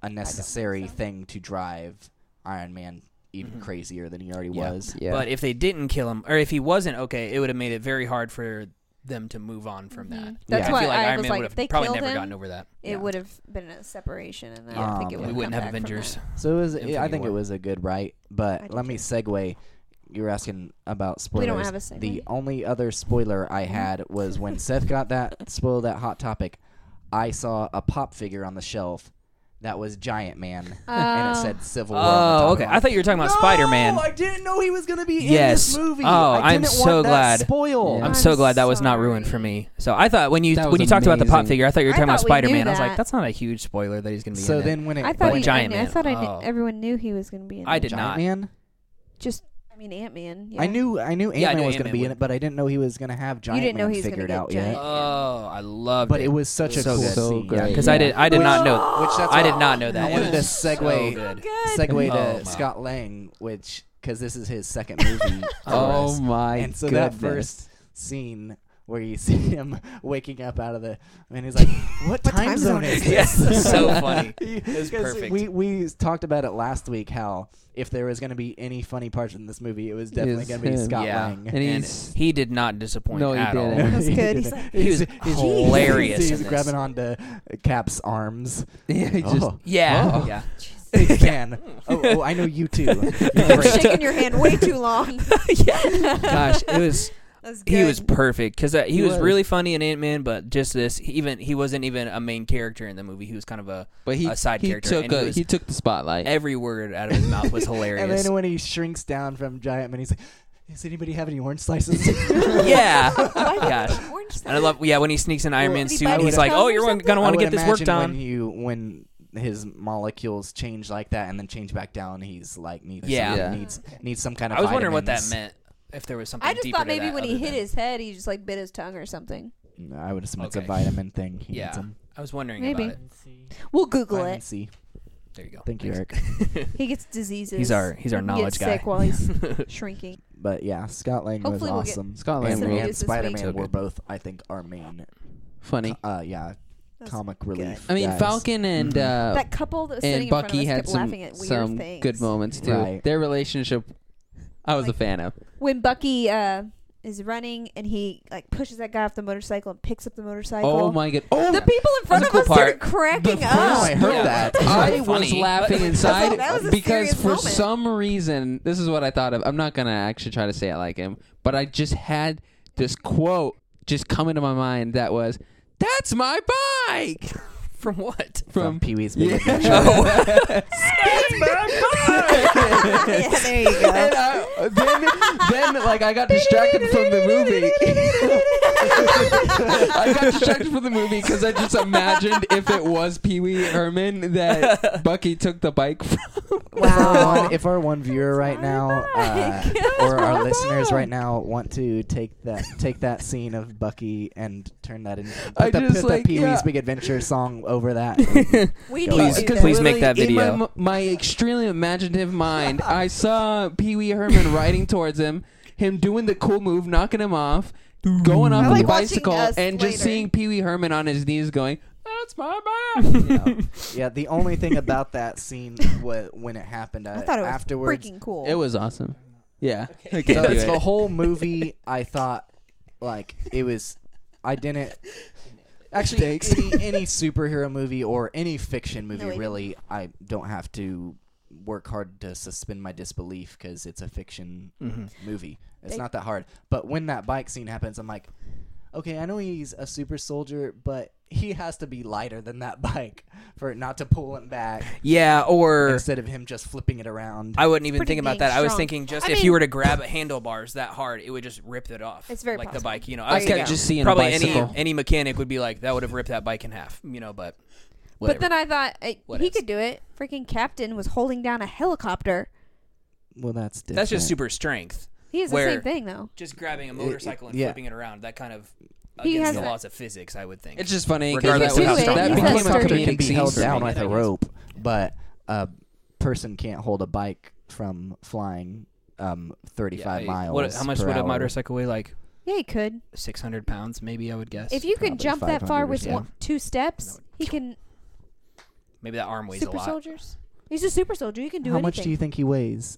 Speaker 1: a necessary thing to drive Iron Man even
Speaker 3: Mhm.
Speaker 1: crazier than he already
Speaker 3: Yeah.
Speaker 1: was.
Speaker 2: yeah.
Speaker 3: But if they didn't kill him, or if he wasn't okay, it would have made it very hard for them to move on from that.
Speaker 4: Mhm. That's
Speaker 3: I
Speaker 4: why
Speaker 3: feel like
Speaker 4: I
Speaker 3: Iron
Speaker 4: was
Speaker 3: Man
Speaker 4: like,
Speaker 3: would
Speaker 4: if they
Speaker 3: have probably
Speaker 4: killed
Speaker 3: never
Speaker 4: him,
Speaker 3: gotten over that.
Speaker 4: It
Speaker 1: Yeah.
Speaker 4: would have been a separation, and I
Speaker 1: Um,
Speaker 4: don't think it
Speaker 1: yeah.
Speaker 4: would.
Speaker 3: We wouldn't have Avengers.
Speaker 1: So it was. it- I
Speaker 3: Infinity
Speaker 1: think it
Speaker 3: War.
Speaker 1: was a good right,
Speaker 4: I
Speaker 1: but
Speaker 4: do
Speaker 1: let me
Speaker 4: too.
Speaker 1: segue. You were asking about spoilers.
Speaker 4: We don't have a segue. Mm-hmm.
Speaker 1: The only other spoiler I had was when Seth got that spoil that hot topic. I saw a pop figure on the shelf that was Giant Man, and it
Speaker 4: Oh.
Speaker 1: said Civil War. on the top.
Speaker 3: Oh, okay.
Speaker 1: I'm
Speaker 3: I
Speaker 1: like,
Speaker 3: thought you were talking about Spider Man.
Speaker 1: No, I didn't know he was gonna be
Speaker 3: Yes.
Speaker 1: in this movie.
Speaker 3: Oh,
Speaker 1: I
Speaker 3: I'm
Speaker 1: didn't
Speaker 3: so
Speaker 1: want
Speaker 3: glad.
Speaker 1: That spoil.
Speaker 2: Yeah.
Speaker 3: I'm
Speaker 2: I'm
Speaker 3: so glad that was not ruined for
Speaker 4: sorry.
Speaker 3: me. So I thought when you
Speaker 2: That was
Speaker 3: when you talked about the pop
Speaker 2: amazing.
Speaker 3: figure, I thought you were
Speaker 4: I
Speaker 3: talking about
Speaker 4: thought we knew
Speaker 3: Spider Man. I was
Speaker 4: that.
Speaker 3: like, that's not a huge spoiler that he's going to be.
Speaker 1: So
Speaker 3: in
Speaker 1: then when it
Speaker 4: I thought
Speaker 3: Or
Speaker 4: he,
Speaker 1: went-
Speaker 3: Giant
Speaker 4: I, kn- I
Speaker 3: Man.
Speaker 4: thought I
Speaker 3: Oh.
Speaker 4: knew, everyone knew he was going to be in.
Speaker 3: I
Speaker 4: it.
Speaker 3: did
Speaker 1: Giant
Speaker 3: not.
Speaker 1: Man,
Speaker 4: Just, I mean, Ant Man.
Speaker 1: I knew I knew Ant
Speaker 3: Yeah, I
Speaker 1: Man
Speaker 3: knew
Speaker 1: was
Speaker 3: Ant-Man
Speaker 1: gonna be in
Speaker 3: would-
Speaker 1: it, but I didn't know he was gonna have Giant
Speaker 4: didn't know
Speaker 1: Man
Speaker 4: he was gonna
Speaker 1: figured
Speaker 4: get
Speaker 1: out
Speaker 4: giant.
Speaker 1: yet.
Speaker 3: Oh, I loved
Speaker 1: But
Speaker 3: it.
Speaker 1: it was such a
Speaker 3: So
Speaker 1: cool
Speaker 3: good.
Speaker 2: So
Speaker 1: scene.
Speaker 2: great.
Speaker 3: because
Speaker 2: Yeah.
Speaker 3: I did I did
Speaker 1: Which-
Speaker 3: not know
Speaker 1: Which that's
Speaker 3: I
Speaker 1: why
Speaker 3: did not know that.
Speaker 1: I wanted
Speaker 3: It
Speaker 1: to
Speaker 3: was so
Speaker 1: segue
Speaker 3: good.
Speaker 1: segue to
Speaker 3: Oh, wow.
Speaker 1: Scott Lang, which because this is his second movie. for
Speaker 2: oh
Speaker 1: us.
Speaker 2: my
Speaker 1: and so
Speaker 2: goodness.
Speaker 1: that first scene where you see him waking up out of the and he's like, "What, time,
Speaker 4: time
Speaker 1: zone
Speaker 4: zone
Speaker 1: is
Speaker 4: is
Speaker 1: this?"
Speaker 3: this? So funny.
Speaker 1: It
Speaker 3: was perfect.
Speaker 1: We we talked about it last week how if there was going to be any funny parts in this movie, it was definitely
Speaker 2: Is
Speaker 1: going to be
Speaker 2: him.
Speaker 1: Scott
Speaker 3: Yeah.
Speaker 1: Lang.
Speaker 2: and he's
Speaker 3: He did not disappoint
Speaker 2: No, he
Speaker 3: at all.
Speaker 2: didn't.
Speaker 4: That's good. He's like-
Speaker 3: He was hilarious
Speaker 1: He's,
Speaker 3: in this.
Speaker 1: grabbing onto Cap's arms.
Speaker 2: yeah, he just
Speaker 1: oh,
Speaker 3: Yeah,
Speaker 1: Oh.
Speaker 3: yeah. Hmm.
Speaker 1: big fan. Oh, oh, I know you too. You're
Speaker 4: You're
Speaker 1: great.
Speaker 4: shaking your hand way too long.
Speaker 3: Gosh, it was
Speaker 4: That was good.
Speaker 3: he was perfect because uh, he,
Speaker 2: He
Speaker 3: was,
Speaker 2: was.
Speaker 3: really funny in Ant Man, but just this he even he wasn't even a main character in the movie. He was kind of a
Speaker 2: but he
Speaker 3: a side
Speaker 2: he
Speaker 3: character,
Speaker 2: took
Speaker 3: and he
Speaker 2: a,
Speaker 3: was-
Speaker 2: he took the spotlight.
Speaker 3: every word out of his mouth was
Speaker 1: and
Speaker 3: hilarious.
Speaker 1: then when he shrinks down from Giant Man, he's like, "Does anybody have any orange slices?"
Speaker 3: yeah, Oh
Speaker 4: Why did
Speaker 3: gosh.
Speaker 4: you orange
Speaker 3: And I love yeah when he sneaks in Iron
Speaker 1: Well,
Speaker 3: Man
Speaker 4: did he
Speaker 3: suit.
Speaker 4: bite
Speaker 3: He's
Speaker 4: his
Speaker 3: like,
Speaker 4: tongue
Speaker 3: oh,
Speaker 4: or
Speaker 3: you're
Speaker 4: something?
Speaker 3: gonna want
Speaker 1: I
Speaker 3: to get
Speaker 1: would
Speaker 3: this work
Speaker 1: imagine
Speaker 3: done.
Speaker 1: When you when his molecules change like that and then change back down, he's like needs
Speaker 3: Yeah.
Speaker 2: Yeah.
Speaker 1: needs needs some kind of.
Speaker 3: I was wondering what that
Speaker 1: vitamins.
Speaker 3: meant. If there was something.
Speaker 4: I just
Speaker 3: deeper
Speaker 4: thought
Speaker 3: to
Speaker 4: maybe
Speaker 3: that
Speaker 4: when he
Speaker 3: other
Speaker 4: hit
Speaker 3: than-
Speaker 4: his head, he just like bit his tongue or something.
Speaker 1: I would assume it's
Speaker 3: Okay.
Speaker 1: a vitamin thing. He needs
Speaker 3: Yeah.
Speaker 1: some
Speaker 3: I was wondering
Speaker 4: Maybe.
Speaker 3: about it.
Speaker 4: We'll Google
Speaker 1: vitamin
Speaker 4: it.
Speaker 1: C.
Speaker 3: There you go.
Speaker 1: Thank you,
Speaker 3: Thanks.
Speaker 1: Eric.
Speaker 4: He gets diseases.
Speaker 3: He's our he's our
Speaker 4: He
Speaker 3: knowledge
Speaker 4: gets sick
Speaker 3: guy.
Speaker 4: while he's shrinking.
Speaker 1: But yeah, Scott Lang
Speaker 4: Hopefully we'll
Speaker 1: was
Speaker 4: get
Speaker 1: awesome.
Speaker 2: Scott Lang
Speaker 1: and,
Speaker 2: ruled.
Speaker 4: This week.
Speaker 1: Spider Man
Speaker 3: So
Speaker 1: were
Speaker 3: good.
Speaker 1: both, I think, our main.
Speaker 2: Funny.
Speaker 1: Uh, yeah,
Speaker 4: That's
Speaker 1: comic relief.
Speaker 2: I mean,
Speaker 1: guys.
Speaker 2: Falcon and uh,
Speaker 4: That couple that was sitting
Speaker 2: and
Speaker 4: in front
Speaker 2: Bucky
Speaker 4: of us
Speaker 2: had
Speaker 4: kept
Speaker 2: some
Speaker 4: laughing at weird
Speaker 2: some
Speaker 4: things.
Speaker 2: good moments too.
Speaker 1: Right.
Speaker 2: Their relationship, I was
Speaker 4: Like-
Speaker 2: a fan of.
Speaker 4: When Bucky uh, is running and he like pushes that guy off the motorcycle and picks up the motorcycle.
Speaker 2: Oh my god! Oh,
Speaker 4: The people in front
Speaker 3: a
Speaker 4: of
Speaker 3: cool
Speaker 4: us started
Speaker 3: part.
Speaker 4: cracking
Speaker 1: The
Speaker 4: up.
Speaker 1: first- I heard that.
Speaker 2: I was
Speaker 3: Funny.
Speaker 2: laughing
Speaker 4: That's a-
Speaker 2: inside
Speaker 4: that was a
Speaker 2: because
Speaker 4: serious
Speaker 2: for
Speaker 4: moment.
Speaker 2: some reason, this is what I thought of. I'm not gonna actually try to say it like him, but I just had this quote just come into my mind that was, "That's my bike."
Speaker 3: From what?
Speaker 2: From
Speaker 1: Pee Wee's Big Adventure.
Speaker 4: yeah, there you go.
Speaker 2: and I, then, then like I got distracted from the movie. I got distracted from the movie because I just imagined if it was Pee Wee Herman that Bucky took the bike from.
Speaker 1: If our
Speaker 4: Wow.
Speaker 1: one- if our one viewer right now uh, or our listeners right now want to take that take that scene of Bucky and turn that into put
Speaker 2: I
Speaker 1: the,
Speaker 2: just
Speaker 1: put
Speaker 2: like,
Speaker 1: the Pee Wee's
Speaker 2: yeah.
Speaker 1: Big Adventure song over that.
Speaker 4: we
Speaker 1: Go
Speaker 4: need
Speaker 1: ahead.
Speaker 4: to do
Speaker 2: Because
Speaker 4: that.
Speaker 3: please make
Speaker 2: literally
Speaker 3: that video.
Speaker 2: In my, my extremely imaginative mind, I saw Pee Wee Herman riding towards him, him doing the cool move, knocking him off, going off
Speaker 4: I
Speaker 2: on the
Speaker 4: like watching
Speaker 2: bicycle,
Speaker 4: us
Speaker 2: and just
Speaker 4: later.
Speaker 2: seeing Pee Wee Herman on his knees going, "That's my bike."
Speaker 1: yeah, the only thing about that scene was when it happened uh,
Speaker 4: I thought it was
Speaker 1: afterwards.
Speaker 4: freaking cool.
Speaker 2: It was awesome. Yeah, I
Speaker 1: the,
Speaker 2: can't do
Speaker 1: the
Speaker 2: it.
Speaker 1: whole movie, I thought like it was. I didn't. Actually, any, any superhero movie or any fiction movie,
Speaker 4: No, I didn't.
Speaker 1: really, I don't have to work hard to suspend my disbelief because it's a fiction
Speaker 3: Mhm.
Speaker 1: movie. It's
Speaker 4: They-
Speaker 1: not that hard. But when that bike scene happens, I'm like, okay, I know he's a super soldier, but he has to be lighter than that bike for it not to pull him back
Speaker 3: Yeah, or
Speaker 1: instead of him just flipping it around.
Speaker 3: I wasn't even
Speaker 4: pretty
Speaker 3: thinking about
Speaker 4: dang
Speaker 3: that. I was
Speaker 4: strong.
Speaker 3: thinking just
Speaker 4: I
Speaker 3: if you were to
Speaker 4: mean-
Speaker 3: grab at handlebars that hard, it would just rip it off.
Speaker 4: It's very
Speaker 3: like the
Speaker 4: possible.
Speaker 3: bike, you know.
Speaker 4: There
Speaker 2: I
Speaker 3: was
Speaker 4: you
Speaker 2: kept
Speaker 4: go.
Speaker 2: just seeing
Speaker 3: Oh, probably
Speaker 2: a bicycle.
Speaker 3: any any mechanic would be like that would have ripped that bike in half, you know. But
Speaker 4: But then I thought uh,
Speaker 3: What
Speaker 4: he
Speaker 3: else?
Speaker 4: could do it. Freaking captain was holding down a helicopter.
Speaker 1: well, that's different.
Speaker 3: that's just super strength.
Speaker 4: He has
Speaker 3: Where-
Speaker 4: the same thing though.
Speaker 3: Just grabbing a
Speaker 1: It- it-
Speaker 3: motorcycle and
Speaker 1: yeah.
Speaker 3: flipping it around, that kind of
Speaker 4: He
Speaker 3: against
Speaker 4: has
Speaker 3: the
Speaker 4: that-
Speaker 3: laws of physics, I would think.
Speaker 2: It's just funny because
Speaker 3: Regardless
Speaker 2: that,
Speaker 3: of
Speaker 2: was,
Speaker 3: how strong
Speaker 2: that
Speaker 4: you are.
Speaker 2: became
Speaker 4: Helicopter
Speaker 2: a
Speaker 1: can
Speaker 2: comedic
Speaker 1: be
Speaker 2: scene
Speaker 1: held
Speaker 2: for me.
Speaker 1: down with
Speaker 3: I
Speaker 1: a
Speaker 3: guess.
Speaker 1: rope, but a person can't hold a bike from flying um, 35 miles.
Speaker 3: What, how much
Speaker 1: per
Speaker 3: would a
Speaker 1: hour.
Speaker 3: motorcycle weigh? Like
Speaker 4: Yeah, he could.
Speaker 3: six hundred pounds, maybe I would guess.
Speaker 4: If you
Speaker 1: probably
Speaker 4: can jump that
Speaker 1: 500 or
Speaker 4: far with
Speaker 1: so.
Speaker 4: one, two steps, he can.
Speaker 3: maybe that arm weighs a
Speaker 4: Super
Speaker 3: lot.
Speaker 4: soldiers. He's a super soldier. He can do
Speaker 1: How
Speaker 4: anything.
Speaker 1: much do you think he weighs?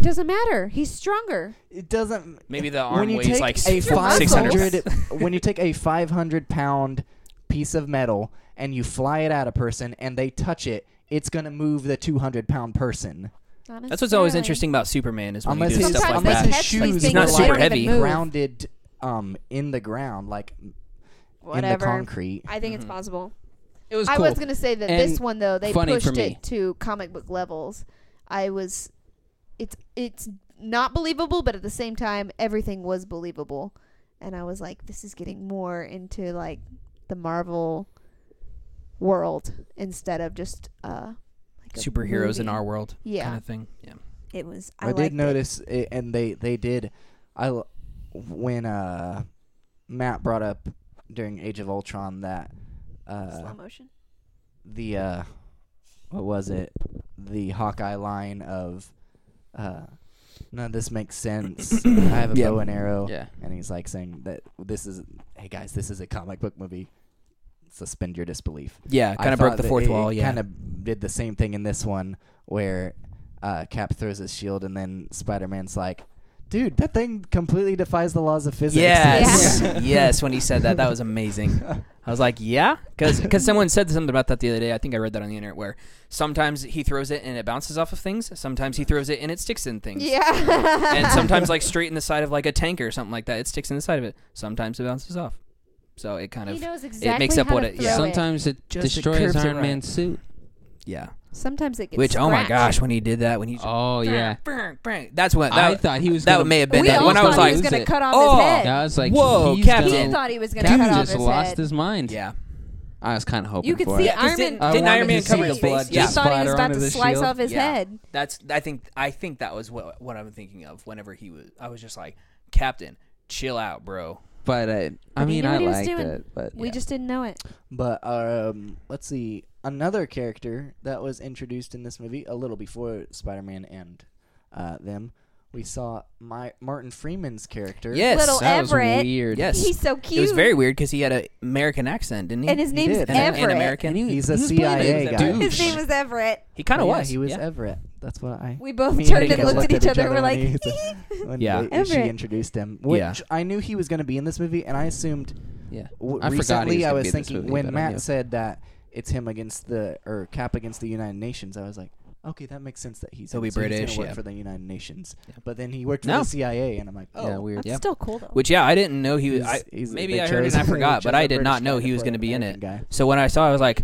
Speaker 4: Doesn't matter. He's stronger.
Speaker 1: It doesn't.
Speaker 3: Maybe the
Speaker 1: when
Speaker 3: arm
Speaker 1: you
Speaker 3: weighs
Speaker 1: take
Speaker 3: like
Speaker 1: a
Speaker 4: your muscles.
Speaker 1: 500 when you take a 500 pound piece of metal and you fly it at a person and they touch it, it's gonna move the 200 pound person.
Speaker 4: Not
Speaker 3: That's what's always
Speaker 4: necessarily.
Speaker 3: interesting about Superman is when
Speaker 1: Unless
Speaker 3: he does
Speaker 1: his-
Speaker 3: stuff like
Speaker 4: Sometimes
Speaker 1: unless
Speaker 3: that.
Speaker 4: they
Speaker 1: his
Speaker 4: catch
Speaker 1: shoes
Speaker 4: these things
Speaker 3: not
Speaker 4: that
Speaker 3: super
Speaker 4: don't even
Speaker 3: heavy.
Speaker 4: move.
Speaker 1: Grounded um, in the ground, like in the
Speaker 4: Whatever.
Speaker 1: concrete.
Speaker 4: I think it's possible.
Speaker 2: It was
Speaker 4: I
Speaker 2: cool.
Speaker 4: was gonna say that this
Speaker 2: And
Speaker 4: one though they
Speaker 2: funny
Speaker 4: pushed
Speaker 2: for me.
Speaker 4: it to comic book levels. I was, it's it's not believable, but at the same time, everything was believable, and I was like, this is getting more into like the Marvel world instead of just uh like a
Speaker 3: Superheroes in
Speaker 4: movie.
Speaker 3: our world,
Speaker 4: yeah.
Speaker 3: kind of thing. Yeah.
Speaker 4: It was I,
Speaker 1: I,
Speaker 4: liked
Speaker 1: did
Speaker 4: it.
Speaker 1: notice, it, and they they did. I l- when uh, Matt brought up during Age of Ultron that uh,
Speaker 4: slow motion.
Speaker 1: the uh, what was it? The Hawkeye line of uh, none of this makes sense. I have a
Speaker 3: Yeah.
Speaker 1: bow and arrow,
Speaker 2: Yeah.
Speaker 1: and he's like saying that this is hey guys, this is a comic book movie. Suspend your disbelief.
Speaker 3: Yeah, kind of broke the fourth wall. Yeah,
Speaker 1: kind of did the same thing in this one where uh, Cap throws his shield and then Spider Man's like, "Dude, that thing completely defies the laws of physics."
Speaker 3: Yes, yes. When he said that, that was amazing. I was like, yeah, because someone said something about that the other day. I think I read that on the internet where sometimes he throws it and it bounces off of things. Sometimes he throws it and it sticks in things.
Speaker 4: Yeah.
Speaker 3: And sometimes like straight in the side of like a tank or something like that, it sticks in the side of it. Sometimes it bounces off. So it kind
Speaker 4: he
Speaker 3: of
Speaker 4: knows exactly
Speaker 3: makes up
Speaker 4: how
Speaker 3: what
Speaker 4: to
Speaker 3: it-
Speaker 4: throw
Speaker 3: yeah.
Speaker 2: Sometimes it
Speaker 3: Just it
Speaker 2: destroys
Speaker 3: curves it
Speaker 2: Iron
Speaker 3: right.
Speaker 2: Man's suit.
Speaker 3: yeah.
Speaker 4: Sometimes it gets
Speaker 3: Which oh my
Speaker 4: scratched.
Speaker 3: gosh, when he did that, when he just,
Speaker 2: Oh yeah.
Speaker 3: Brr, brr, that's when
Speaker 2: I
Speaker 3: that,
Speaker 2: thought he was.
Speaker 3: that
Speaker 2: gonna-
Speaker 3: may have been
Speaker 4: We
Speaker 3: that.
Speaker 4: all
Speaker 3: When I was
Speaker 4: thought
Speaker 3: like,
Speaker 4: he was gonna cut off
Speaker 3: oh,
Speaker 4: his head.
Speaker 2: I was like,
Speaker 3: Whoa,
Speaker 2: he's gonna-
Speaker 3: Captain.
Speaker 4: He thought he was
Speaker 2: Dude
Speaker 4: gonna cut off
Speaker 2: just
Speaker 4: his
Speaker 2: lost
Speaker 4: head.
Speaker 2: his mind.
Speaker 3: yeah,
Speaker 2: I was kind of hoping
Speaker 4: You could
Speaker 2: for
Speaker 4: see
Speaker 2: it.
Speaker 3: Yeah, 'cause
Speaker 4: Iron
Speaker 3: did-
Speaker 4: Man.
Speaker 2: I didn't Iron wanted Man to cover
Speaker 4: completely-
Speaker 2: the blood
Speaker 4: He
Speaker 3: just
Speaker 4: thought he
Speaker 2: splatter
Speaker 4: was about
Speaker 2: onto
Speaker 4: to
Speaker 2: the
Speaker 4: slice
Speaker 2: shield.
Speaker 4: off his
Speaker 3: Yeah.
Speaker 4: head.
Speaker 3: that's I think I think that was what what I'm thinking of. Whenever he was, I was just like, Captain, chill out, bro.
Speaker 2: but uh, I
Speaker 4: he
Speaker 2: mean,
Speaker 4: knew
Speaker 2: I
Speaker 4: what he was
Speaker 2: liked
Speaker 4: doing.
Speaker 3: uh,
Speaker 2: it. But
Speaker 4: We just didn't know it.
Speaker 1: But um, let's see another character that was introduced in this movie a little before Spider Man and uh, them. We saw my Martin Freeman's character.
Speaker 3: Yes,
Speaker 4: Little
Speaker 2: that was
Speaker 4: Everett.
Speaker 2: weird.
Speaker 3: Yes.
Speaker 4: He's so cute.
Speaker 3: it was very weird because he had an American accent, didn't he?
Speaker 4: And his name's
Speaker 1: did.
Speaker 3: And- and
Speaker 4: Everett.
Speaker 3: American. He,
Speaker 1: He's a
Speaker 2: He was playing
Speaker 1: CIA
Speaker 3: a
Speaker 1: guy.
Speaker 2: douche.
Speaker 4: His name was Everett.
Speaker 3: kind
Speaker 1: Yeah,
Speaker 3: of was.
Speaker 1: He was
Speaker 3: yeah.
Speaker 1: Everett. That's what I.
Speaker 4: We both
Speaker 1: Me and
Speaker 4: turned and
Speaker 1: Jacob
Speaker 4: looked at each other and were
Speaker 1: when
Speaker 4: like,
Speaker 1: he- when
Speaker 3: Yeah.
Speaker 1: they- she
Speaker 4: Everett.
Speaker 1: introduced him, which
Speaker 3: Yeah.
Speaker 1: I knew he was going to be in this movie, and I assumed.
Speaker 2: Yeah.
Speaker 1: W-
Speaker 2: I forgot
Speaker 1: recently,
Speaker 2: he was
Speaker 1: I
Speaker 2: gonna
Speaker 1: was
Speaker 2: be in this
Speaker 1: thinking
Speaker 2: movie,
Speaker 3: uh,
Speaker 1: when
Speaker 2: but I knew.
Speaker 1: Matt said that it's him against the or Cap against the United Nations, I was like, okay, that makes sense that he's
Speaker 3: He'll
Speaker 1: in
Speaker 3: be
Speaker 1: it, so he's gonna
Speaker 3: British,
Speaker 1: work
Speaker 3: yeah.
Speaker 1: for the United Nations,
Speaker 3: Yeah.
Speaker 1: but then he worked for
Speaker 3: No.
Speaker 1: the CIA, and I'm like, oh,
Speaker 2: yeah, weird.
Speaker 4: That's
Speaker 2: Yeah.
Speaker 4: still cool though.
Speaker 3: Which yeah, I didn't know he was.
Speaker 1: he's-
Speaker 3: I,
Speaker 1: he's-
Speaker 3: maybe
Speaker 1: they
Speaker 3: I heard it
Speaker 1: chose-
Speaker 3: and I
Speaker 1: they
Speaker 3: forgot, but
Speaker 1: chose
Speaker 3: I
Speaker 1: a
Speaker 3: did not
Speaker 1: British
Speaker 3: know
Speaker 1: guy
Speaker 3: he was
Speaker 1: play
Speaker 3: going to
Speaker 1: an
Speaker 3: be in it.
Speaker 1: American Guy.
Speaker 3: So when I saw, it, I was like,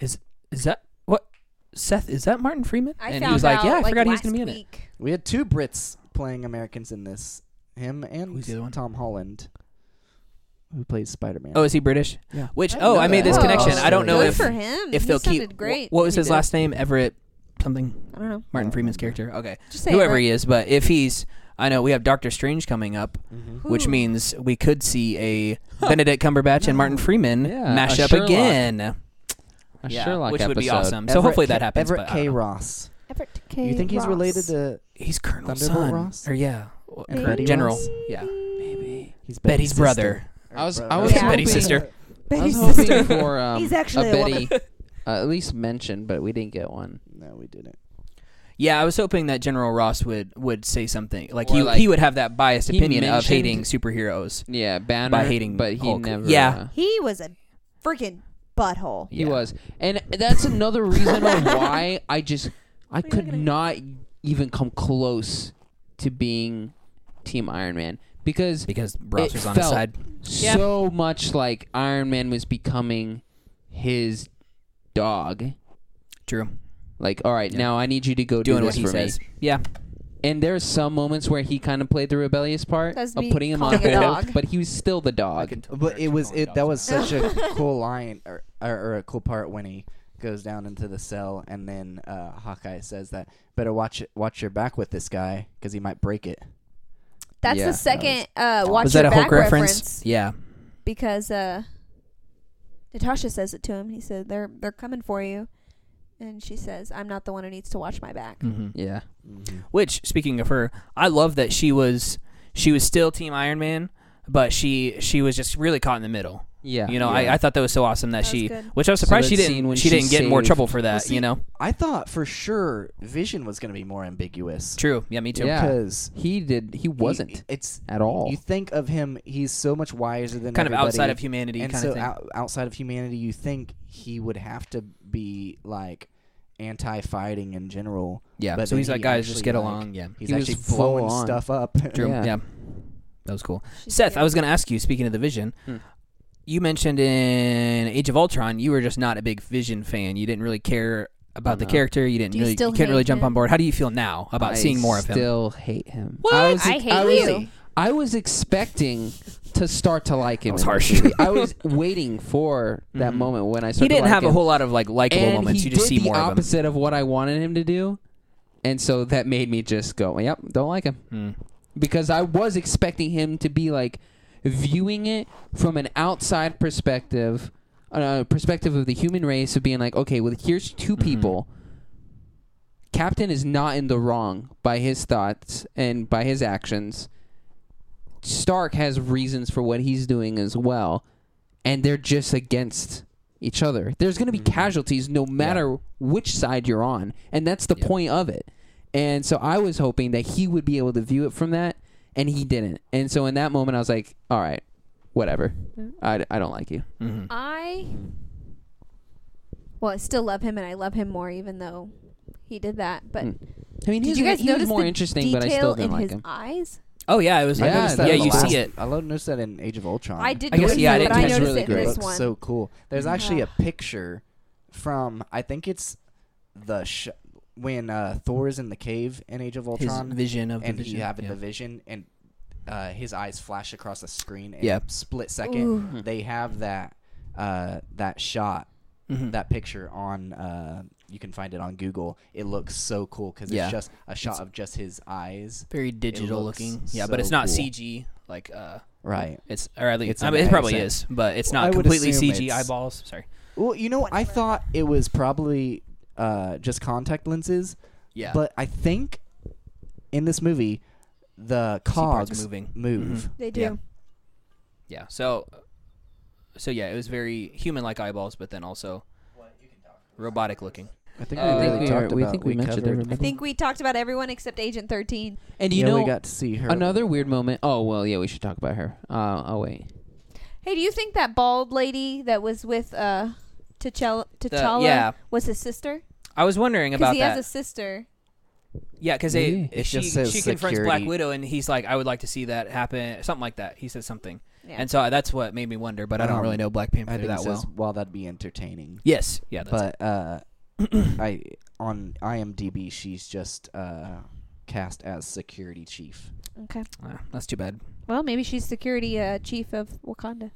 Speaker 3: is is that what Seth? Is that Martin Freeman?
Speaker 4: I
Speaker 3: and
Speaker 4: found
Speaker 3: he was like,
Speaker 4: out
Speaker 3: yeah, I
Speaker 4: like,
Speaker 3: forgot he was
Speaker 4: last
Speaker 3: going to be in it.
Speaker 4: week.
Speaker 1: We had two Brits playing Americans in this, him and
Speaker 3: Who's the other one?
Speaker 1: Tom Holland, who plays Spider Man.
Speaker 3: Oh, is he British?
Speaker 1: Yeah.
Speaker 3: Which
Speaker 1: I didn't
Speaker 3: oh,
Speaker 1: know
Speaker 3: I made
Speaker 1: that.
Speaker 3: this
Speaker 1: Whoa.
Speaker 3: connection. I don't know
Speaker 4: Good
Speaker 3: if
Speaker 4: for him.
Speaker 3: if
Speaker 4: He
Speaker 3: they'll keep.
Speaker 4: sounded great.
Speaker 3: wh- What was
Speaker 4: He
Speaker 3: his
Speaker 4: did.
Speaker 3: last name? Everett something.
Speaker 4: I don't know.
Speaker 3: Martin Freeman's character. Okay,
Speaker 4: Just say
Speaker 3: whoever
Speaker 4: Everett.
Speaker 3: he is. But if he's, I know we have Doctor Strange coming up, which
Speaker 4: Ooh.
Speaker 3: means we could see a Benedict Cumberbatch and Martin Freeman
Speaker 2: Yeah,
Speaker 3: mash
Speaker 2: a
Speaker 3: up
Speaker 2: Sherlock.
Speaker 3: again.
Speaker 2: A
Speaker 3: Yeah,
Speaker 2: Sherlock
Speaker 3: which
Speaker 2: episode.
Speaker 3: would be awesome. So hopefully
Speaker 1: Everett
Speaker 3: that
Speaker 1: K-
Speaker 3: happens.
Speaker 1: Everett
Speaker 3: but I don't
Speaker 1: K.
Speaker 3: know.
Speaker 1: Ross.
Speaker 4: Everett K.
Speaker 1: You think he's
Speaker 4: Ross.
Speaker 1: related to?
Speaker 3: He's Colonel's
Speaker 1: Thunderbolt
Speaker 3: son.
Speaker 1: Ross?
Speaker 3: Or yeah, or
Speaker 1: And
Speaker 3: Colonel-
Speaker 1: Betty
Speaker 3: General.
Speaker 1: Ross?
Speaker 3: Yeah, maybe
Speaker 1: He's
Speaker 3: Betty's, brother.
Speaker 2: I was-
Speaker 1: brother.
Speaker 2: I
Speaker 4: was Yeah. hoping-
Speaker 3: Betty's sister.
Speaker 2: I was
Speaker 4: Betty's
Speaker 2: hoping
Speaker 4: sister.
Speaker 2: for um,
Speaker 4: He's actually
Speaker 2: a
Speaker 4: a
Speaker 2: Betty,
Speaker 4: woman.
Speaker 2: uh, at least mentioned, but we didn't get one.
Speaker 1: No, we didn't.
Speaker 3: Yeah, I was hoping that General Ross would would say something like
Speaker 2: Or
Speaker 3: he
Speaker 2: like-
Speaker 3: he would have that biased
Speaker 2: He
Speaker 3: opinion of
Speaker 2: mentioned-
Speaker 3: hating superheroes.
Speaker 2: Yeah, Banner.
Speaker 3: By hating
Speaker 2: but he
Speaker 3: Hulk.
Speaker 2: never.
Speaker 3: Yeah.
Speaker 2: uh,
Speaker 4: He was a freaking butthole.
Speaker 2: he
Speaker 3: Yeah.
Speaker 2: was, and that's another reason of why I just I
Speaker 4: What are you
Speaker 2: could
Speaker 4: looking at?
Speaker 2: not even come close to being Team Iron Man because
Speaker 3: because Ross
Speaker 2: It
Speaker 3: was on his
Speaker 2: felt-
Speaker 3: side.
Speaker 4: Yeah.
Speaker 2: so much like Iron Man was becoming his dog.
Speaker 3: True.
Speaker 2: Like, all right,
Speaker 3: Yeah.
Speaker 2: now I need you to go
Speaker 3: Doing
Speaker 2: do
Speaker 3: what
Speaker 2: this
Speaker 3: he
Speaker 2: for
Speaker 3: says.
Speaker 2: me.
Speaker 3: Yeah.
Speaker 2: And there's some moments where he kind of played the rebellious part
Speaker 4: That's
Speaker 2: of
Speaker 4: me
Speaker 2: putting him on
Speaker 4: calling a
Speaker 2: hold,
Speaker 4: dog.
Speaker 2: but he was still the dog.
Speaker 1: But it was it that was such a cool line or, or, or a cool part when he goes down into the cell and then uh, Hawkeye says that better watch it, watch your back with this guy because he might break it.
Speaker 4: That's
Speaker 2: Yeah,
Speaker 4: the
Speaker 2: that
Speaker 4: second uh, watch
Speaker 3: was that
Speaker 4: your
Speaker 3: a Hulk
Speaker 4: back
Speaker 3: reference?
Speaker 4: reference
Speaker 3: Yeah.
Speaker 4: because uh, Natasha says it to him. He said they're they're coming for you, and she says I'm not the one who needs to watch my back.
Speaker 3: Mm-hmm.
Speaker 2: Yeah.
Speaker 3: Which, speaking of her, I love that she was she was still Team Iron Man, but she she was just really caught in the middle.
Speaker 2: Yeah.
Speaker 3: You know,
Speaker 1: Yeah.
Speaker 3: I, I thought that was so awesome
Speaker 4: That
Speaker 3: that,
Speaker 4: was
Speaker 3: she,
Speaker 4: good.
Speaker 3: which I was
Speaker 2: So
Speaker 3: surprised
Speaker 2: that
Speaker 3: she
Speaker 2: scene
Speaker 3: didn't
Speaker 2: when
Speaker 3: she,
Speaker 2: she
Speaker 3: didn't get in more
Speaker 2: saved-
Speaker 3: trouble for that.
Speaker 1: see-
Speaker 3: you know,
Speaker 1: I thought for sure Vision was going to be more ambiguous.
Speaker 3: true. Yeah, me too.
Speaker 2: Yeah.
Speaker 1: because
Speaker 2: He did he
Speaker 1: he-
Speaker 2: wasn't
Speaker 1: it's
Speaker 2: at all.
Speaker 1: you think of him. He's so much wiser than
Speaker 3: Kind of outside
Speaker 1: everybody.
Speaker 3: of humanity,
Speaker 1: and
Speaker 3: kind
Speaker 1: so
Speaker 3: of thing.
Speaker 1: Out, outside of humanity, you think he would have to be like anti-fighting in general.
Speaker 3: yeah.
Speaker 1: but
Speaker 3: so
Speaker 1: then
Speaker 3: he's like,
Speaker 1: he
Speaker 3: guys, just
Speaker 1: actually,
Speaker 3: get
Speaker 1: like-
Speaker 3: along. Yeah.
Speaker 1: He's
Speaker 2: He was
Speaker 1: actually
Speaker 2: full
Speaker 1: blowing
Speaker 2: on.
Speaker 1: stuff up.
Speaker 3: True.
Speaker 2: Yeah.
Speaker 3: Yeah. That was cool.
Speaker 4: She's
Speaker 3: Seth,
Speaker 4: scared.
Speaker 3: I was going to ask you, speaking of the vision,
Speaker 2: Hmm.
Speaker 3: you mentioned in Age of Ultron, you were just not a big vision fan. You didn't really care about
Speaker 2: Oh,
Speaker 3: the
Speaker 2: no.
Speaker 3: character. You didn't
Speaker 4: Do you
Speaker 3: really,
Speaker 4: still
Speaker 3: you couldn't really
Speaker 4: hate
Speaker 3: jump
Speaker 4: him?
Speaker 3: on board. How do you feel now about
Speaker 2: I
Speaker 3: seeing more of him?
Speaker 2: Still hate him.
Speaker 3: What?
Speaker 2: I was,
Speaker 4: I hate
Speaker 2: was-
Speaker 4: you.
Speaker 2: I was expecting to start to like him.
Speaker 3: was
Speaker 2: in this
Speaker 3: harsh.
Speaker 2: movie. I was waiting for that
Speaker 3: Mhm.
Speaker 2: moment when I started.
Speaker 3: He
Speaker 2: to
Speaker 3: didn't
Speaker 2: like
Speaker 3: have a
Speaker 2: him.
Speaker 3: whole lot of like likable
Speaker 2: and
Speaker 3: moments.
Speaker 2: He
Speaker 3: You just
Speaker 2: did
Speaker 3: see
Speaker 2: the
Speaker 3: more of him.
Speaker 2: opposite of what I wanted him to do, and so that made me just go, "Yep, don't like him,"
Speaker 3: Hmm.
Speaker 2: because I was expecting him to be like viewing it from an outside perspective, a uh, perspective of the human race of being like, "Okay, well, here's 2
Speaker 3: Mhm.
Speaker 2: people." Captain is not in the wrong by his thoughts and by his actions. Stark has reasons for what he's doing as well, and they're just against each other. There's going to be casualties no matter which side you're on, and that's the
Speaker 3: Yeah.
Speaker 2: point of it. And so I was hoping that he would be able to view it from that, and he didn't. And so in that moment, I was like, all right, whatever. I, I don't like you.
Speaker 3: Mhm.
Speaker 4: I well, I still love him, and I love him more, even though he did that. But
Speaker 2: Mm. I mean,
Speaker 4: did
Speaker 2: he's,
Speaker 4: you guys
Speaker 2: he was
Speaker 4: notice
Speaker 2: more
Speaker 4: the
Speaker 2: interesting, but I
Speaker 4: detail
Speaker 2: still didn't
Speaker 4: in
Speaker 2: like
Speaker 4: his
Speaker 2: him.
Speaker 4: eyes?
Speaker 3: Oh yeah, it was.
Speaker 2: I
Speaker 3: Yeah,
Speaker 2: noticed that
Speaker 3: yeah
Speaker 2: in the
Speaker 3: you
Speaker 2: last-
Speaker 3: see it.
Speaker 1: I lo- noticed that in Age of Ultron.
Speaker 4: I did.
Speaker 3: I guess,
Speaker 4: notice
Speaker 3: yeah,
Speaker 4: that,
Speaker 3: I didn't
Speaker 4: but
Speaker 3: catch
Speaker 4: I noticed
Speaker 2: really
Speaker 4: it in
Speaker 2: great.
Speaker 4: this
Speaker 1: looks
Speaker 4: one.
Speaker 1: so cool. There's
Speaker 4: Mhm.
Speaker 1: actually a
Speaker 4: Yeah.
Speaker 1: picture from I think it's the sh- when uh, Thor is in the cave in Age of
Speaker 3: His
Speaker 1: Ultron,
Speaker 3: vision of the
Speaker 1: and
Speaker 3: vision.
Speaker 1: he having
Speaker 3: yeah.
Speaker 1: the vision, and uh, his eyes flash across the screen. In
Speaker 3: Yeah.
Speaker 1: a split second,
Speaker 4: Ooh.
Speaker 1: they have that uh, that shot,
Speaker 3: Mhm.
Speaker 1: that picture on. Uh, you can find it on Google. It looks so cool because
Speaker 3: Yeah.
Speaker 1: it's just a shot
Speaker 3: It's-
Speaker 1: of just his eyes.
Speaker 3: very digital
Speaker 1: looks
Speaker 3: looking. Yeah, but
Speaker 1: so
Speaker 3: it's not
Speaker 1: cool.
Speaker 3: CG. Like uh,
Speaker 1: Right.
Speaker 3: it's or at least
Speaker 1: It's
Speaker 3: I mean, it
Speaker 1: amazing.
Speaker 3: probably is, but it's
Speaker 1: Well,
Speaker 3: not
Speaker 1: I would
Speaker 3: completely
Speaker 1: assume
Speaker 3: CG
Speaker 1: it's-
Speaker 3: eyeballs. Sorry.
Speaker 1: Well, you know what? I thought it was probably uh, just contact lenses,
Speaker 3: Yeah.
Speaker 1: but I think in this movie, the
Speaker 3: See parts
Speaker 1: cogs
Speaker 3: moving.
Speaker 1: move.
Speaker 3: Mhm.
Speaker 4: They do.
Speaker 3: Yeah. Yeah. So, so yeah, it was very human-like eyeballs, but then also robotic looking.
Speaker 1: I think
Speaker 2: Uh,
Speaker 1: we
Speaker 2: I
Speaker 1: really
Speaker 2: think we
Speaker 1: talked
Speaker 2: are- we
Speaker 1: about
Speaker 2: think we mentioned
Speaker 1: covered-
Speaker 2: everybody.
Speaker 4: I think we talked about everyone except Agent Thirteen.
Speaker 2: And you
Speaker 1: yeah,
Speaker 2: know,
Speaker 1: we got to see her
Speaker 2: another weird moment. Oh, well, yeah, we should talk about her. Uh, oh, wait.
Speaker 4: Hey, do you think that bald lady that was with uh, T'Challa, T'Challa
Speaker 3: yeah.
Speaker 4: was his sister?
Speaker 3: I was wondering
Speaker 4: Because
Speaker 3: about
Speaker 4: he
Speaker 3: that.
Speaker 4: has a sister.
Speaker 3: yeah, because they
Speaker 2: Maybe.
Speaker 1: It
Speaker 3: she
Speaker 1: just says
Speaker 3: she confronts Black
Speaker 1: security.
Speaker 3: Widow, and he's like, "I would like to see that happen," something like that. He says something,
Speaker 4: Yeah.
Speaker 3: and so uh, that's what made me wonder. But I don't
Speaker 1: Um,
Speaker 3: really know Black
Speaker 1: I
Speaker 3: Panther
Speaker 1: think
Speaker 3: that
Speaker 1: it
Speaker 3: well.
Speaker 1: says, well, that'd be entertaining.
Speaker 3: Yes. Yeah. That's
Speaker 1: but uh, I on IMDb, she's just uh, cast as security chief.
Speaker 4: Okay.
Speaker 3: Ah, that's too bad.
Speaker 4: Well, maybe she's security uh, chief of Wakanda.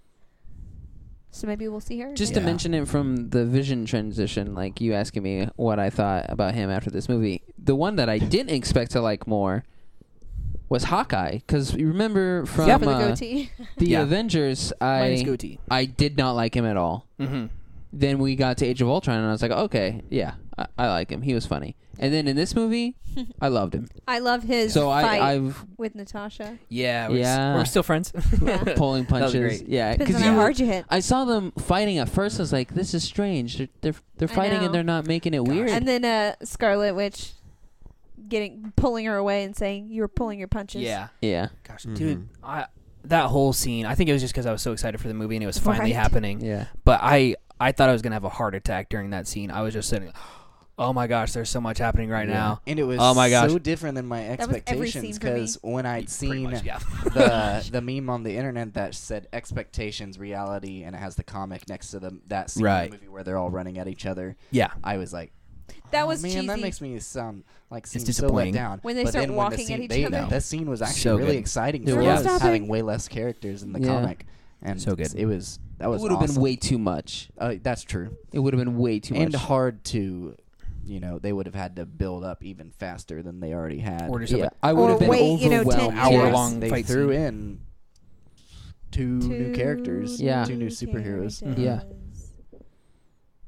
Speaker 4: So maybe we'll see her.
Speaker 2: Just
Speaker 4: again.
Speaker 2: to
Speaker 3: Yeah.
Speaker 2: mention it from the vision transition, like you asking me what I thought about him after this movie, the one that I didn't expect to like more was Hawkeye. Because remember from
Speaker 4: for the
Speaker 2: uh,
Speaker 4: goatee.
Speaker 2: the
Speaker 3: Yeah.
Speaker 2: Avengers,
Speaker 3: Minus
Speaker 2: I
Speaker 3: goatee.
Speaker 2: I did not like him at all.
Speaker 3: Mm-hmm.
Speaker 2: Then we got to Age of Ultron, and I was like, okay, yeah, I, I like him. He was funny. And then in this movie, I loved him.
Speaker 4: I love his
Speaker 2: So
Speaker 4: fight
Speaker 2: I, I've
Speaker 4: with Natasha.
Speaker 3: Yeah. We're, s-
Speaker 2: Yeah.
Speaker 3: we're still friends.
Speaker 4: Yeah.
Speaker 2: pulling
Speaker 3: was
Speaker 2: punches.
Speaker 3: great.
Speaker 2: Yeah,
Speaker 4: Depends on
Speaker 2: you-
Speaker 4: how hard you hit.
Speaker 2: I saw them fighting at first. I was like, this is strange. They're they're, they're
Speaker 4: I
Speaker 2: fighting
Speaker 4: know.
Speaker 2: and they're not making it weird.
Speaker 4: And then uh, Scarlet Witch getting pulling her away and saying, "You were pulling your punches."
Speaker 3: yeah.
Speaker 2: yeah.
Speaker 3: Gosh, dude, I that whole scene. I think it was just because I was so excited for the movie and it was finally
Speaker 4: Right.
Speaker 3: happening.
Speaker 2: Yeah.
Speaker 3: But I I thought I was gonna have a heart attack during that scene. I was just sitting. oh my gosh, there's so much happening right now.
Speaker 1: And it was
Speaker 3: Oh my gosh.
Speaker 1: so different than my
Speaker 4: was every scene
Speaker 1: expectations
Speaker 4: for me.
Speaker 1: because when I'd
Speaker 3: Pretty
Speaker 1: seen
Speaker 3: much, yeah.
Speaker 1: the the meme on the internet that said expectations, reality, and it has the comic next to them that scene
Speaker 3: Right.
Speaker 1: in the movie where they're all running at each other.
Speaker 3: yeah.
Speaker 1: I was like,
Speaker 4: That
Speaker 1: "Oh,
Speaker 4: was
Speaker 1: man, that
Speaker 4: cheesy."
Speaker 1: makes me sound like seem so
Speaker 3: disappointing.
Speaker 1: let down.
Speaker 4: When they
Speaker 1: but
Speaker 4: start
Speaker 1: then
Speaker 4: walking
Speaker 1: when
Speaker 4: at
Speaker 1: the scene,
Speaker 4: each
Speaker 1: they,
Speaker 4: other.
Speaker 1: That, that scene was actually
Speaker 3: So
Speaker 1: really
Speaker 3: good.
Speaker 1: exciting
Speaker 3: It
Speaker 1: for
Speaker 3: was.
Speaker 1: us,
Speaker 4: Stop
Speaker 1: having
Speaker 4: it.
Speaker 1: way less characters in the
Speaker 2: Yeah.
Speaker 1: comic, and
Speaker 3: So good.
Speaker 1: It was that was
Speaker 2: it would have
Speaker 1: awesome.
Speaker 2: been way too much.
Speaker 1: Uh, that's true.
Speaker 2: It would have been way too
Speaker 1: and
Speaker 2: much.
Speaker 1: hard to, you know, they would have had to build up even faster than they already had.
Speaker 3: Or just
Speaker 2: Yeah,
Speaker 3: yeah.
Speaker 2: I
Speaker 4: Or
Speaker 2: would have been
Speaker 4: wait, you know, 10
Speaker 2: overwhelmed.
Speaker 4: hours.
Speaker 2: Yeah.
Speaker 3: Hour-long
Speaker 1: they
Speaker 3: fight
Speaker 1: threw
Speaker 3: scene.
Speaker 1: in two, new characters,
Speaker 2: Yeah.
Speaker 1: two new superheroes. Mm-hmm.
Speaker 2: Mhm. Yeah.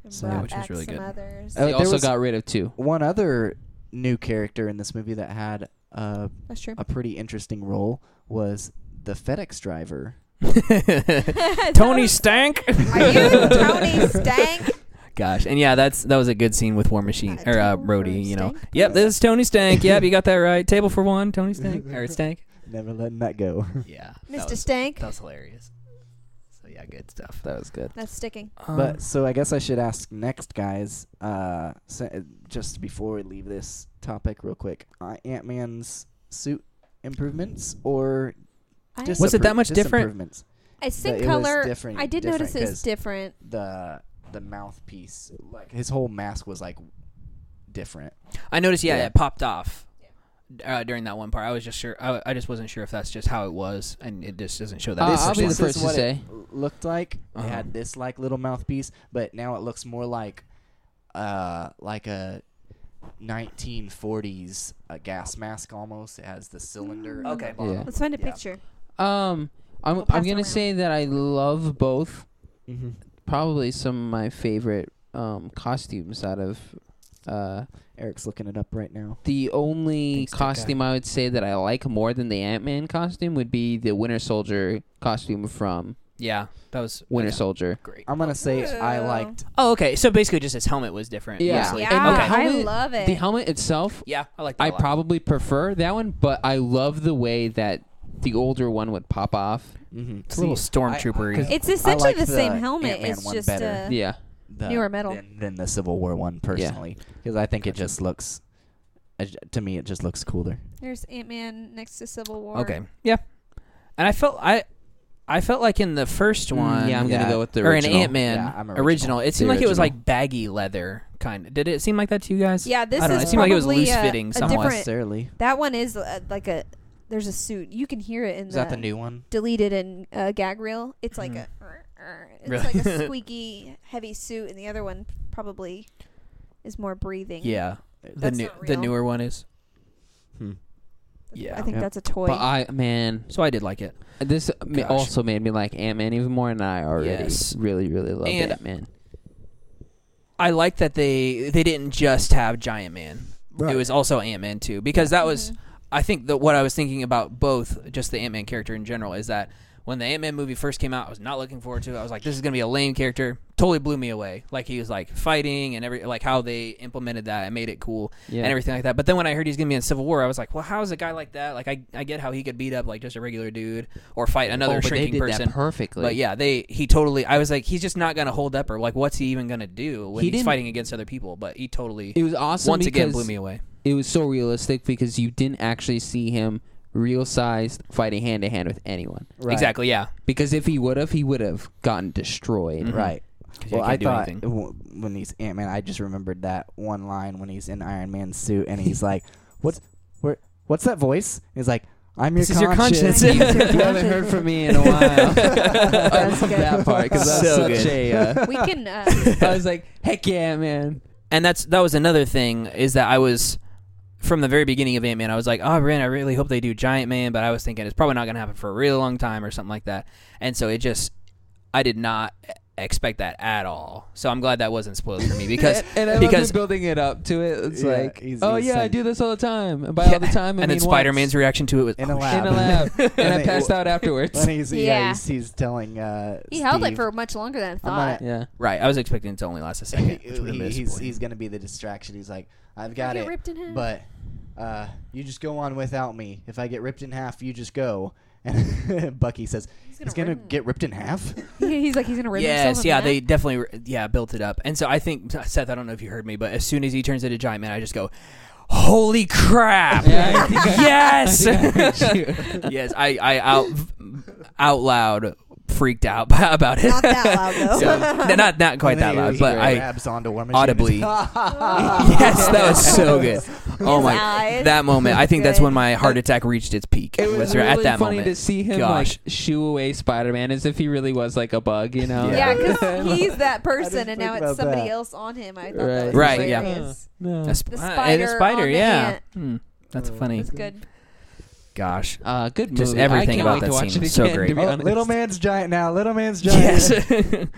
Speaker 1: So-
Speaker 4: yeah,
Speaker 1: Which
Speaker 3: was really good.
Speaker 4: Others.
Speaker 1: Uh,
Speaker 2: They
Speaker 1: there
Speaker 2: also
Speaker 1: was-
Speaker 2: got rid of two.
Speaker 1: One other new character in this movie that had uh,
Speaker 4: That's true.
Speaker 1: a pretty interesting role was the FedEx driver.
Speaker 3: Tony Stank.
Speaker 4: Are you Tony Stank?
Speaker 3: Gosh, and yeah, that's that was a good scene with War Machine
Speaker 4: Uh,
Speaker 3: or uh,
Speaker 4: Tony
Speaker 3: Brody. You know,
Speaker 4: Stank?
Speaker 3: yep, this is Tony Stank. Yep, you got that right. Table for one, Tony Stank or Stank.
Speaker 1: Never letting that go.
Speaker 3: Yeah,
Speaker 4: Mr. Stank?
Speaker 3: That was hilarious. So yeah, good stuff. Um,
Speaker 2: That was good.
Speaker 4: That's sticking.
Speaker 3: Uh.
Speaker 1: But so I guess I should ask next, guys. Uh, so, uh, just before we leave this topic, real quick, uh, Ant Man's suit improvements or
Speaker 4: I,
Speaker 1: dis-
Speaker 3: Was it that much different?
Speaker 1: disimprovements?
Speaker 4: I think
Speaker 1: it was
Speaker 4: color.
Speaker 1: different-
Speaker 4: I did
Speaker 1: different
Speaker 4: notice it's
Speaker 1: 'cause-
Speaker 4: different.
Speaker 1: The the mouthpiece, like his whole mask was like different.
Speaker 3: I noticed, yeah,
Speaker 1: Yeah.
Speaker 3: it popped off uh, during that one part. I was just sure. I, I just wasn't sure if that's just how it was, and it just doesn't show that.
Speaker 2: Uh,
Speaker 3: it's
Speaker 2: I'll be the
Speaker 3: just-
Speaker 1: This is
Speaker 2: first to
Speaker 1: what
Speaker 2: say.
Speaker 1: It looked like
Speaker 3: Uh-huh.
Speaker 1: it had this like little mouthpiece, but now it looks more like uh like a 1940s a gas mask almost. It has the cylinder.
Speaker 4: Mm.
Speaker 1: at
Speaker 3: Okay.
Speaker 1: the bottom.
Speaker 2: Yeah.
Speaker 4: Let's find a
Speaker 1: Yeah.
Speaker 4: picture.
Speaker 2: Um, I'm,
Speaker 4: We'll
Speaker 2: I'm
Speaker 4: pass
Speaker 2: gonna
Speaker 4: around.
Speaker 2: say that I love both.
Speaker 1: Mm-hmm.
Speaker 2: Probably some of my favorite um, costumes out of. Uh,
Speaker 1: Eric's looking it up right now.
Speaker 2: the only
Speaker 3: Thanks, Dick Guy.
Speaker 2: costume I would say that I like more than the Ant Man costume would be the Winter Soldier costume from
Speaker 3: yeah, that was
Speaker 2: Winter
Speaker 3: yeah,
Speaker 2: Soldier.
Speaker 3: Great.
Speaker 1: I'm gonna say I
Speaker 4: Ew.
Speaker 1: liked.
Speaker 3: Oh, okay. So basically, just his helmet was different.
Speaker 2: Yeah.
Speaker 3: mostly.
Speaker 2: And
Speaker 4: Yeah,
Speaker 2: the
Speaker 3: Okay.
Speaker 4: I
Speaker 2: helmet-
Speaker 4: love it.
Speaker 2: The helmet itself,
Speaker 3: Yeah, I like. That
Speaker 2: I
Speaker 3: a lot.
Speaker 2: probably prefer that one, but I love the way that the older one would pop off.
Speaker 1: Mm-hmm.
Speaker 3: It's a little stormtrooper.
Speaker 1: I-
Speaker 4: it's essentially
Speaker 1: liked
Speaker 4: the, same
Speaker 1: the
Speaker 4: helmet.
Speaker 1: Ant-Man
Speaker 4: It's
Speaker 1: one
Speaker 4: just
Speaker 1: better.
Speaker 4: uh,
Speaker 2: Yeah.
Speaker 1: the,
Speaker 4: Newer metal.
Speaker 1: than, than the Civil War one personally because I think it just looks I j- to me it just looks cooler.
Speaker 4: There's Ant Man next to Civil War.
Speaker 3: Okay. Yeah. And I felt I I felt like in the first one
Speaker 2: Mm, yeah, I'm gonna
Speaker 1: yeah.
Speaker 2: go with the
Speaker 3: or an
Speaker 2: original.
Speaker 3: Ant Man
Speaker 1: Yeah, I'm
Speaker 3: original.
Speaker 1: original.
Speaker 3: It seemed
Speaker 2: The
Speaker 3: like it was
Speaker 2: original.
Speaker 3: like baggy leather kind of. Did it seem like that to you guys?
Speaker 4: Yeah, this
Speaker 3: I don't
Speaker 4: is
Speaker 3: know. It seemed like it was
Speaker 4: probably,
Speaker 3: loose
Speaker 4: uh,
Speaker 3: fitting
Speaker 4: a
Speaker 1: Not
Speaker 3: somewhat.
Speaker 4: different-
Speaker 1: necessarily.
Speaker 4: That one is uh, like a. There's a suit. You can hear it in
Speaker 1: Is
Speaker 4: the,
Speaker 1: that the new one?
Speaker 4: deleted in uh, gag reel. It's like
Speaker 3: Mhm.
Speaker 4: a. It's
Speaker 3: Really?
Speaker 4: like a squeaky, heavy suit, and the other one probably is more breathing.
Speaker 3: Yeah. The
Speaker 4: That's
Speaker 3: new,
Speaker 4: not
Speaker 3: the
Speaker 4: real.
Speaker 3: newer one is.
Speaker 1: Hmm.
Speaker 3: Yeah.
Speaker 4: I think
Speaker 1: Yep.
Speaker 4: that's a toy.
Speaker 2: But I man,
Speaker 3: so I did like it.
Speaker 2: this ma-
Speaker 3: Gosh.
Speaker 2: also made me like Ant Man even more, and I already
Speaker 3: Yes.
Speaker 2: really really love
Speaker 3: And-
Speaker 2: Ant Man.
Speaker 3: I like that they they didn't just have Giant Man. It was also Ant Man too because that was
Speaker 4: Mm-hmm.
Speaker 3: I think that what I was thinking about both just the Ant Man character in general is that when the Ant Man movie first came out, I was not looking forward to it. I was like, this is gonna be a lame character. Totally blew me away. Like he was like fighting and every like how they implemented that and made it cool
Speaker 2: Yeah.
Speaker 3: and everything like that. But then when I heard he's gonna be in Civil War, I was like, well, how is a guy like that? Like I I get how he could beat up like just a regular dude or fight another
Speaker 2: oh, but they
Speaker 3: shrinking
Speaker 2: did
Speaker 3: person.
Speaker 2: that perfectly.
Speaker 3: But yeah, they he totally. I was like, he's just not gonna hold up, or like, what's he even gonna do when
Speaker 2: He
Speaker 3: he's
Speaker 2: didn't-
Speaker 3: fighting against other people? But he totally
Speaker 2: it was awesome.
Speaker 3: once
Speaker 2: because
Speaker 3: again blew me away.
Speaker 2: It was so realistic because you didn't actually see him real sized fighting hand to hand with anyone.
Speaker 3: Exactly, yeah.
Speaker 2: Because if he would have, he would have gotten destroyed.
Speaker 3: Mhm.
Speaker 1: Right.
Speaker 3: 'Cause you
Speaker 1: Well, I
Speaker 3: can't do
Speaker 1: thought
Speaker 3: anything.
Speaker 1: w- when he's Ant Man, I just remembered that one line when he's in Iron Man's suit and he's like, "What's where? What's that voice?" And he's like, "I'm your
Speaker 3: This is your
Speaker 1: conscience."
Speaker 3: conscience.
Speaker 2: you haven't heard from me in a while. I
Speaker 4: That's
Speaker 2: love
Speaker 4: good.
Speaker 2: that part because that's
Speaker 3: So
Speaker 2: such
Speaker 3: good.
Speaker 2: a. Uh,
Speaker 4: we can. Uh,
Speaker 2: I was like, heck yeah, man.
Speaker 3: and that's that was another thing is that I was from the very beginning of Ant Man, I was like, oh man, I really hope they do Giant Man, but I was thinking it's probably not gonna happen for a really long time or something like that. And so it just, I did not expect that at all. So I'm glad that wasn't spoiled for me because
Speaker 2: and, and I
Speaker 3: because-
Speaker 2: because building it up to it. It's
Speaker 1: Yeah,
Speaker 2: like,
Speaker 1: he's-
Speaker 2: oh
Speaker 1: he's
Speaker 2: yeah, I
Speaker 1: like-
Speaker 2: do this all the time. And by
Speaker 3: Yeah,
Speaker 2: all the time, I
Speaker 3: and then
Speaker 2: mean
Speaker 3: Spider
Speaker 2: once.
Speaker 3: Man's reaction to it was
Speaker 1: In a
Speaker 3: "Oh,
Speaker 1: lab.
Speaker 2: in a lab, and I
Speaker 1: they-
Speaker 2: passed out afterwards.
Speaker 1: When he's, yeah.
Speaker 4: Yeah.
Speaker 1: he's, he's telling. Uh,
Speaker 4: he held it
Speaker 1: Steve,
Speaker 4: for much longer than I
Speaker 1: gonna-
Speaker 4: thought.
Speaker 2: yeah,
Speaker 3: Right, I was expecting it to only last a second. which would've
Speaker 1: he,
Speaker 3: been
Speaker 1: he's
Speaker 3: disappointing.
Speaker 1: he's gonna be the distraction. He's like, "I've got
Speaker 4: get
Speaker 1: it,
Speaker 4: ripped in half."
Speaker 1: but uh, you just go on without me. If I get ripped in half, you just go." And Bucky says,
Speaker 4: He's
Speaker 1: "He's gonna get ripped in half."
Speaker 4: He's like he's gonna rip himself.
Speaker 3: Yes,
Speaker 4: in
Speaker 3: yeah,
Speaker 4: half.
Speaker 3: they definitely, re- yeah, built it up. And so I think Seth, I don't know if you heard me, but as soon as he turns into giant man, I just go, "Holy crap!"
Speaker 2: Yeah, I think I-
Speaker 3: yes,
Speaker 2: I think I heard you.
Speaker 3: yes, I, I out, out loud freaked out about it.
Speaker 4: Not that loud, though.
Speaker 3: So, no, not not quite
Speaker 1: And then
Speaker 3: that
Speaker 1: he-
Speaker 3: loud,
Speaker 1: he
Speaker 3: but I
Speaker 1: grabs onto one machine
Speaker 3: audibly.
Speaker 1: and-
Speaker 3: yes, that was so good. Oh
Speaker 4: His
Speaker 3: my,
Speaker 4: eyes.
Speaker 3: that moment. I think that's
Speaker 4: Good.
Speaker 3: when my heart attack reached its peak.
Speaker 2: It was, really
Speaker 3: at that
Speaker 2: funny
Speaker 3: moment.
Speaker 2: to see him like
Speaker 3: Gosh.
Speaker 2: shoo away Spider-Man as if he really was like a bug, you know?
Speaker 4: Yeah,
Speaker 1: Yeah.
Speaker 4: because he's that person,
Speaker 1: think
Speaker 4: and now it's
Speaker 1: about
Speaker 4: somebody
Speaker 1: that.
Speaker 4: else on him. I thought that
Speaker 2: Right.
Speaker 4: was
Speaker 3: Right, yeah.
Speaker 4: hilarious.
Speaker 2: No.
Speaker 3: A sp-
Speaker 4: The
Speaker 3: uh, and
Speaker 4: spider
Speaker 3: a spider,
Speaker 4: on the
Speaker 3: yeah.
Speaker 4: ant.
Speaker 3: Hmm, that's
Speaker 1: Oh.
Speaker 3: funny.
Speaker 4: It's good.
Speaker 3: Gosh.
Speaker 2: Uh, good movie.
Speaker 3: Just
Speaker 2: I
Speaker 3: everything
Speaker 2: can't
Speaker 3: about
Speaker 2: wait
Speaker 3: that
Speaker 2: to watch
Speaker 3: scene
Speaker 2: it
Speaker 3: was so
Speaker 2: again,
Speaker 3: great.
Speaker 2: to be
Speaker 1: Oh,
Speaker 2: honest.
Speaker 1: little man's giant now. Little man's giant.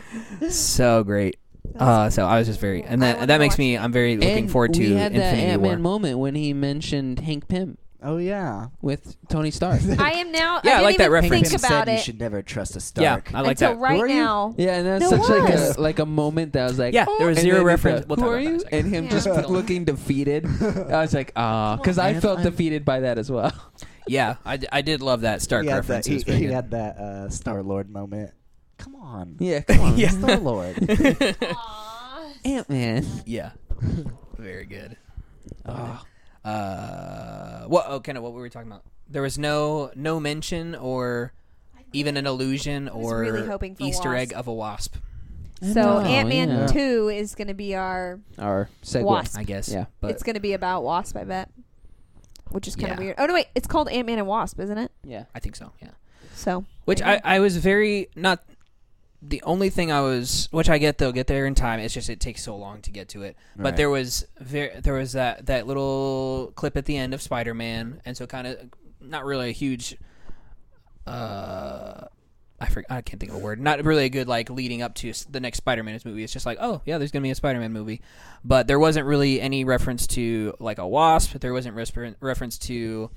Speaker 3: Yes. so great. Uh, so I was just very, and
Speaker 4: I
Speaker 3: that
Speaker 4: wanna
Speaker 3: that makes
Speaker 4: watch
Speaker 3: me. I'm very looking
Speaker 2: And
Speaker 3: forward to
Speaker 2: we had that
Speaker 3: Infinity War.
Speaker 2: Ant-Man moment when he mentioned Hank Pym
Speaker 1: Oh yeah.
Speaker 2: with Tony Stark.
Speaker 4: I am now.
Speaker 3: Yeah, I
Speaker 4: I,
Speaker 3: like that
Speaker 4: didn't even
Speaker 3: reference.
Speaker 4: Think
Speaker 1: Pym
Speaker 4: about
Speaker 1: said you
Speaker 4: it
Speaker 1: should never trust a
Speaker 3: Yeah,
Speaker 1: Stark.
Speaker 3: I like
Speaker 4: until
Speaker 3: that.
Speaker 4: right
Speaker 1: Were you?
Speaker 4: now.
Speaker 2: yeah, and that's
Speaker 4: There
Speaker 2: such like
Speaker 4: was.
Speaker 2: a, like a moment that I was like, "Oh."
Speaker 3: Yeah, there was
Speaker 2: and
Speaker 3: zero
Speaker 2: then he
Speaker 3: reference.
Speaker 2: goes,
Speaker 3: We'll
Speaker 2: Who
Speaker 3: talk
Speaker 2: are
Speaker 3: about that in a
Speaker 2: you?
Speaker 3: second.
Speaker 2: And him
Speaker 4: Yeah.
Speaker 2: just
Speaker 1: Yeah.
Speaker 2: looking defeated. I was like, ah,
Speaker 1: Come
Speaker 2: because
Speaker 1: on,
Speaker 2: I
Speaker 1: man,
Speaker 2: felt
Speaker 1: I'm-
Speaker 2: defeated by that as well.
Speaker 3: Yeah, I, d- I did love that Stark
Speaker 1: he had that,
Speaker 3: reference. It
Speaker 1: he,
Speaker 3: was very
Speaker 1: he
Speaker 3: good.
Speaker 1: had that uh, Star Lord moment. Come on.
Speaker 2: yeah, come on,
Speaker 3: Yeah.
Speaker 1: Star Lord.
Speaker 2: Ant-Man.
Speaker 3: Yeah, very good.
Speaker 2: Ah.
Speaker 3: Uh, what? Oh, Kenna, what were we talking about? There was no no mention or even an illusion
Speaker 4: was
Speaker 3: or
Speaker 4: really hoping for
Speaker 3: Easter
Speaker 4: Wasp.
Speaker 3: egg of a wasp.
Speaker 4: So
Speaker 2: Oh,
Speaker 4: Ant Man
Speaker 2: yeah.
Speaker 4: Two is gonna be our.
Speaker 2: Our segue.
Speaker 4: Wasp.
Speaker 3: I guess.
Speaker 2: Yeah.
Speaker 3: but
Speaker 4: it's gonna be about Wasp, I bet. Which is kind of
Speaker 3: Yeah.
Speaker 4: weird. Oh no, wait! It's called Ant Man and Wasp, isn't it?
Speaker 2: Yeah.
Speaker 3: I think so. Yeah.
Speaker 4: So
Speaker 3: Which
Speaker 4: Yeah.
Speaker 3: I, I was very not the only thing I was which I get they'll get there in time. It's just it takes so long to get to it. But
Speaker 1: Right.
Speaker 3: there was very, there was that that little clip at the end of Spider Man, and so kind of not really a huge. Uh, I forget. I can't think of a word. Not really a good like leading up to s- the next Spider Man movie. It's just like oh yeah, there's gonna be a Spider Man movie, but there wasn't really any reference to like a Wasp. There wasn't resper- reference to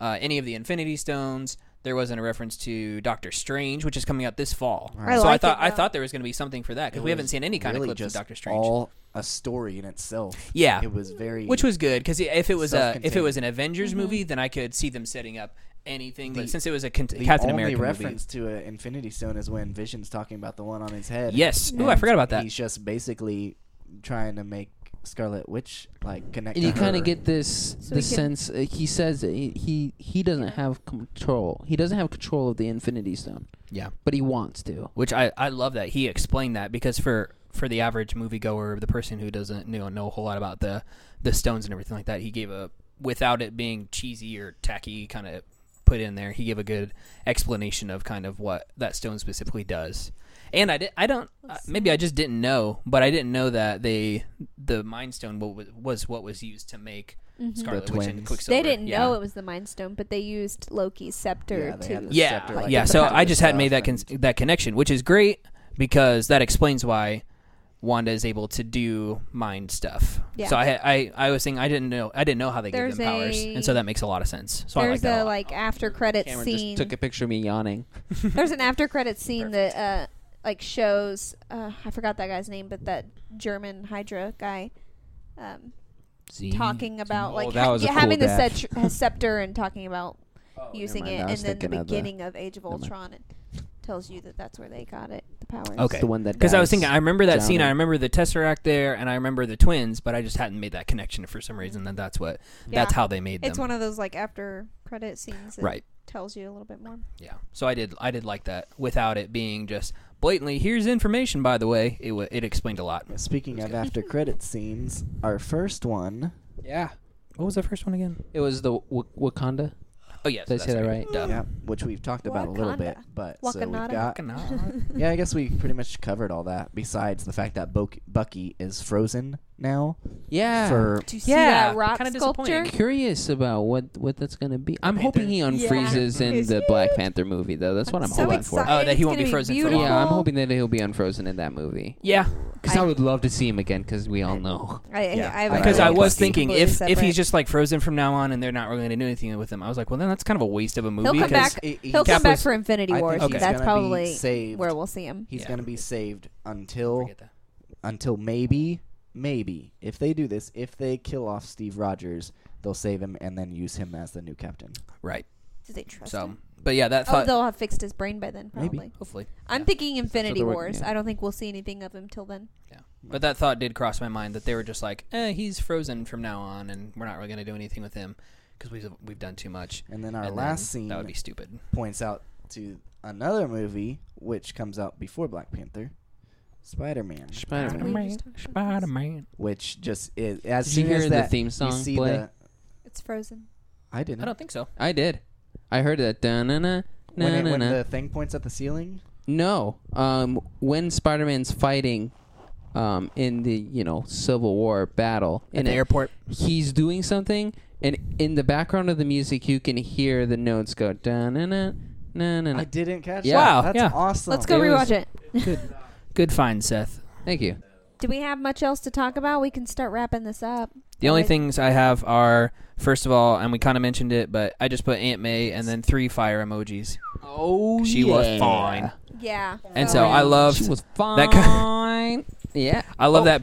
Speaker 3: uh, any of the Infinity Stones. There wasn't a reference to Doctor Strange, which is coming out this fall.
Speaker 1: Right. I
Speaker 3: so I
Speaker 4: like
Speaker 3: thought
Speaker 4: it,
Speaker 3: I
Speaker 4: though.
Speaker 3: thought there was going to be something for that because
Speaker 1: It
Speaker 3: we haven't
Speaker 1: was
Speaker 3: seen any kind
Speaker 1: really
Speaker 3: of clips
Speaker 1: just
Speaker 3: of Doctor Strange.
Speaker 1: All a story in itself.
Speaker 3: Yeah.
Speaker 1: It was very.
Speaker 3: which was good because if it was a if it
Speaker 1: Self-contained.
Speaker 3: was an Avengers
Speaker 4: Mm-hmm.
Speaker 3: movie, then I could see them setting up anything. but
Speaker 1: The-
Speaker 3: since it was a con-
Speaker 1: the
Speaker 3: Captain
Speaker 1: only
Speaker 3: America movie,
Speaker 1: reference to an Infinity Stone is when Vision's talking about the one on his head.
Speaker 3: yes. Ooh, I
Speaker 1: And
Speaker 3: forgot about that.
Speaker 1: He's just basically trying to make Scarlet Witch like connect.
Speaker 2: and
Speaker 1: to
Speaker 2: you kind
Speaker 1: her.
Speaker 2: of get this
Speaker 4: So
Speaker 2: the
Speaker 4: he can-
Speaker 2: sense uh, he says that he, he he doesn't have control. He doesn't have control of the Infinity Stone,
Speaker 3: Yeah,
Speaker 2: but he wants to.
Speaker 3: which I I love that he explained that because for for the average moviegoer, the person who doesn't you know know a whole lot about the the stones and everything like that, he gave a without it being cheesy or tacky kind of put in there. He gave a good explanation of kind of what that stone specifically does. And I, did, I don't uh, maybe I just didn't know, but I didn't know that they the Mind Stone wa- was what was used to make Scarlet
Speaker 1: The
Speaker 3: Witch and
Speaker 1: twins.
Speaker 3: Quicksilver.
Speaker 4: Mm-hmm. they didn't
Speaker 3: yeah.
Speaker 4: know it was the Mind Stone, but they used Loki's scepter
Speaker 1: Yeah, they
Speaker 4: to
Speaker 1: had the
Speaker 3: Yeah,
Speaker 1: scepter, like,
Speaker 3: yeah.
Speaker 4: the
Speaker 3: So
Speaker 4: power
Speaker 3: I just hadn't
Speaker 1: stuff
Speaker 3: made that con-
Speaker 1: and-
Speaker 3: that connection, which is great because that explains why Wanda is able to do mind stuff.
Speaker 4: Yeah.
Speaker 3: So I, I I was saying I didn't know I didn't know how they
Speaker 4: There's
Speaker 3: gave them powers,
Speaker 4: a-
Speaker 3: and so that makes a lot of sense. So I like
Speaker 4: there's
Speaker 3: that
Speaker 4: a
Speaker 3: a lot.
Speaker 4: like after credit
Speaker 2: Cameron
Speaker 4: scene.
Speaker 2: just took a picture of me yawning.
Speaker 4: There's an after credit scene that uh, like shows uh, I forgot that guy's name, but that German Hydra guy um, talking about
Speaker 3: Oh,
Speaker 4: like
Speaker 2: Oh, that
Speaker 4: ha-
Speaker 2: was a
Speaker 4: yeah,
Speaker 2: cool
Speaker 4: having
Speaker 2: death.
Speaker 4: the uh, scepter, scepter and talking about using
Speaker 2: Oh, mind.
Speaker 4: it,
Speaker 2: I
Speaker 4: and
Speaker 2: was
Speaker 4: then the
Speaker 2: thinking of the-
Speaker 4: beginning of Age of
Speaker 2: mind.
Speaker 4: Ultron and tells you that that's where they got it, the powers.
Speaker 3: Okay.
Speaker 2: The one that
Speaker 3: Because I was
Speaker 2: dies.
Speaker 3: thinking, I remember that scene. I
Speaker 2: drowning.
Speaker 3: remember the Tesseract there, and I remember the twins, but I just hadn't made that connection for some reason. That that's what that's
Speaker 4: Yeah.
Speaker 3: how they made them.
Speaker 4: It's one of those like after credit scenes that
Speaker 3: right.
Speaker 4: tells you a little bit more.
Speaker 3: Yeah. So I did I did like that without it being just blatantly here's information. By the way, it w- it explained a lot.
Speaker 1: Speaking of after credit scenes, our first one.
Speaker 2: Yeah.
Speaker 3: What was the first one again?
Speaker 2: It was the w- Wakanda.
Speaker 3: Oh yes,
Speaker 2: Did I say that right?
Speaker 3: Duh.
Speaker 1: Yeah, which we've talked about a little bit,
Speaker 4: Wakanda.
Speaker 1: but so we've
Speaker 4: Wakanada.
Speaker 1: got
Speaker 2: Uh,
Speaker 1: yeah, I guess we pretty much covered all that. Besides the fact that Bo- Bucky is frozen now
Speaker 2: Yeah.
Speaker 1: for
Speaker 4: Do you see
Speaker 3: Yeah,
Speaker 4: that rock
Speaker 3: uh, kinda
Speaker 4: sculpture?
Speaker 3: disappointing.
Speaker 2: curious about what what that's gonna be. I'm hoping he unfreezes
Speaker 4: Yeah.
Speaker 2: in the Black Panther movie though. That's what I'm
Speaker 4: so
Speaker 2: hoping
Speaker 4: excited.
Speaker 2: for.
Speaker 3: Oh, that he
Speaker 4: It's
Speaker 3: won't be
Speaker 4: gonna
Speaker 3: frozen for
Speaker 4: beautiful.
Speaker 3: long.
Speaker 2: Yeah, I'm hoping that he'll be unfrozen in that movie.
Speaker 3: yeah,
Speaker 2: Because I,
Speaker 4: I-
Speaker 2: would love to see him again. Because we all know.
Speaker 4: I, I have a
Speaker 3: because I
Speaker 4: feeling
Speaker 3: was
Speaker 4: it's
Speaker 3: thinking
Speaker 4: completely
Speaker 3: if if
Speaker 4: separate.
Speaker 3: he's just like frozen from now on and they're not really going to do anything with him, I was like, well, then that's kind of a waste of a movie.
Speaker 4: he'll come
Speaker 3: 'cause-
Speaker 4: back.
Speaker 1: he- he-
Speaker 4: He'll
Speaker 3: Cap
Speaker 4: come back
Speaker 3: was-
Speaker 4: for Infinity
Speaker 1: I
Speaker 4: War.
Speaker 1: think he's gonna
Speaker 4: That's
Speaker 1: be
Speaker 4: probably
Speaker 1: saved.
Speaker 4: where we'll see him.
Speaker 1: He's
Speaker 3: Yeah.
Speaker 1: gonna be saved until
Speaker 3: Forget that.
Speaker 1: until maybe maybe if they do this, if they kill off Steve Rogers, they'll save him and then use him as the new captain.
Speaker 3: Right.
Speaker 4: Do they trust
Speaker 3: so,
Speaker 4: him?
Speaker 3: but yeah, that
Speaker 4: Oh,
Speaker 3: thought.
Speaker 4: they'll have fixed his brain by then,
Speaker 2: Maybe.
Speaker 4: probably.
Speaker 3: hopefully,
Speaker 4: I'm
Speaker 3: Yeah.
Speaker 4: thinking Infinity
Speaker 2: they're working
Speaker 4: Wars.
Speaker 2: on.
Speaker 4: I don't think we'll see anything of him till then.
Speaker 3: yeah. But that thought did cross my mind that they were just like, eh, he's frozen from now on, and we're not really going to do anything with him because we've we've done too much.
Speaker 1: And then our
Speaker 3: And
Speaker 1: last
Speaker 3: then
Speaker 1: scene
Speaker 3: that would be stupid.
Speaker 1: points out to another movie which comes out before Black Panther, Spider Man,
Speaker 4: Did
Speaker 2: Spider-Man.
Speaker 4: we just talk about this?
Speaker 3: Man.
Speaker 1: which just is as
Speaker 2: Did you
Speaker 1: soon
Speaker 2: hear
Speaker 1: as
Speaker 2: the
Speaker 1: that
Speaker 2: theme
Speaker 1: you
Speaker 2: song
Speaker 1: see
Speaker 2: play?
Speaker 1: the-
Speaker 4: It's Frozen.
Speaker 1: I didn't.
Speaker 3: I don't think so.
Speaker 2: I did. I heard that. Da-na-na,
Speaker 1: when, it, when
Speaker 2: na-na-na.
Speaker 1: the thing points at the ceiling,
Speaker 2: No. Um, when Spider-Man's fighting, um, in the you know Civil War battle in
Speaker 3: the
Speaker 2: it,
Speaker 3: airport.
Speaker 2: he's doing something, and in the background of the music, you can hear the notes go da na na na na.
Speaker 1: I didn't catch.
Speaker 2: Yeah.
Speaker 1: that.
Speaker 3: Wow,
Speaker 1: that's
Speaker 3: yeah.
Speaker 1: awesome.
Speaker 4: Let's go
Speaker 2: It
Speaker 4: rewatch
Speaker 2: was-
Speaker 4: it.
Speaker 3: Good find, Seth.
Speaker 2: Thank you.
Speaker 4: Do we have much else to talk about? We can start wrapping this up.
Speaker 3: The only
Speaker 4: Otherwise-
Speaker 3: things I have are first of all, and we kind of mentioned it, but I just put Aunt May and then three fire emojis.
Speaker 2: Oh,
Speaker 3: She was fine,
Speaker 4: Yeah. Oh,
Speaker 3: and so I loved
Speaker 2: She was fine.
Speaker 3: that
Speaker 2: yeah,
Speaker 3: I love
Speaker 2: Oh,
Speaker 3: that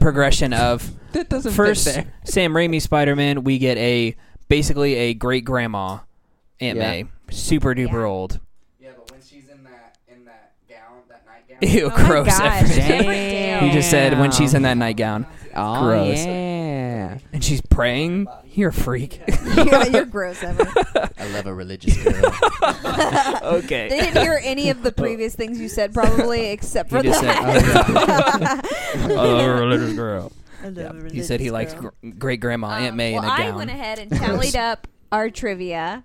Speaker 3: progression of
Speaker 2: That doesn't
Speaker 3: first
Speaker 2: fit there.
Speaker 3: Sam Raimi Spider Man. We get a basically a great grandma Aunt
Speaker 2: Yeah.
Speaker 3: May, super duper
Speaker 4: Yeah.
Speaker 3: old.
Speaker 1: Yeah, but when she's in that in that gown, that nightgown.
Speaker 3: Ew,
Speaker 4: Oh my
Speaker 3: gross.
Speaker 4: God.
Speaker 2: Damn.
Speaker 3: He just said when she's in that
Speaker 2: Damn.
Speaker 3: nightgown
Speaker 2: Oh,
Speaker 3: Gross.
Speaker 2: yeah.
Speaker 3: and she's praying. You're a freak.
Speaker 4: yeah, you're gross, Evan.
Speaker 1: I love a religious girl.
Speaker 3: okay.
Speaker 4: They didn't hear any of the previous things you said, probably, except
Speaker 3: He
Speaker 4: for
Speaker 3: just said, "Oh,
Speaker 4: that.
Speaker 3: religious girl. He said he likes gr- great grandma Aunt
Speaker 4: Um,
Speaker 3: May
Speaker 4: well,
Speaker 3: in a
Speaker 4: I
Speaker 3: gown.
Speaker 4: went ahead and tallied up our trivia.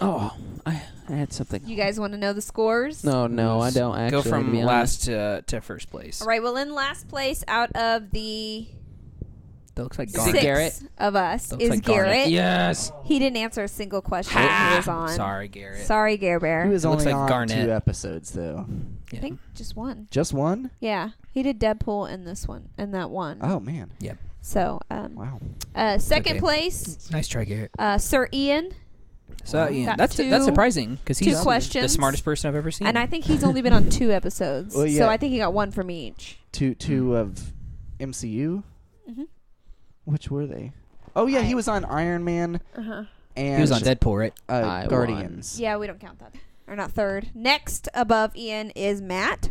Speaker 2: Oh, I, I had something.
Speaker 4: You guys want to know the scores?
Speaker 2: no, no, I don't actually.
Speaker 3: Go
Speaker 2: to
Speaker 3: from
Speaker 2: be honest.
Speaker 3: last to, to first place.
Speaker 4: All right. Well, in last place out of the
Speaker 3: That looks like
Speaker 2: Is it
Speaker 3: garnet.
Speaker 4: six
Speaker 2: Garrett?
Speaker 4: of us
Speaker 3: That looks
Speaker 4: is
Speaker 3: like Garnet.
Speaker 4: Garrett.
Speaker 2: Yes.
Speaker 4: He didn't answer a single question
Speaker 3: Ah,
Speaker 4: he was on.
Speaker 3: Sorry, Garrett.
Speaker 4: Sorry, Gare Bear.
Speaker 1: He was
Speaker 3: Looks
Speaker 1: only
Speaker 3: like
Speaker 1: on
Speaker 3: Garnet.
Speaker 1: two episodes though.
Speaker 4: I
Speaker 3: Yeah.
Speaker 4: think just one.
Speaker 1: Just one?
Speaker 4: Yeah, he did Deadpool and this one and that one.
Speaker 1: Oh man!
Speaker 4: So, um,
Speaker 1: Wow.
Speaker 4: uh, second
Speaker 3: Okay.
Speaker 4: place,
Speaker 3: Nice try, Garrett.
Speaker 4: uh, Sir Ian,
Speaker 3: So
Speaker 1: Wow.
Speaker 3: yeah,
Speaker 4: Got
Speaker 3: that's
Speaker 4: two-
Speaker 3: that's surprising because
Speaker 4: two
Speaker 3: he's the
Speaker 4: questions.
Speaker 3: smartest person I've ever seen.
Speaker 4: and I think he's only been on two episodes.
Speaker 1: Well, yeah.
Speaker 4: So I think he got one from each.
Speaker 1: Two
Speaker 3: Hmm.
Speaker 1: two of MCU.
Speaker 4: Mhm.
Speaker 1: Which were they? Oh yeah,
Speaker 4: I-
Speaker 1: he was on Iron Man
Speaker 4: Uh-huh.
Speaker 1: and
Speaker 3: he was on Deadpool, right?
Speaker 2: I
Speaker 1: uh,
Speaker 2: won.
Speaker 1: Guardians.
Speaker 4: Yeah, we don't count that. Or not third. Next above Ian is Matt.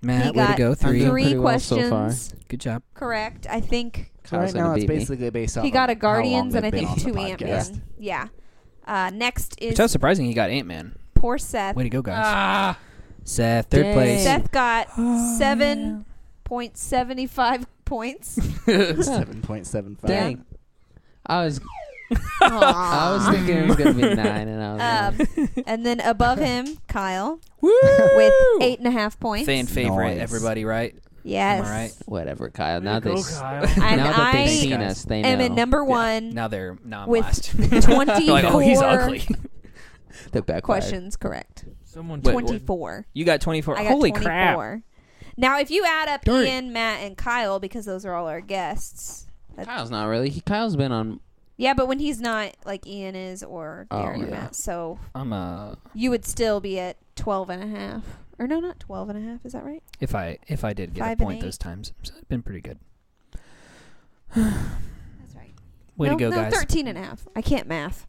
Speaker 3: Matt,
Speaker 4: he
Speaker 3: way to
Speaker 4: got
Speaker 3: go. Three.
Speaker 2: doing pretty well so
Speaker 4: questions
Speaker 2: far.
Speaker 3: Good job.
Speaker 4: correct. I think
Speaker 1: So
Speaker 2: Kyle's
Speaker 1: right
Speaker 2: gonna
Speaker 1: now it's
Speaker 2: beat me.
Speaker 1: basically based on
Speaker 4: he got
Speaker 1: how
Speaker 4: a
Speaker 1: long
Speaker 4: Guardians
Speaker 1: they've
Speaker 4: and I
Speaker 1: been
Speaker 4: think
Speaker 1: on the
Speaker 4: two Ant
Speaker 1: podcast.
Speaker 4: Man. Yeah. Uh, next is
Speaker 3: Which that was surprising. He got Ant Man.
Speaker 4: poor Seth. Ah.
Speaker 3: Way to go, guys. Seth, third
Speaker 2: Dang.
Speaker 3: place.
Speaker 4: Seth got
Speaker 1: Oh,
Speaker 4: seven point seventy five points.
Speaker 1: Seven point seven five.
Speaker 2: Dang. I was I was
Speaker 4: Aw.
Speaker 2: thinking it was gonna be nine, and I was like,
Speaker 4: Um, and then above him, Kyle
Speaker 3: Woo!
Speaker 4: with eight and a half points.
Speaker 3: Fan favorite,
Speaker 1: Nice.
Speaker 3: everybody, right?
Speaker 4: Yes.
Speaker 3: Am I right?
Speaker 2: whatever, Kyle. Now they s-
Speaker 4: And
Speaker 2: now that
Speaker 4: I
Speaker 2: they've seen
Speaker 3: Thanks,
Speaker 2: us, they
Speaker 4: am
Speaker 2: know
Speaker 4: in number one.
Speaker 3: Now they're not
Speaker 4: With
Speaker 3: last.
Speaker 4: 24
Speaker 3: like, oh, he's ugly.
Speaker 2: the back
Speaker 4: questions correct.
Speaker 3: Someone
Speaker 4: Twenty four.
Speaker 3: You got 24.
Speaker 4: I got
Speaker 3: Holy
Speaker 4: twenty
Speaker 3: crap.
Speaker 4: four. Now if you add up
Speaker 3: Darn.
Speaker 4: Ian, Matt, and Kyle, because those are all our guests.
Speaker 2: Kyle's not really. He, Kyle's been on.
Speaker 4: Yeah, but when he's not like Ian is or
Speaker 2: Oh,
Speaker 4: Darren or
Speaker 2: yeah.
Speaker 4: Matt, so
Speaker 3: I'm uh
Speaker 4: you would still be at 12 and a half. Or no, not 12 and a half. Is that right?
Speaker 3: if I if I did get
Speaker 4: Five
Speaker 3: a
Speaker 4: and
Speaker 3: point
Speaker 4: eight.
Speaker 3: those times, so it's been pretty good.
Speaker 4: That's right.
Speaker 3: Way
Speaker 4: no,
Speaker 3: to go,
Speaker 4: no,
Speaker 3: guys.
Speaker 4: 13 and a half. I can't math.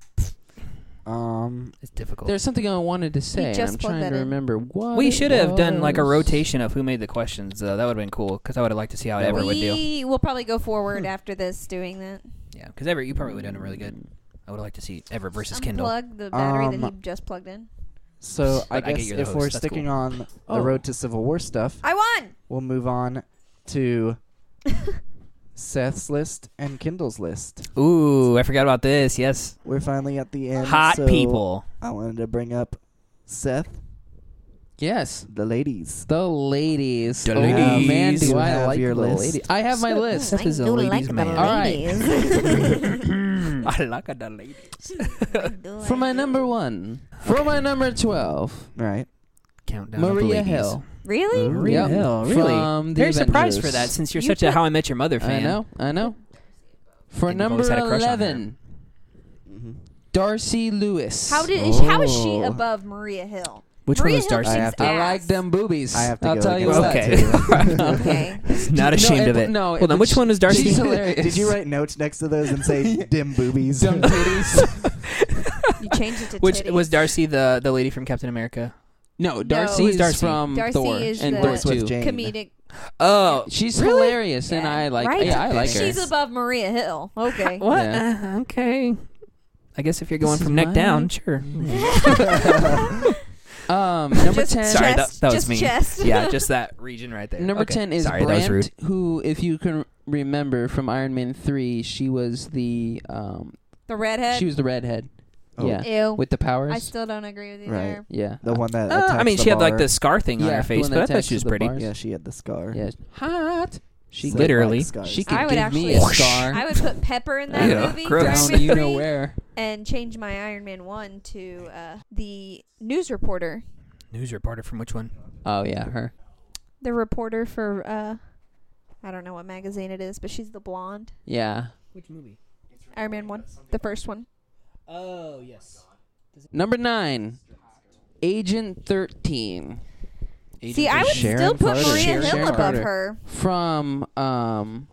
Speaker 1: Um,
Speaker 3: It's difficult.
Speaker 2: There's something I wanted to say. and
Speaker 4: just
Speaker 2: I'm
Speaker 4: plugged
Speaker 2: trying
Speaker 4: that
Speaker 2: to
Speaker 4: in.
Speaker 2: remember what
Speaker 3: we
Speaker 2: it
Speaker 3: should have done like a
Speaker 2: was.
Speaker 3: rotation of who made the questions though. That would have been cool because I would have liked to see how
Speaker 1: That
Speaker 3: Everett would do. Hmm.
Speaker 4: we will probably go forward after this doing that.
Speaker 3: Yeah, because Everett, you probably would have done really good. I would have liked to see Everett versus Kindle.
Speaker 4: Unplug the battery that
Speaker 1: Um,
Speaker 4: he just plugged in.
Speaker 1: so I
Speaker 3: But I get
Speaker 1: guess
Speaker 3: you're
Speaker 1: if
Speaker 3: the
Speaker 1: we're
Speaker 3: host, that's
Speaker 1: sticking
Speaker 3: cool.
Speaker 1: on the
Speaker 2: Oh.
Speaker 1: road to Civil War stuff,
Speaker 4: I won!
Speaker 1: we'll move on to Seth's list and Kindle's list.
Speaker 3: Ooh, I forgot about this. Yes,
Speaker 1: We're finally at the end.
Speaker 3: hot
Speaker 1: so
Speaker 3: people.
Speaker 1: I wanted to bring up Seth,
Speaker 2: Yes,
Speaker 1: the ladies.
Speaker 2: the ladies.
Speaker 3: The
Speaker 2: Oh,
Speaker 3: ladies.
Speaker 2: man, do
Speaker 1: You
Speaker 2: I
Speaker 1: have
Speaker 2: like
Speaker 1: your
Speaker 2: the
Speaker 1: list.
Speaker 2: ladies. I have my list.
Speaker 3: Seth is a ladies' man.
Speaker 2: All right.
Speaker 3: I like the ladies.
Speaker 2: For my number one, for my number twelve,
Speaker 1: Right.
Speaker 3: Countdown. of the
Speaker 2: Maria
Speaker 3: ladies.
Speaker 2: Hill.
Speaker 4: Really?
Speaker 3: Maria
Speaker 2: Yep,
Speaker 3: Hill, really?
Speaker 2: From the
Speaker 3: Very surprised for
Speaker 2: Avengers.
Speaker 3: that since you're
Speaker 4: You
Speaker 3: such a
Speaker 4: put-
Speaker 3: How I Met Your Mother fan.
Speaker 2: I know, I know. For
Speaker 3: And you've
Speaker 2: number
Speaker 3: always had a crush on her.
Speaker 2: eleven, Darcy Lewis.
Speaker 4: How did? Is, how is she
Speaker 1: Oh.
Speaker 4: above Maria Hill?
Speaker 3: Which
Speaker 4: Maria
Speaker 3: one was
Speaker 4: Hill
Speaker 3: Darcy?
Speaker 4: kicks
Speaker 1: I have to-
Speaker 2: I
Speaker 4: ass.
Speaker 2: like them boobies.
Speaker 1: I have to
Speaker 2: I'll
Speaker 1: go
Speaker 2: tell you
Speaker 1: against
Speaker 2: what.
Speaker 1: that,
Speaker 3: Okay.
Speaker 4: Okay.
Speaker 2: No,
Speaker 3: Not ashamed
Speaker 2: it-
Speaker 3: of it.
Speaker 2: no,
Speaker 3: Well,
Speaker 2: it
Speaker 3: then
Speaker 2: was-
Speaker 3: which one was Darcy?
Speaker 2: She's hilarious.
Speaker 1: Did you write notes next to those and say dim boobies?
Speaker 2: Dumb titties.
Speaker 4: You changed it to
Speaker 3: Which
Speaker 4: titties.
Speaker 3: was Darcy the the lady from Captain America?
Speaker 2: No,
Speaker 4: Who
Speaker 2: Darcy
Speaker 3: is
Speaker 2: is
Speaker 3: Darcy?
Speaker 2: from
Speaker 4: Darcy
Speaker 2: Thor
Speaker 4: is
Speaker 2: and
Speaker 4: the-
Speaker 2: Thor
Speaker 4: That's with
Speaker 2: too.
Speaker 1: Jane.
Speaker 4: comedic.
Speaker 3: Oh,
Speaker 2: She's
Speaker 4: Really?
Speaker 2: hilarious, and
Speaker 4: Yeah,
Speaker 2: I like.
Speaker 4: right?
Speaker 2: Yeah, I like her.
Speaker 4: She's above Maria Hill. Okay.
Speaker 3: what?
Speaker 2: Yeah.
Speaker 3: Uh, okay. I guess if you're
Speaker 2: This
Speaker 3: going
Speaker 2: is
Speaker 3: from neck
Speaker 2: my-
Speaker 3: down, sure.
Speaker 2: um, number
Speaker 4: Just
Speaker 2: ten.
Speaker 3: Sorry, that-
Speaker 4: chest,
Speaker 3: that was
Speaker 4: just
Speaker 3: me.
Speaker 4: Chest.
Speaker 3: yeah, just that region right there.
Speaker 2: Number
Speaker 3: Okay.
Speaker 2: ten is
Speaker 3: Sorry, that was rude.
Speaker 2: Brandt, who, if you can remember from Iron Man three, she was the um,
Speaker 4: the redhead.
Speaker 2: she was the redhead.
Speaker 1: Oh.
Speaker 2: Yeah,
Speaker 4: Ew.
Speaker 2: with the powers.
Speaker 4: I still don't agree with you
Speaker 1: Right.
Speaker 4: there.
Speaker 2: yeah,
Speaker 1: The one that.
Speaker 3: Uh, I
Speaker 1: attacks
Speaker 3: mean,
Speaker 1: the
Speaker 3: she had like
Speaker 1: bar.
Speaker 3: the scar thing on
Speaker 2: Yeah,
Speaker 3: her
Speaker 2: the
Speaker 3: face,
Speaker 2: one that
Speaker 3: but I thought
Speaker 2: attached
Speaker 3: she
Speaker 2: to
Speaker 3: was
Speaker 2: the
Speaker 3: pretty.
Speaker 2: bar.
Speaker 1: Yeah, she had the scar.
Speaker 2: yeah, hot. She
Speaker 1: So,
Speaker 2: could,
Speaker 3: Literally.
Speaker 1: like, scars.
Speaker 2: she could
Speaker 4: I would
Speaker 2: give me a
Speaker 4: actually-
Speaker 2: scar
Speaker 4: I would put Pepper in that
Speaker 3: Yeah,
Speaker 4: movie.
Speaker 3: gross.
Speaker 4: Iron
Speaker 2: down
Speaker 4: Man
Speaker 2: you know
Speaker 4: 3,
Speaker 2: where.
Speaker 4: And change my Iron Man one to uh, the news reporter,
Speaker 3: News reporter from which one?
Speaker 2: Oh yeah, her.
Speaker 4: the reporter for uh, I don't know what magazine it is, but she's the blonde.
Speaker 2: Yeah.
Speaker 3: Which movie?
Speaker 4: Iron Man one, the first one.
Speaker 3: Oh yes.
Speaker 2: Number nine, Agent Thirteen
Speaker 4: See, I would
Speaker 1: Sharon
Speaker 4: still put
Speaker 1: Carter.
Speaker 4: Maria
Speaker 2: Sharon
Speaker 4: Hill above
Speaker 2: Carter.
Speaker 4: her
Speaker 2: from um.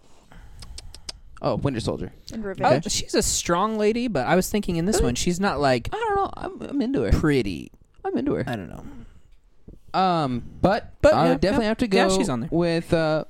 Speaker 2: Oh, Winter Soldier.
Speaker 4: in
Speaker 3: Oh,
Speaker 4: Revenge.
Speaker 3: she's a strong lady, but I was thinking in this one, she's not like
Speaker 2: I don't know. I'm, I'm into her.
Speaker 3: pretty.
Speaker 2: I'm into her.
Speaker 3: I don't know.
Speaker 2: Um, but
Speaker 3: But,
Speaker 2: I
Speaker 3: yeah,
Speaker 2: would definitely
Speaker 3: yeah.
Speaker 2: have to go.
Speaker 3: Yeah, she's on there.
Speaker 2: with uh,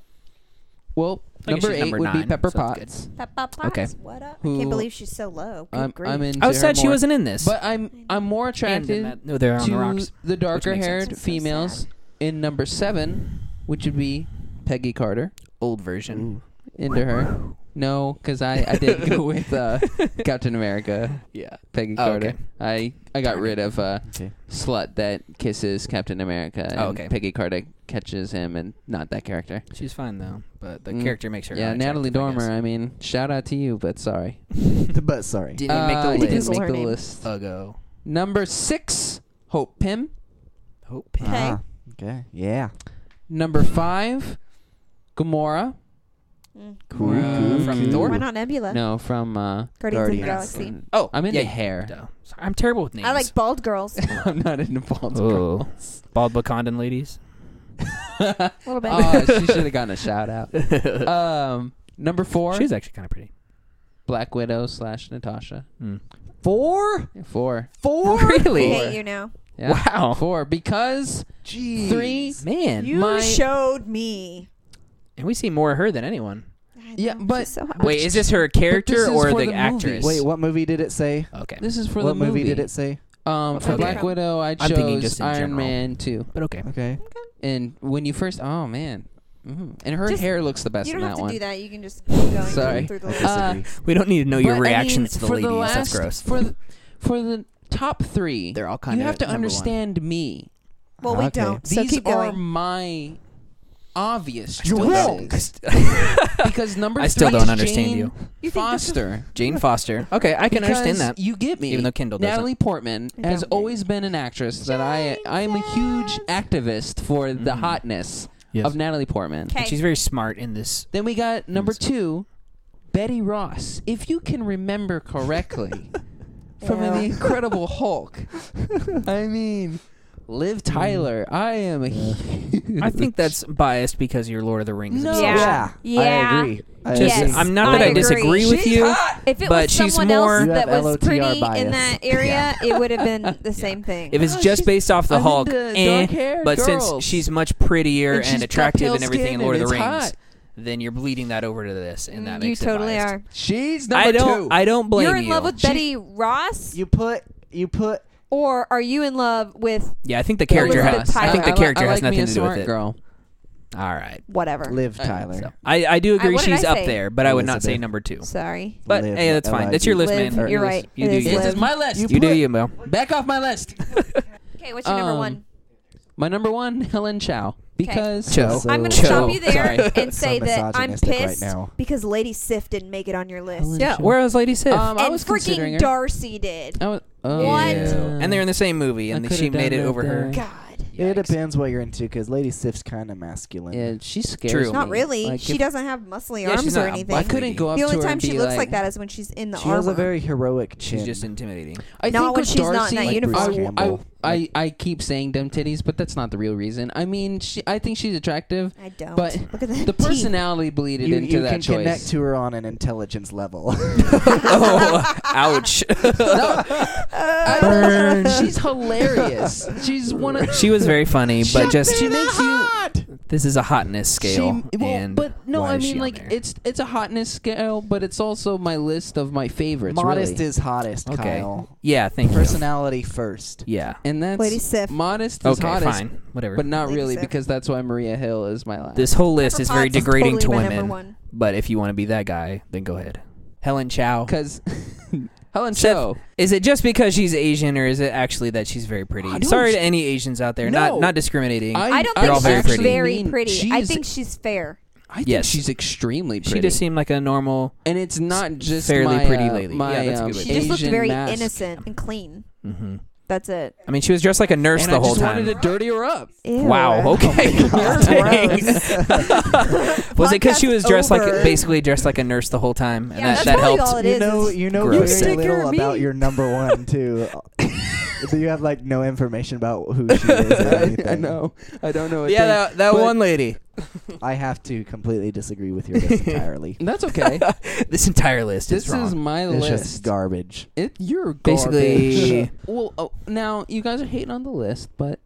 Speaker 2: well,
Speaker 3: I guess
Speaker 2: number
Speaker 3: she's
Speaker 2: eight
Speaker 3: number
Speaker 2: would be
Speaker 3: nine,
Speaker 2: Pepper
Speaker 3: so that's good.
Speaker 2: Potts.
Speaker 4: Pop, pop, pops.
Speaker 2: Okay.
Speaker 4: What up? I
Speaker 2: Who-
Speaker 4: can't believe she's so low. Good
Speaker 2: I'm,
Speaker 4: grief.
Speaker 2: I'm into
Speaker 3: I was
Speaker 2: her
Speaker 3: sad she
Speaker 2: more.
Speaker 3: wasn't in this.
Speaker 2: But I'm I'm more attracted
Speaker 3: and in that, no, they're on the
Speaker 2: to
Speaker 3: rocks.
Speaker 2: the darker
Speaker 4: sense.
Speaker 2: haired
Speaker 4: That's so sad.
Speaker 2: females in number seven, which would be Peggy Carter.
Speaker 3: Old version.
Speaker 2: Into her. No, because I, I did go with uh, Captain America,
Speaker 3: Yeah.
Speaker 2: Peggy
Speaker 3: Oh,
Speaker 2: Carter.
Speaker 3: okay.
Speaker 2: I, I got
Speaker 3: Darn
Speaker 2: rid of uh,
Speaker 1: Okay.
Speaker 2: slut that kisses Captain America. And
Speaker 3: Oh, okay.
Speaker 2: Peggy Carter catches him and not that character.
Speaker 3: She's fine though, but the
Speaker 2: Mm.
Speaker 3: character makes her.
Speaker 2: Yeah, Natalie
Speaker 3: unattractive, I
Speaker 2: Dormer.
Speaker 3: guess.
Speaker 2: I, mean, shout out to you, but sorry.
Speaker 1: but sorry.
Speaker 3: Didn't even make
Speaker 2: Uh,
Speaker 3: the list.
Speaker 2: didn't
Speaker 4: Google
Speaker 2: make
Speaker 4: her
Speaker 2: the
Speaker 4: name.
Speaker 2: list.
Speaker 3: Uggo.
Speaker 2: Number six, Hope Pym.
Speaker 3: Hope.
Speaker 4: Okay.
Speaker 1: Ah, okay. Yeah.
Speaker 2: Number five, Gamora.
Speaker 4: Mm.
Speaker 1: Cool.
Speaker 2: Uh,
Speaker 1: cool,
Speaker 3: from
Speaker 1: cool.
Speaker 3: Thor?
Speaker 4: Why not Nebula?
Speaker 2: No, from uh,
Speaker 4: Guardians,
Speaker 1: Guardians.
Speaker 4: of the Galaxy.
Speaker 3: Oh,
Speaker 2: I'm into
Speaker 3: yeah.
Speaker 2: hair.
Speaker 3: Duh. Sorry, I'm terrible with names.
Speaker 4: I like bald girls. A
Speaker 2: I'm not into bald
Speaker 3: Oh.
Speaker 2: girls.
Speaker 3: bald Wakandan ladies.
Speaker 4: little bit.
Speaker 2: oh, she should have gotten a shout out. Um, number four,
Speaker 3: She's actually kind of pretty.
Speaker 2: Black Widow slash Natasha.
Speaker 3: Hmm.
Speaker 1: Four.
Speaker 2: Four.
Speaker 1: Four.
Speaker 4: I
Speaker 3: Really?
Speaker 4: hate you now.
Speaker 2: Yeah.
Speaker 3: Wow.
Speaker 2: Four because
Speaker 1: Jeez.
Speaker 2: three.
Speaker 3: Man.
Speaker 2: You My-
Speaker 4: showed me.
Speaker 3: and we see more of her than anyone.
Speaker 4: I
Speaker 2: Yeah,
Speaker 4: know, she's
Speaker 2: but-
Speaker 4: so hot.
Speaker 3: Wait, is this her character
Speaker 2: is for
Speaker 3: or the,
Speaker 2: the movie.
Speaker 3: actress?
Speaker 1: Wait, what movie did it say?
Speaker 3: Okay.
Speaker 2: This is for
Speaker 1: what
Speaker 2: the movie.
Speaker 1: did it say?
Speaker 2: Um, for
Speaker 3: Okay.
Speaker 2: Black Widow, I
Speaker 3: I'm thinking
Speaker 2: chose
Speaker 3: just in
Speaker 2: Iron
Speaker 3: general.
Speaker 2: Man two.
Speaker 3: But okay.
Speaker 1: Okay.
Speaker 2: And when you first, oh man, mm. and her
Speaker 4: Just-
Speaker 2: hair looks the best
Speaker 4: You
Speaker 2: in that
Speaker 4: don't have to
Speaker 2: one.
Speaker 4: do that. You can just keep going
Speaker 2: Sorry.
Speaker 4: through the
Speaker 1: I
Speaker 4: list.
Speaker 2: Uh,
Speaker 1: disagree.
Speaker 3: We don't need to know
Speaker 2: But, I
Speaker 3: your
Speaker 2: mean,
Speaker 3: reactions to the
Speaker 2: for
Speaker 3: ladies.
Speaker 2: last,
Speaker 3: That's gross.
Speaker 2: For the, for the top three,
Speaker 3: They're all kind
Speaker 2: you
Speaker 3: of
Speaker 2: have to
Speaker 3: number
Speaker 2: understand me.
Speaker 4: well, we
Speaker 1: okay.
Speaker 4: don't. So
Speaker 2: These
Speaker 4: keep
Speaker 2: are
Speaker 4: going.
Speaker 2: my obvious
Speaker 3: You're wrong.
Speaker 2: choices. because number
Speaker 3: I still
Speaker 2: three
Speaker 3: don't
Speaker 2: is
Speaker 3: understand
Speaker 2: Jane
Speaker 3: you.
Speaker 4: You think this is-
Speaker 2: Foster.
Speaker 3: Jane Foster. Okay, I can understand
Speaker 2: Because
Speaker 3: that.
Speaker 2: You get me.
Speaker 3: Even though Kendall doesn't.
Speaker 2: Natalie Portman
Speaker 4: I
Speaker 2: has
Speaker 4: don't.
Speaker 2: always been an actress that I I am a huge activist for the
Speaker 3: Mhm.
Speaker 2: hotness
Speaker 3: Yes.
Speaker 2: of Natalie Portman.
Speaker 4: Okay.
Speaker 3: She's very smart in this.
Speaker 2: Then we got number two, Betty Ross. If you can remember correctly from The
Speaker 4: Ew.
Speaker 2: Incredible Hulk, I mean, Mm. Liv Tyler. I am a huge.
Speaker 3: I think that's biased because you're Lord of the Rings.
Speaker 2: No.
Speaker 4: Yeah.
Speaker 1: Yeah.
Speaker 4: Yeah.
Speaker 1: I agree. I
Speaker 3: Just,
Speaker 4: Yes.
Speaker 3: I'm not that
Speaker 4: I
Speaker 3: I,
Speaker 4: agree.
Speaker 3: disagree with
Speaker 4: She's
Speaker 3: you.
Speaker 4: If it
Speaker 3: but
Speaker 4: was
Speaker 3: she's
Speaker 4: someone
Speaker 3: more-
Speaker 4: else
Speaker 1: You
Speaker 4: that
Speaker 1: have
Speaker 4: was
Speaker 1: LOTR
Speaker 4: pretty in
Speaker 1: bias.
Speaker 4: that area, it would have been the same thing.
Speaker 3: If it's
Speaker 2: Oh,
Speaker 3: just
Speaker 2: she's-
Speaker 3: based off the
Speaker 2: I'm
Speaker 3: Hulk,
Speaker 2: into
Speaker 3: eh,
Speaker 2: dark-haired
Speaker 3: but
Speaker 2: girls.
Speaker 3: since she's much prettier
Speaker 2: And
Speaker 3: and,
Speaker 2: she's got
Speaker 3: attractive
Speaker 2: pale
Speaker 3: and everything
Speaker 2: skin
Speaker 3: in Lord of
Speaker 2: and
Speaker 3: the
Speaker 2: it's
Speaker 3: Rings,
Speaker 2: hot.
Speaker 3: then you're bleeding that over to this, and that
Speaker 4: you
Speaker 3: makes
Speaker 4: totally
Speaker 3: it biased.
Speaker 4: are.
Speaker 2: She's number
Speaker 3: I don't.
Speaker 2: two.
Speaker 3: I don't blame
Speaker 4: You're in love with
Speaker 1: She-
Speaker 4: Betty Ross,
Speaker 1: You put. You put.
Speaker 4: or are you in love with
Speaker 3: yeah, I think the character
Speaker 4: Elizabeth
Speaker 3: has. I
Speaker 4: Tyler.
Speaker 3: think the
Speaker 2: li-
Speaker 3: character
Speaker 2: I
Speaker 3: has
Speaker 2: like me
Speaker 3: nothing
Speaker 2: a
Speaker 3: to do with
Speaker 2: smart
Speaker 3: it.
Speaker 2: Girl. Uh,
Speaker 3: All right.
Speaker 4: whatever?
Speaker 1: Live
Speaker 2: I-
Speaker 1: Tyler.
Speaker 3: So I, I do agree
Speaker 4: what did
Speaker 3: she's
Speaker 4: I
Speaker 3: up
Speaker 4: say?
Speaker 3: there, but I would not say
Speaker 1: Elizabeth.
Speaker 3: number two.
Speaker 4: Sorry.
Speaker 3: But
Speaker 1: Liv,
Speaker 3: hey, that's
Speaker 1: L I
Speaker 3: fine.
Speaker 1: V.
Speaker 3: That's your list,
Speaker 4: Liv,
Speaker 3: man.
Speaker 4: you're
Speaker 3: Your
Speaker 4: right.
Speaker 3: list. You
Speaker 4: It
Speaker 3: do
Speaker 4: is
Speaker 3: you.
Speaker 2: This is
Speaker 4: Liv.
Speaker 2: my list.
Speaker 3: You do you, Mo.
Speaker 2: Back off my list.
Speaker 4: Okay, what's your number
Speaker 2: Um,
Speaker 4: one?
Speaker 2: My number one, Helen Chow, because
Speaker 3: Cho.
Speaker 1: So-
Speaker 4: I'm going to
Speaker 3: Joe.
Speaker 4: stop you there
Speaker 2: Um, Sorry.
Speaker 4: and say
Speaker 1: So
Speaker 4: that I'm
Speaker 1: misogynistic right
Speaker 4: pissed
Speaker 1: now.
Speaker 4: because Lady Sif didn't make it on your list.
Speaker 2: Yeah,
Speaker 3: Yeah, where is Lady Sif?
Speaker 2: um, I
Speaker 4: and
Speaker 2: was considering
Speaker 4: freaking
Speaker 2: her.
Speaker 4: Darcy did.
Speaker 2: I was, oh,
Speaker 4: What?
Speaker 2: yeah.
Speaker 3: And they're in the same movie,
Speaker 2: I
Speaker 3: and
Speaker 2: could've
Speaker 3: she made
Speaker 2: done
Speaker 3: it
Speaker 2: that
Speaker 3: over her.
Speaker 2: there.
Speaker 4: God.
Speaker 1: It
Speaker 3: Yikes.
Speaker 1: depends what you're into, because Lady Sif's kind of masculine.
Speaker 2: Yeah, she scares
Speaker 3: True.
Speaker 2: me.
Speaker 4: Not really.
Speaker 2: Like,
Speaker 4: she
Speaker 2: if-
Speaker 4: doesn't have muscly
Speaker 3: Yeah,
Speaker 4: arms
Speaker 3: she's
Speaker 4: or
Speaker 3: not a
Speaker 4: anything.
Speaker 2: I
Speaker 3: buff
Speaker 2: couldn't go up
Speaker 4: the
Speaker 2: to
Speaker 4: only
Speaker 2: her
Speaker 4: time
Speaker 2: and
Speaker 4: she
Speaker 2: be
Speaker 4: looks
Speaker 2: like,
Speaker 4: like, that is when she's in the
Speaker 1: She
Speaker 4: armor.
Speaker 1: has a very heroic chin.
Speaker 3: She's just intimidating.
Speaker 2: I think
Speaker 4: Not when
Speaker 2: with
Speaker 4: she's not in
Speaker 2: Darcy,
Speaker 4: that
Speaker 2: like,
Speaker 4: uniform.
Speaker 2: I- I-
Speaker 1: Campbell.
Speaker 2: I, I keep saying dumb titties, but that's not the real reason. I mean, she, I think she's attractive,
Speaker 4: I don't.
Speaker 2: but
Speaker 4: Look at that.
Speaker 2: the personality bleeded
Speaker 1: you,
Speaker 2: into
Speaker 1: you
Speaker 2: that
Speaker 1: can
Speaker 2: choice.
Speaker 1: connect to her on an intelligence level.
Speaker 3: oh, ouch.
Speaker 2: Burn. She's hilarious. She's one of
Speaker 3: she was very funny, but just
Speaker 2: she makes you
Speaker 3: this is a hotness scale.
Speaker 2: She, well,
Speaker 3: and
Speaker 2: but no,
Speaker 3: why
Speaker 2: I
Speaker 3: is
Speaker 2: mean
Speaker 3: she on
Speaker 2: like
Speaker 3: there?
Speaker 2: it's it's a hotness scale, but it's also my list of my favorites.
Speaker 1: Modest
Speaker 2: really.
Speaker 1: is hottest,
Speaker 3: okay.
Speaker 1: Kyle.
Speaker 3: Yeah, thank you.
Speaker 1: Personality first.
Speaker 3: Yeah.
Speaker 2: and that's
Speaker 4: Lady Sif.
Speaker 2: modest is
Speaker 3: Okay,
Speaker 2: hottest,
Speaker 3: fine, whatever.
Speaker 2: but not
Speaker 4: Lady
Speaker 2: really
Speaker 4: Sif.
Speaker 2: because that's why Maria Hill is my last.
Speaker 3: this whole list
Speaker 4: Pepper
Speaker 3: is very
Speaker 4: Potts has
Speaker 3: degrading
Speaker 4: totally been
Speaker 3: to
Speaker 4: number
Speaker 3: women.
Speaker 4: one.
Speaker 3: But if you want to be that guy, then go ahead. Helen Chow.
Speaker 2: because Helen
Speaker 3: Sif,
Speaker 2: Cho.
Speaker 3: Is it just because she's Asian, or is it actually that she's very
Speaker 2: I
Speaker 3: pretty?
Speaker 2: don't-
Speaker 3: Sorry to any Asians out there.
Speaker 2: No.
Speaker 3: Not not discriminating.
Speaker 4: I don't
Speaker 3: They're all
Speaker 4: think
Speaker 3: very
Speaker 4: she's
Speaker 3: pretty.
Speaker 4: very
Speaker 2: mean-
Speaker 4: pretty. I
Speaker 2: she's-
Speaker 4: think she's fair.
Speaker 2: I think
Speaker 3: Yes.
Speaker 2: she's extremely pretty.
Speaker 3: she just seemed like a normal.
Speaker 2: and it's not just
Speaker 3: fairly
Speaker 2: my,
Speaker 3: pretty
Speaker 2: uh,
Speaker 3: lady.
Speaker 2: My,
Speaker 3: Yeah, that's a good
Speaker 2: um,
Speaker 3: way to
Speaker 4: She
Speaker 3: With
Speaker 4: just looked
Speaker 2: Asian
Speaker 4: very
Speaker 2: mask.
Speaker 4: innocent and clean.
Speaker 3: hmm
Speaker 4: That's it.
Speaker 3: I mean, she was dressed like a nurse
Speaker 2: And
Speaker 3: the
Speaker 2: I
Speaker 3: whole
Speaker 2: just
Speaker 3: time.
Speaker 2: wanted to dirty her up.
Speaker 4: Ew.
Speaker 3: Wow. Okay.
Speaker 4: God.
Speaker 3: Dang. was it because she
Speaker 4: Podcast
Speaker 3: was dressed
Speaker 4: over.
Speaker 3: like basically dressed like a nurse the whole time, and
Speaker 4: Yeah,
Speaker 3: that,
Speaker 4: that's
Speaker 3: that
Speaker 4: probably
Speaker 3: helped?
Speaker 4: all it
Speaker 1: you
Speaker 4: is,
Speaker 1: know,
Speaker 4: is
Speaker 1: you know very
Speaker 3: gross.
Speaker 2: Stick her
Speaker 1: little
Speaker 2: meat.
Speaker 1: about your number one too. you have like no information about who she is. Or anything.
Speaker 2: I know. I don't know. a
Speaker 3: yeah,
Speaker 2: thing.
Speaker 3: that, that
Speaker 2: But-
Speaker 3: one lady.
Speaker 1: I have to completely disagree with your list entirely.
Speaker 2: That's okay.
Speaker 3: This entire list
Speaker 2: this
Speaker 3: is wrong.
Speaker 2: is my
Speaker 1: it's just
Speaker 2: list.
Speaker 1: garbage.
Speaker 2: it, you're garbage.
Speaker 3: Basically-
Speaker 2: well, oh, now you guys are hating on the list, but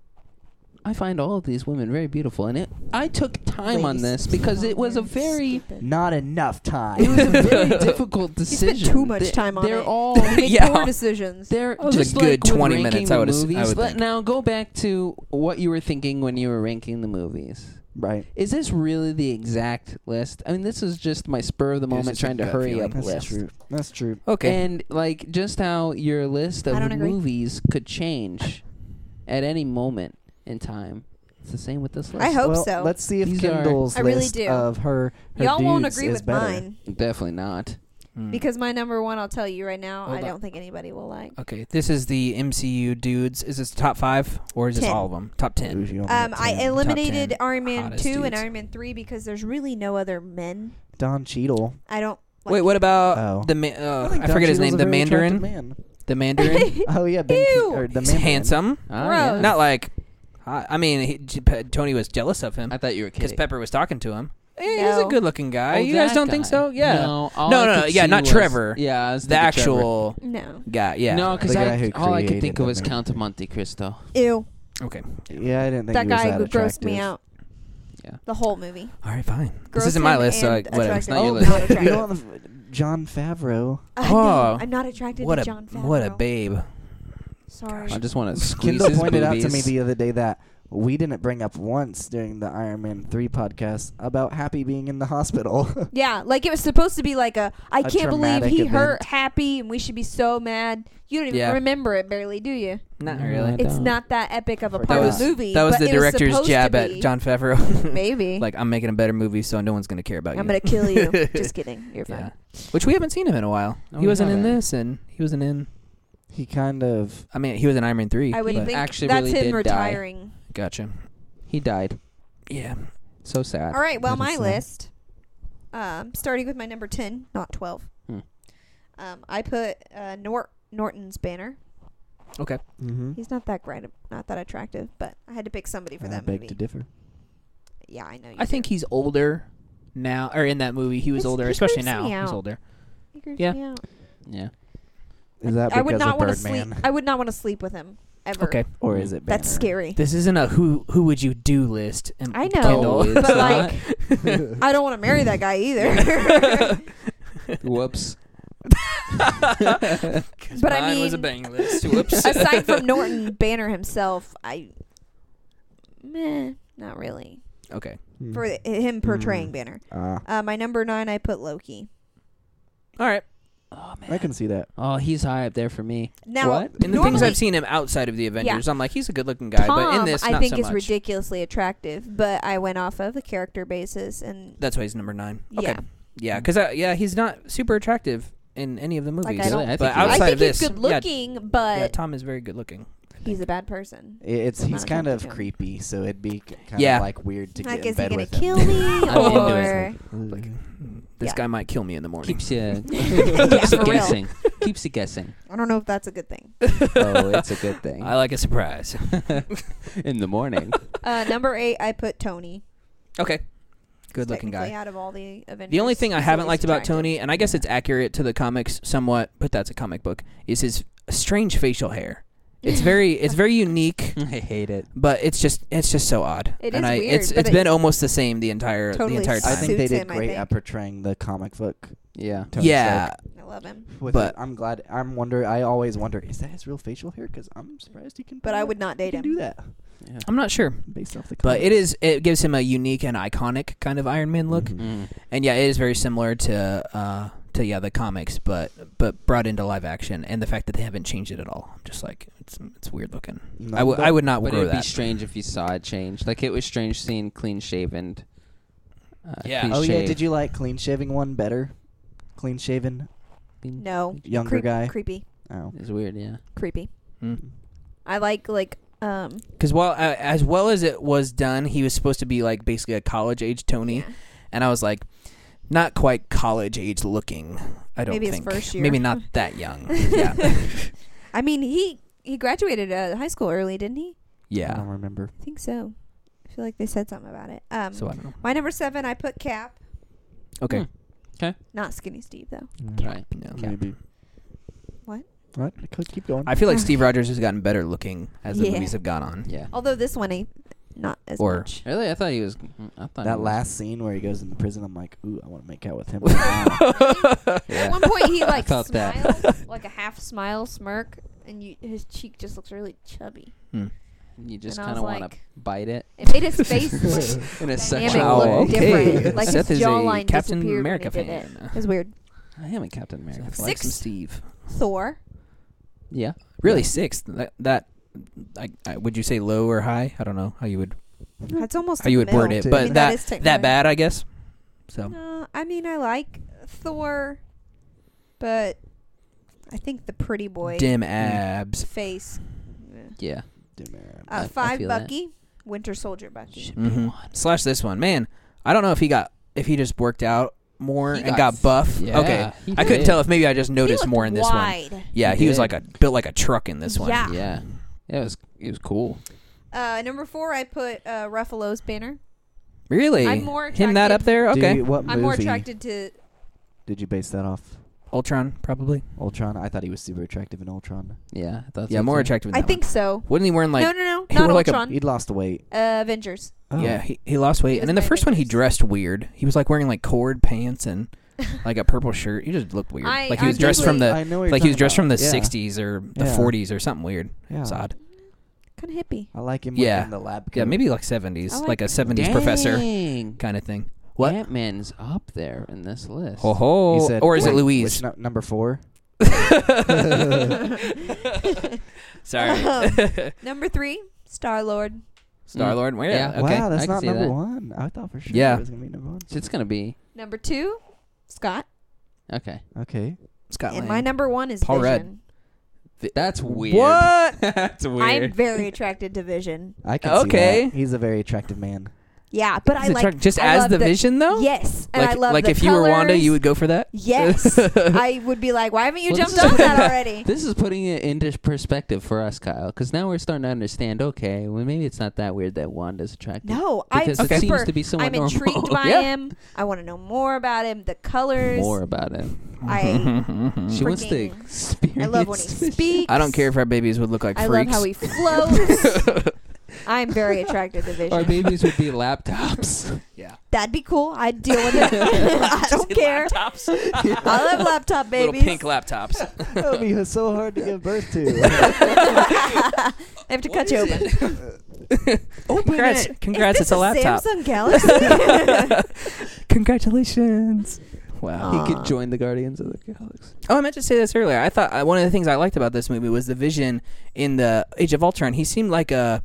Speaker 2: I find all of these women very beautiful, and it. I took time on this because it was a very.
Speaker 1: Not enough time.
Speaker 2: It was a very difficult decision.
Speaker 4: spent too much
Speaker 2: They-
Speaker 4: time on
Speaker 2: they're
Speaker 4: it.
Speaker 2: All,
Speaker 4: They make
Speaker 3: Yeah.
Speaker 4: poor decisions.
Speaker 2: they're
Speaker 3: was a
Speaker 2: Oh, just
Speaker 3: good
Speaker 2: like with
Speaker 3: 20
Speaker 2: ranking
Speaker 3: minutes,
Speaker 2: the
Speaker 3: I would as- I
Speaker 2: movies.
Speaker 3: would
Speaker 2: Let-
Speaker 3: think.
Speaker 2: now go back to what you were thinking when you were ranking the movies.
Speaker 1: right.
Speaker 2: Is this really the exact list? I mean, this is just my spur of the moment
Speaker 1: just a
Speaker 2: trying to
Speaker 1: gut
Speaker 2: hurry
Speaker 1: feeling.
Speaker 2: up
Speaker 1: That's
Speaker 2: list.
Speaker 1: true. That's true.
Speaker 3: okay.
Speaker 2: And like just how your list
Speaker 4: I
Speaker 2: of
Speaker 4: don't agree.
Speaker 2: movies could change at any moment in time. It's the same with this list.
Speaker 4: I hope
Speaker 1: well,
Speaker 4: so.
Speaker 1: Let's see if
Speaker 2: These are-
Speaker 1: Kindle's
Speaker 4: I really
Speaker 1: list
Speaker 4: do.
Speaker 1: of her, her
Speaker 4: Y'all won't
Speaker 1: dudes
Speaker 4: agree
Speaker 1: is
Speaker 4: with
Speaker 1: better.
Speaker 4: mine
Speaker 2: Definitely not.
Speaker 3: Mm.
Speaker 4: because my number one, I'll tell you right now,
Speaker 3: Hold
Speaker 4: I
Speaker 3: on.
Speaker 4: don't think anybody will like.
Speaker 3: Okay, this is the MCU dudes. Is this the top five or is this
Speaker 4: Ten.
Speaker 3: all of them? Top ten.
Speaker 1: Ooh, you only
Speaker 4: Um,
Speaker 1: got
Speaker 4: I
Speaker 1: ten.
Speaker 4: eliminated
Speaker 3: 10
Speaker 4: Iron Man
Speaker 3: hottest
Speaker 4: two and
Speaker 3: dudes.
Speaker 4: Iron Man three because there's really no other men.
Speaker 1: Don Cheadle.
Speaker 4: I don't. Like
Speaker 3: Wait, what about
Speaker 1: Oh.
Speaker 3: the ma- uh,
Speaker 1: think
Speaker 3: I
Speaker 1: Don
Speaker 3: forget
Speaker 1: Cheadle's
Speaker 3: his name.
Speaker 1: a
Speaker 3: The
Speaker 1: very attractive
Speaker 3: Mandarin.
Speaker 1: man.
Speaker 3: The Mandarin.
Speaker 1: Oh yeah, Ben Ke-
Speaker 4: Ew.
Speaker 1: or the
Speaker 3: He's
Speaker 1: Mandarin.
Speaker 3: handsome. Oh,
Speaker 2: Ah,
Speaker 4: Gross.
Speaker 2: yeah.
Speaker 3: Not like, I I mean, he, J- Pe- Tony was jealous of him
Speaker 2: I thought you were
Speaker 3: because
Speaker 2: kidding.
Speaker 3: Pepper was talking to him. Eh, He's a
Speaker 4: No.
Speaker 3: good-looking guy.
Speaker 2: Oh,
Speaker 3: you guys
Speaker 2: that
Speaker 3: don't think
Speaker 2: guy.
Speaker 3: so? Yeah.
Speaker 2: No. all
Speaker 3: No,
Speaker 2: I
Speaker 3: no,
Speaker 2: could
Speaker 3: no, yeah,
Speaker 2: see
Speaker 3: not
Speaker 2: was-
Speaker 3: Trevor.
Speaker 2: Yeah. I was
Speaker 3: The
Speaker 2: thinking Trevor.
Speaker 3: actual
Speaker 4: No.
Speaker 3: guy. Yeah.
Speaker 2: No, because
Speaker 1: The guy who
Speaker 2: all I could
Speaker 1: created
Speaker 2: think of
Speaker 1: the
Speaker 2: was
Speaker 1: movie.
Speaker 2: Count of Monte Cristo.
Speaker 4: Ew.
Speaker 3: Okay.
Speaker 1: Yeah, I didn't think
Speaker 4: That
Speaker 1: he was
Speaker 4: guy
Speaker 1: that
Speaker 4: who grossed me
Speaker 1: attractive.
Speaker 4: out.
Speaker 2: Yeah.
Speaker 4: The whole movie.
Speaker 3: All right. Fine.
Speaker 4: Gross
Speaker 3: this isn't my
Speaker 4: him
Speaker 3: list, so
Speaker 4: and
Speaker 3: like, whatever.
Speaker 2: It's not your
Speaker 4: attractive.
Speaker 2: list.
Speaker 4: Oh, not
Speaker 1: You
Speaker 4: attractive.
Speaker 1: know, John Favreau.
Speaker 4: I know.
Speaker 3: Oh.
Speaker 4: I'm not attracted
Speaker 3: What
Speaker 4: to
Speaker 3: a
Speaker 4: John Favreau.
Speaker 3: what a babe.
Speaker 4: Sorry.
Speaker 2: I just want to squeeze
Speaker 1: Kindle
Speaker 2: his
Speaker 1: pointed out to me
Speaker 2: boobies.
Speaker 1: the other day that we didn't bring up once during the Iron Man three podcast about Happy being in the hospital.
Speaker 4: Yeah, like it was supposed to be like a I
Speaker 1: A
Speaker 4: can't believe
Speaker 1: traumatic
Speaker 4: he hurt
Speaker 1: event.
Speaker 4: Happy and we should be so mad. You don't even
Speaker 3: Yeah.
Speaker 4: remember it barely, do you?
Speaker 3: Not
Speaker 2: No,
Speaker 3: really.
Speaker 2: I
Speaker 4: It's
Speaker 2: don't.
Speaker 4: not that epic of a
Speaker 1: That
Speaker 4: part
Speaker 3: was-
Speaker 4: of the movie.
Speaker 3: that was
Speaker 4: but
Speaker 3: the
Speaker 4: it
Speaker 3: director's
Speaker 4: supposed
Speaker 3: jab
Speaker 4: to
Speaker 3: at
Speaker 4: be.
Speaker 3: John Favreau.
Speaker 4: Maybe.
Speaker 3: like I'm making a better movie, so no one's gonna care about you.
Speaker 4: I'm gonna kill you. just kidding. You're fine.
Speaker 3: Yeah. Which we haven't seen him in a while.
Speaker 2: No, we
Speaker 3: he wasn't in
Speaker 2: haven't.
Speaker 3: this, and he wasn't in.
Speaker 1: he kind of
Speaker 3: I mean, he was in Iron Man three.
Speaker 4: I would
Speaker 3: but-
Speaker 4: think
Speaker 2: actually
Speaker 4: that's
Speaker 2: really did
Speaker 4: him
Speaker 2: die.
Speaker 4: retiring.
Speaker 3: Gotcha.
Speaker 2: He died.
Speaker 3: Yeah.
Speaker 2: So sad.
Speaker 4: All right. Well,
Speaker 1: That
Speaker 4: my
Speaker 1: is sad.
Speaker 4: list, um, starting with my number ten, not twelve.
Speaker 2: Hmm.
Speaker 4: Um, I put uh, Nor- Norton's banner.
Speaker 3: Okay.
Speaker 1: mm-hmm.
Speaker 4: He's not that great, not that attractive, but I had to pick somebody for
Speaker 1: I
Speaker 4: that
Speaker 1: beg
Speaker 4: movie.
Speaker 1: to differ.
Speaker 4: yeah, I know. You
Speaker 3: I think he's older now, or in that movie, he was
Speaker 4: It's-
Speaker 3: older,
Speaker 4: he
Speaker 3: especially
Speaker 4: creeps
Speaker 3: now.
Speaker 4: me
Speaker 3: He's
Speaker 4: out.
Speaker 3: older.
Speaker 4: He creeps
Speaker 3: yeah.
Speaker 4: me out.
Speaker 2: Yeah.
Speaker 1: Is that
Speaker 4: I would
Speaker 1: because
Speaker 4: not
Speaker 1: of
Speaker 4: want to
Speaker 1: Birdman,
Speaker 4: sleep. I would not want to sleep with him ever.
Speaker 3: Okay.
Speaker 1: or is it Banner?
Speaker 4: That's scary.
Speaker 3: This isn't a who who would you do list. And
Speaker 4: I know,
Speaker 2: Kendall is
Speaker 4: but
Speaker 2: not.
Speaker 4: like, I don't want to marry that guy either.
Speaker 2: Whoops.
Speaker 4: but I mean,
Speaker 3: list.
Speaker 4: aside from Norton Banner himself, I, meh, not really
Speaker 3: okay.
Speaker 1: Hmm.
Speaker 4: for th- him portraying
Speaker 1: Mm.
Speaker 4: Banner.
Speaker 1: Ah,
Speaker 4: Uh, my number nine, I put Loki.
Speaker 3: All right.
Speaker 2: Oh man.
Speaker 1: I can see that.
Speaker 2: Oh, he's high up there for me.
Speaker 4: Now,
Speaker 2: What?
Speaker 3: In the things
Speaker 4: normally
Speaker 3: I've seen him outside of the Avengers, I'm like he's a good-looking guy,
Speaker 4: Tom,
Speaker 3: but in this,
Speaker 4: I
Speaker 3: not
Speaker 4: think
Speaker 3: so
Speaker 4: is
Speaker 3: much.
Speaker 4: ridiculously attractive, but I went off of the character basis, and
Speaker 3: That's why he's number nine. Okay.
Speaker 4: yeah,
Speaker 3: Yeah, because yeah, he's not super attractive in any of the movies.
Speaker 4: Like, I don't-
Speaker 2: I think he
Speaker 3: but
Speaker 2: is.
Speaker 4: I
Speaker 3: outside
Speaker 4: think
Speaker 3: of this,
Speaker 4: he's good
Speaker 3: yeah,
Speaker 4: looking, but
Speaker 3: yeah, Tom is very good looking.
Speaker 4: He's a bad person.
Speaker 1: I- It's he's
Speaker 4: Not
Speaker 1: kind
Speaker 4: attracted
Speaker 1: of
Speaker 4: to him.
Speaker 1: creepy, so it'd be kind
Speaker 6: Yeah.
Speaker 1: of like weird to
Speaker 4: Like,
Speaker 1: get in
Speaker 4: is he
Speaker 1: bed
Speaker 4: gonna
Speaker 1: with him.
Speaker 4: kill me
Speaker 3: I'm into it.
Speaker 4: or?
Speaker 3: Like, this
Speaker 4: Yeah.
Speaker 3: guy might kill me in the morning.
Speaker 2: Keeps you,
Speaker 4: Yeah,
Speaker 2: keeps you
Speaker 4: for real.
Speaker 2: guessing. Keeps you guessing.
Speaker 4: I don't know if that's a good thing.
Speaker 2: Oh, it's a good thing.
Speaker 3: I like a surprise.
Speaker 2: In the morning.
Speaker 4: Uh, number eight, I put Tony.
Speaker 3: Okay. Good looking
Speaker 4: Technically,
Speaker 3: guy.
Speaker 4: Out of all the Avengers,
Speaker 3: The only thing I
Speaker 4: he's
Speaker 3: haven't
Speaker 4: always
Speaker 3: liked about
Speaker 4: attractive.
Speaker 3: Tony, and I guess it's accurate to the comics somewhat, but that's a comic book, is his strange facial hair. It's very it's very unique,
Speaker 2: I hate it.
Speaker 3: but it's just it's just so odd.
Speaker 4: It
Speaker 3: and
Speaker 4: is
Speaker 3: I
Speaker 4: weird,
Speaker 3: it's
Speaker 4: but
Speaker 3: it's
Speaker 4: it-
Speaker 3: been almost the same the entire
Speaker 4: Totally
Speaker 3: the entire
Speaker 1: I
Speaker 3: time.
Speaker 1: think they
Speaker 4: Suits
Speaker 1: did
Speaker 4: him, I
Speaker 1: great at
Speaker 4: think.
Speaker 1: portraying the comic book.
Speaker 2: Yeah.
Speaker 1: Tony
Speaker 3: yeah.
Speaker 1: Stark
Speaker 4: I love him,
Speaker 1: with
Speaker 3: But-
Speaker 1: it. I'm glad. I'm wonder. I always wonder. Is that his real facial hair? Because I'm surprised he can.
Speaker 4: but
Speaker 1: pull
Speaker 4: I
Speaker 1: that-
Speaker 4: would not
Speaker 1: he
Speaker 4: date
Speaker 1: can
Speaker 4: him.
Speaker 1: do that
Speaker 2: Yeah.
Speaker 3: I'm not sure.
Speaker 1: based off the.
Speaker 3: But
Speaker 1: comic.
Speaker 3: it is it gives him a unique and iconic kind of Iron Man look.
Speaker 1: Mhm.
Speaker 2: Mm.
Speaker 3: And yeah, it is very similar to uh to yeah, the comics, but but brought into live action and the fact that they haven't changed it at all. I'm just like it's it's weird looking.
Speaker 1: No,
Speaker 3: I would
Speaker 1: but-
Speaker 3: I would not
Speaker 2: But
Speaker 3: grow
Speaker 2: it'd
Speaker 3: that.
Speaker 2: be strange if you saw it change. Like it was strange seeing clean shaven. Uh,
Speaker 3: Yeah.
Speaker 2: clean
Speaker 1: Oh yeah.
Speaker 2: shaved.
Speaker 1: Did you like clean shaving one better? Clean shaven
Speaker 4: No,
Speaker 1: younger
Speaker 4: Creep-
Speaker 1: guy.
Speaker 4: creepy,
Speaker 1: Oh.
Speaker 2: It's weird. Yeah.
Speaker 4: creepy.
Speaker 3: Mm.
Speaker 4: I like like um.
Speaker 3: Because while uh, as well as it was done, he was supposed to be like basically a college age Tony,
Speaker 4: yeah.
Speaker 3: and I was like, not quite college age looking. I don't
Speaker 4: Maybe his
Speaker 3: think
Speaker 4: first year.
Speaker 3: maybe not that young. yeah,
Speaker 4: I mean, he he graduated uh, high school early, didn't he?
Speaker 1: I
Speaker 3: yeah.
Speaker 1: don't remember.
Speaker 4: I think so. I feel like they said something about it. Um,
Speaker 3: So I don't know.
Speaker 4: my number seven, I put Cap.
Speaker 3: Okay,
Speaker 2: Hmm.
Speaker 4: Not Skinny Steve though.
Speaker 2: Right.
Speaker 3: no.
Speaker 1: Maybe.
Speaker 4: What?
Speaker 1: What? Could keep going.
Speaker 3: I feel like Steve Rogers has gotten better looking as the
Speaker 4: Yeah.
Speaker 3: movies have gone on.
Speaker 2: Yeah.
Speaker 4: Although this one ain't not as
Speaker 3: Or-
Speaker 4: much.
Speaker 2: Oh. Really, I thought he was. mm, I thought he
Speaker 1: that
Speaker 2: was-
Speaker 1: last scene where he goes in the prison, I'm like, ooh, I want to make out with him.
Speaker 2: Yeah.
Speaker 4: At one point, he like
Speaker 2: felt
Speaker 4: smiles,
Speaker 2: that.
Speaker 4: like a half smile smirk, and you, his cheek just looks really chubby.
Speaker 3: Hmm.
Speaker 2: You just
Speaker 4: and I
Speaker 2: kind of
Speaker 4: was
Speaker 2: want to
Speaker 4: like-
Speaker 2: bite it
Speaker 4: It made his face like,
Speaker 2: in a
Speaker 4: dynamic
Speaker 2: sexual way.
Speaker 4: look
Speaker 3: Okay.
Speaker 4: different. Like
Speaker 3: Seth
Speaker 4: his
Speaker 3: is a
Speaker 4: jawline
Speaker 3: Captain
Speaker 4: disappeared
Speaker 3: America
Speaker 4: when he did
Speaker 3: fan.
Speaker 4: It. it was weird.
Speaker 2: I am a Captain America.
Speaker 3: Seth
Speaker 2: fan.
Speaker 3: likes some
Speaker 4: Sixth.
Speaker 3: Steve.
Speaker 4: Thor.
Speaker 2: Yeah.
Speaker 3: Really sixth. That, that I, I, would you say low or high? I don't know how you would
Speaker 4: That's almost
Speaker 3: how you would word
Speaker 1: middle.
Speaker 3: it,
Speaker 1: I
Speaker 3: but
Speaker 1: mean,
Speaker 4: that
Speaker 3: that
Speaker 4: is
Speaker 3: that,
Speaker 4: technically-
Speaker 3: bad, I guess. So
Speaker 4: No, I mean I like Thor, but I think the pretty boy Mm-hmm.
Speaker 3: dim abs.
Speaker 4: face. eh.
Speaker 2: Yeah.
Speaker 4: Uh,
Speaker 2: I- I
Speaker 4: five
Speaker 2: feel that.
Speaker 4: Bucky, Winter Soldier Bucky.
Speaker 3: Mhm. Slash this one, man. I don't know if he got if he just worked out more
Speaker 2: He
Speaker 3: and
Speaker 2: got
Speaker 3: got buff.
Speaker 2: Yeah,
Speaker 3: okay,
Speaker 2: he
Speaker 3: I couldn't
Speaker 2: did.
Speaker 3: tell if maybe I just noticed
Speaker 4: He
Speaker 3: more in
Speaker 4: looked
Speaker 3: this one.
Speaker 4: wide.
Speaker 3: Yeah, he,
Speaker 2: He
Speaker 3: was
Speaker 2: did.
Speaker 3: like a built like a truck in this one.
Speaker 4: Yeah.
Speaker 2: Yeah. Yeah, It was. It was cool.
Speaker 4: Uh, number four, I put uh, Ruffalo's banner.
Speaker 3: really.
Speaker 4: I'm more
Speaker 3: him that up
Speaker 4: attracted-
Speaker 3: there.
Speaker 1: Do
Speaker 3: Okay,
Speaker 1: you- what
Speaker 4: I'm more
Speaker 1: movie
Speaker 4: attracted to
Speaker 1: did you base that off?
Speaker 3: Ultron probably.
Speaker 1: Ultron. I thought he was super attractive in Ultron.
Speaker 2: Yeah. I thought
Speaker 3: yeah,
Speaker 2: so,
Speaker 3: more
Speaker 2: too.
Speaker 3: attractive. Than
Speaker 4: I
Speaker 3: that
Speaker 4: think so.
Speaker 3: One. Wasn't he wearing like?
Speaker 4: no, no,
Speaker 3: he
Speaker 4: no, not
Speaker 3: wore like a-
Speaker 4: Ultron.
Speaker 1: He'd lost weight.
Speaker 4: uh, Avengers.
Speaker 1: Oh.
Speaker 3: Yeah, he, he lost weight,
Speaker 4: He was
Speaker 3: and in the
Speaker 4: my
Speaker 3: first one he
Speaker 4: Avengers.
Speaker 3: dressed weird. He was like wearing like cord pants and like a purple shirt. He just looked weird.
Speaker 4: I-
Speaker 3: like he was
Speaker 4: I
Speaker 3: dressed from
Speaker 4: usually-
Speaker 3: the
Speaker 1: Oh. I know what you're
Speaker 3: like he was
Speaker 1: talking
Speaker 3: dressed from the
Speaker 1: about. Yeah.
Speaker 3: '60s or the
Speaker 1: Yeah.
Speaker 3: '40s or something weird.
Speaker 1: Yeah.
Speaker 3: It's odd.
Speaker 4: Kind of hippie.
Speaker 1: I like him.
Speaker 3: Yeah.
Speaker 1: in the lab.
Speaker 3: Yeah,
Speaker 1: coat.
Speaker 3: maybe like 70s,
Speaker 4: I like
Speaker 3: like a
Speaker 4: it.
Speaker 3: 70s
Speaker 2: Dang.
Speaker 3: professor kind of thing. What? Oh.
Speaker 2: Ant Man's up there in this list.
Speaker 3: Ho ho.
Speaker 1: He said-
Speaker 3: or is it
Speaker 1: wait,
Speaker 3: Louise?
Speaker 1: which nu- number four.
Speaker 3: Sorry.
Speaker 4: Um, Number three, Star Lord.
Speaker 3: Star Lord. Yeah.
Speaker 2: Yeah. Okay,
Speaker 1: wow,
Speaker 2: I
Speaker 1: that's
Speaker 2: can
Speaker 1: not
Speaker 2: see
Speaker 1: number
Speaker 2: that.
Speaker 1: one. I thought for sure
Speaker 3: Yeah.
Speaker 1: it was gonna be number one.
Speaker 2: It's gonna be
Speaker 4: Number two, Scott.
Speaker 2: okay.
Speaker 1: Okay.
Speaker 3: Scotland.
Speaker 4: And my number one is
Speaker 3: Paul Rudd.
Speaker 4: Vision.
Speaker 2: That's weird.
Speaker 3: What?
Speaker 2: That's
Speaker 4: I'm
Speaker 2: weird.
Speaker 4: very attracted to Vision.
Speaker 1: I can
Speaker 3: Okay.
Speaker 1: see that. He's a very attractive man.
Speaker 4: Yeah, but I
Speaker 3: Is it
Speaker 4: like
Speaker 3: truck- just
Speaker 4: I
Speaker 3: as
Speaker 4: love
Speaker 3: the vision though?
Speaker 4: Yes, and
Speaker 3: Like,
Speaker 4: I love
Speaker 3: like
Speaker 4: the
Speaker 3: if you were Wanda,
Speaker 4: colors.
Speaker 3: you would go for that?
Speaker 4: Yes, I would be like, why haven't you
Speaker 2: Well,
Speaker 4: jumped
Speaker 2: this is-
Speaker 4: on that already?
Speaker 2: This is putting it into perspective for us, Kyle, because now we're starting to understand. Okay, well, maybe it's not that weird that Wanda's attractive.
Speaker 4: No, I'm
Speaker 2: because
Speaker 4: super.
Speaker 2: it seems to be somewhat
Speaker 4: I'm
Speaker 2: normal.
Speaker 4: intrigued by
Speaker 3: Yeah.
Speaker 4: him. I want to know more about him. The colors.
Speaker 2: More about it.
Speaker 3: Mm-hmm.
Speaker 4: I
Speaker 3: Mm.
Speaker 2: She wants to
Speaker 4: Freaking-
Speaker 2: experience.
Speaker 4: I love when he
Speaker 2: vision.
Speaker 4: speaks.
Speaker 3: I don't care if our babies would look like
Speaker 4: I love
Speaker 3: freaks.
Speaker 4: how he flows. I'm very attracted to Vision.
Speaker 2: Our babies would be laptops.
Speaker 3: yeah.
Speaker 4: That'd be cool. I'd deal with it. I don't care.
Speaker 3: Laptops.
Speaker 4: I love laptop
Speaker 3: Little
Speaker 4: babies.
Speaker 3: pink laptops.
Speaker 1: that would be so hard to give birth to.
Speaker 4: I have to cut you open.
Speaker 3: Oh, Congrats. Congrats,
Speaker 4: Is
Speaker 3: it's a laptop.
Speaker 4: Samsung Galaxy.
Speaker 3: Congratulations. Wow.
Speaker 2: he could join the Guardians of the Galaxy.
Speaker 3: Oh, I meant to say this earlier. I thought uh, one of the things I liked about this movie was the Vision in the Age of Ultron. He seemed like a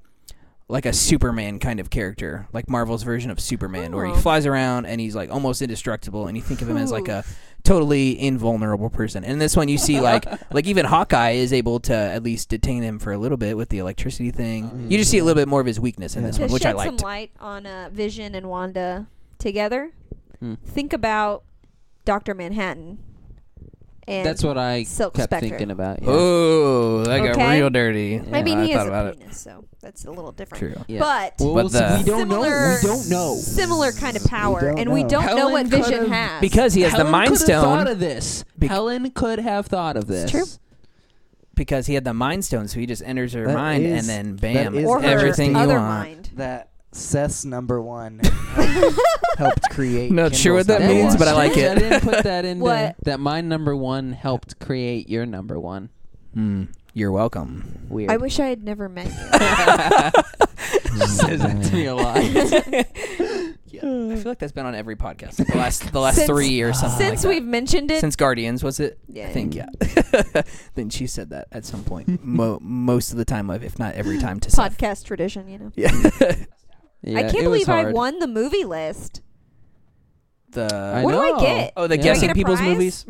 Speaker 3: like a Superman kind of character, like Marvel's version of Superman, where he
Speaker 4: Oh.
Speaker 3: flies around and he's like almost indestructible, and you think of him as like a totally invulnerable person. And this one, you see like like even Hawkeye is able to at least detain him for a little bit with the electricity thing. You just see a little bit more of his weakness in this
Speaker 4: Mm. to
Speaker 3: one, which I
Speaker 4: shed
Speaker 3: liked.
Speaker 4: some light on uh, Vision and Wanda together,
Speaker 2: Hmm.
Speaker 4: think about Doctor Manhattan. And
Speaker 2: That's what I
Speaker 4: Silk
Speaker 2: kept
Speaker 4: Spectre.
Speaker 2: thinking about. Yeah.
Speaker 3: Oh, that got
Speaker 4: Okay.
Speaker 3: real dirty.
Speaker 4: I mean,
Speaker 3: Yeah,
Speaker 4: he
Speaker 3: I
Speaker 4: has
Speaker 3: thought about
Speaker 4: a
Speaker 3: it.
Speaker 4: penis, so that's a little different.
Speaker 3: True.
Speaker 2: Yeah.
Speaker 4: But
Speaker 2: Well,
Speaker 3: But the-
Speaker 2: we don't know.
Speaker 4: similar-
Speaker 2: We don't know.
Speaker 4: similar kind of power,
Speaker 1: don't
Speaker 4: and we
Speaker 1: know.
Speaker 4: don't know
Speaker 2: Helen
Speaker 4: what
Speaker 2: could've-
Speaker 4: Vision has
Speaker 3: Because he has the
Speaker 2: Helen
Speaker 3: Mind
Speaker 2: could have
Speaker 3: Stone.
Speaker 2: Thought of this.
Speaker 3: Bec-
Speaker 2: Helen could have thought of this.
Speaker 4: It's true.
Speaker 3: because he had the mind stone, so he just enters her
Speaker 1: That
Speaker 3: mind
Speaker 1: is-
Speaker 3: and then
Speaker 1: that
Speaker 3: bam,
Speaker 1: is
Speaker 4: or her
Speaker 3: everything you
Speaker 4: other
Speaker 3: want.
Speaker 4: mind.
Speaker 1: that Seth's number one helped create.
Speaker 3: Not sure
Speaker 1: Kindle's
Speaker 3: what that
Speaker 1: number
Speaker 3: means,
Speaker 1: one.
Speaker 3: but I like
Speaker 2: I
Speaker 3: it.
Speaker 2: didn't put that in.
Speaker 4: What?
Speaker 2: That my number one helped create your number one.
Speaker 3: Hmm. You're welcome.
Speaker 2: Weird.
Speaker 4: I wish I had never met you.
Speaker 2: says that to me a lot.
Speaker 3: I feel like that's been on every podcast the last the last
Speaker 4: Since-
Speaker 3: three years. Something
Speaker 4: Since
Speaker 3: like
Speaker 4: we've mentioned
Speaker 3: that.
Speaker 4: it,
Speaker 3: since Guardians was it?
Speaker 4: yeah,
Speaker 3: I think yeah. then she said that at some point. Mo- most of the time, if not every time, to Seth.
Speaker 4: podcast tradition, you know.
Speaker 3: Yeah.
Speaker 2: Yeah,
Speaker 4: I
Speaker 2: it
Speaker 4: can't
Speaker 2: was
Speaker 4: believe I
Speaker 2: hard.
Speaker 4: won the movie list.
Speaker 3: the
Speaker 2: I
Speaker 4: what do
Speaker 2: know.
Speaker 4: I get?
Speaker 3: oh the
Speaker 2: Yeah.
Speaker 4: Can I
Speaker 3: guessing
Speaker 4: get a
Speaker 3: people's
Speaker 4: prize?
Speaker 3: movies.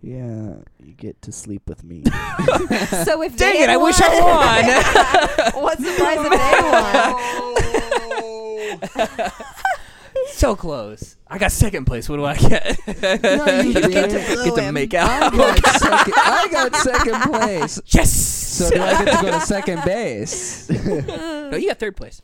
Speaker 1: Yeah, you get to sleep with me.
Speaker 4: so if
Speaker 3: Dang
Speaker 4: they
Speaker 3: it, I wish I
Speaker 4: won. What's the prize if they won?
Speaker 3: so close. I got second place. What do I get?
Speaker 1: No, you
Speaker 3: get, to,
Speaker 1: didn't.
Speaker 3: get to make out.
Speaker 2: I got second, I got second place.
Speaker 3: Yes.
Speaker 2: So do I get to go to second base?
Speaker 3: no, you got third place.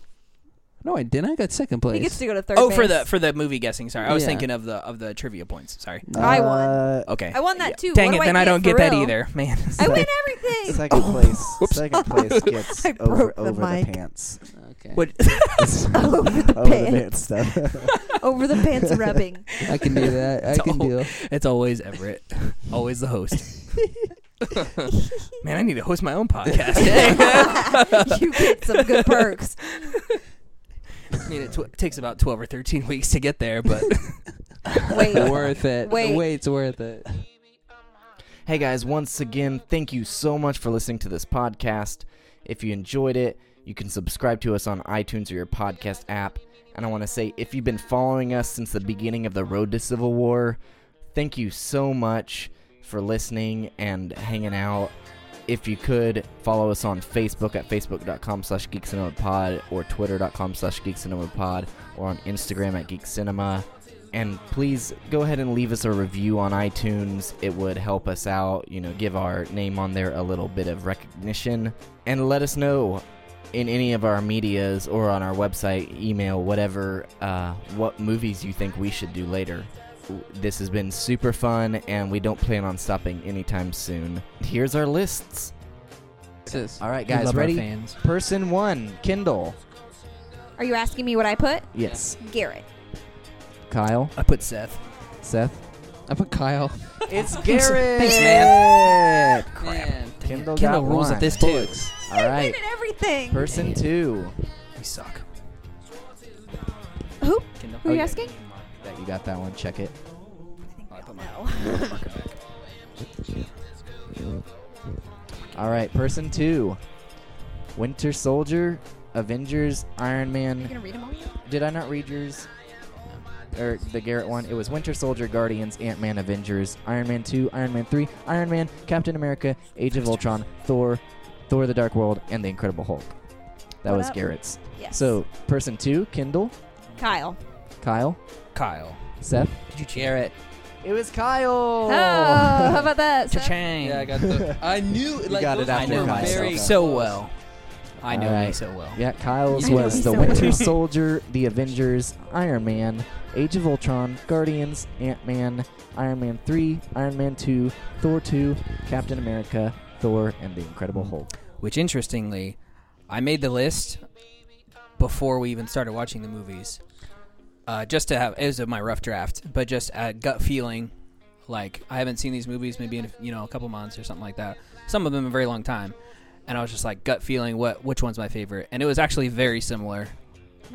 Speaker 2: No, I didn't. I got second
Speaker 4: He
Speaker 2: place.
Speaker 4: gets to go to third.
Speaker 3: oh, for
Speaker 4: base.
Speaker 3: the for the movie guessing. Sorry, I was
Speaker 2: Yeah.
Speaker 3: thinking of the of the trivia points. Sorry.
Speaker 4: I won.
Speaker 1: Uh,
Speaker 3: Okay.
Speaker 4: I won that too.
Speaker 3: Dang
Speaker 4: What
Speaker 3: it,
Speaker 4: do
Speaker 3: then I
Speaker 4: get
Speaker 3: don't
Speaker 4: for
Speaker 3: get that
Speaker 4: real?
Speaker 3: either, man.
Speaker 4: I win
Speaker 1: Sec-
Speaker 4: everything.
Speaker 1: Second place.
Speaker 3: Whoops.
Speaker 1: Second place gets
Speaker 4: I
Speaker 1: over
Speaker 4: broke the
Speaker 1: over the
Speaker 4: mic.
Speaker 1: pants.
Speaker 2: okay.
Speaker 3: What-
Speaker 4: over the
Speaker 1: over the
Speaker 4: pants.
Speaker 1: pants stuff.
Speaker 4: Over the pants rubbing.
Speaker 2: I can do that. I
Speaker 3: It's
Speaker 2: can
Speaker 3: all-
Speaker 2: do.
Speaker 3: It's always Everett, always the host. man, I need to host my own podcast.
Speaker 4: you get some good perks.
Speaker 3: I mean, it tw- takes about twelve or thirteen weeks to get there, but
Speaker 4: Wait.
Speaker 2: worth it.
Speaker 4: Wait.
Speaker 2: it's worth it.
Speaker 6: Hey guys, once again, thank you so much for listening to this podcast. If you enjoyed it, you can subscribe to us on iTunes or your podcast app. And I want to say, if you've been following us since the beginning of the Road to Civil War, thank you so much for listening and hanging out. If you could follow us on Facebook at facebook.com slash geekcinemapod or twitter.com slash geekcinemapod or on Instagram at geekcinema and please go ahead and leave us a review on iTunes. It would help us out, you know, give our name on there a little bit of recognition. And let us know in any of our medias or on our website, email, whatever, uh, what movies you think we should do later. W- This has been super fun, and we don't plan on stopping anytime soon. Here's our lists.
Speaker 2: Sis.
Speaker 1: All right,
Speaker 3: We
Speaker 1: guys,
Speaker 3: love our
Speaker 1: ready?
Speaker 3: Fans.
Speaker 1: Person one, Kindle.
Speaker 4: Are you asking me what I put?
Speaker 1: Yes.
Speaker 4: Garrett.
Speaker 1: Kyle,
Speaker 3: I put Seth.
Speaker 1: Seth.
Speaker 2: I put Kyle.
Speaker 1: It's Garrett.
Speaker 3: Thanks, man.
Speaker 2: Man,
Speaker 1: Kindle,
Speaker 3: Kendall
Speaker 1: got
Speaker 3: rules
Speaker 1: one.
Speaker 3: at this too.
Speaker 1: All right.
Speaker 4: I win at everything.
Speaker 1: Person two.
Speaker 3: We suck.
Speaker 4: Who?
Speaker 3: Kendall.
Speaker 4: Who are you asking?
Speaker 1: Oh, That you got that one. Check it.
Speaker 3: I put
Speaker 4: No.
Speaker 1: All right, person two. Winter Soldier, Avengers, Iron
Speaker 4: You
Speaker 1: Man.
Speaker 4: gonna read them all?
Speaker 1: Did I not read yours? Or the Garrett one? It was Winter Soldier, Guardians, Ant Man, Avengers, Iron Man 2, Iron Man 3, Iron Man, Captain America, Age of Ultron, Thor, Thor the Dark World, and The Incredible Hulk. That
Speaker 4: What
Speaker 1: was
Speaker 4: up?
Speaker 1: Garrett's.
Speaker 4: Yes.
Speaker 1: So, person two, Kindle,
Speaker 4: Kyle.
Speaker 1: Kyle,
Speaker 3: Kyle.
Speaker 1: Seth.
Speaker 3: Did you Garrett?
Speaker 1: It was Kyle!
Speaker 4: Oh, how about that? Seth?
Speaker 3: Cha-ching.
Speaker 2: Yeah, I got the. I knew. Like,
Speaker 1: got it
Speaker 2: those
Speaker 1: after
Speaker 3: I know
Speaker 2: were
Speaker 1: Kyle.
Speaker 2: very
Speaker 3: myself
Speaker 1: Okay.
Speaker 3: so well. I know
Speaker 1: Alright.
Speaker 3: me so well.
Speaker 1: Yeah, Kyle's
Speaker 4: You
Speaker 1: was
Speaker 4: know
Speaker 1: the
Speaker 4: me so
Speaker 1: Winter
Speaker 4: well.
Speaker 1: Soldier, the Avengers, Iron Man, Age of Ultron, Guardians, Ant Man, Iron Man 3, Iron Man 2, Thor 2, Captain America, Thor, and the Incredible Hulk.
Speaker 3: Which, interestingly, I made the list before we even started watching the movies. Uh, just to have, it was my rough draft, but just a gut feeling, like I haven't seen these movies maybe in you know a couple months or something like that. Some of them in a very long time, and I was just like gut feeling what which one's my favorite, and it was actually very similar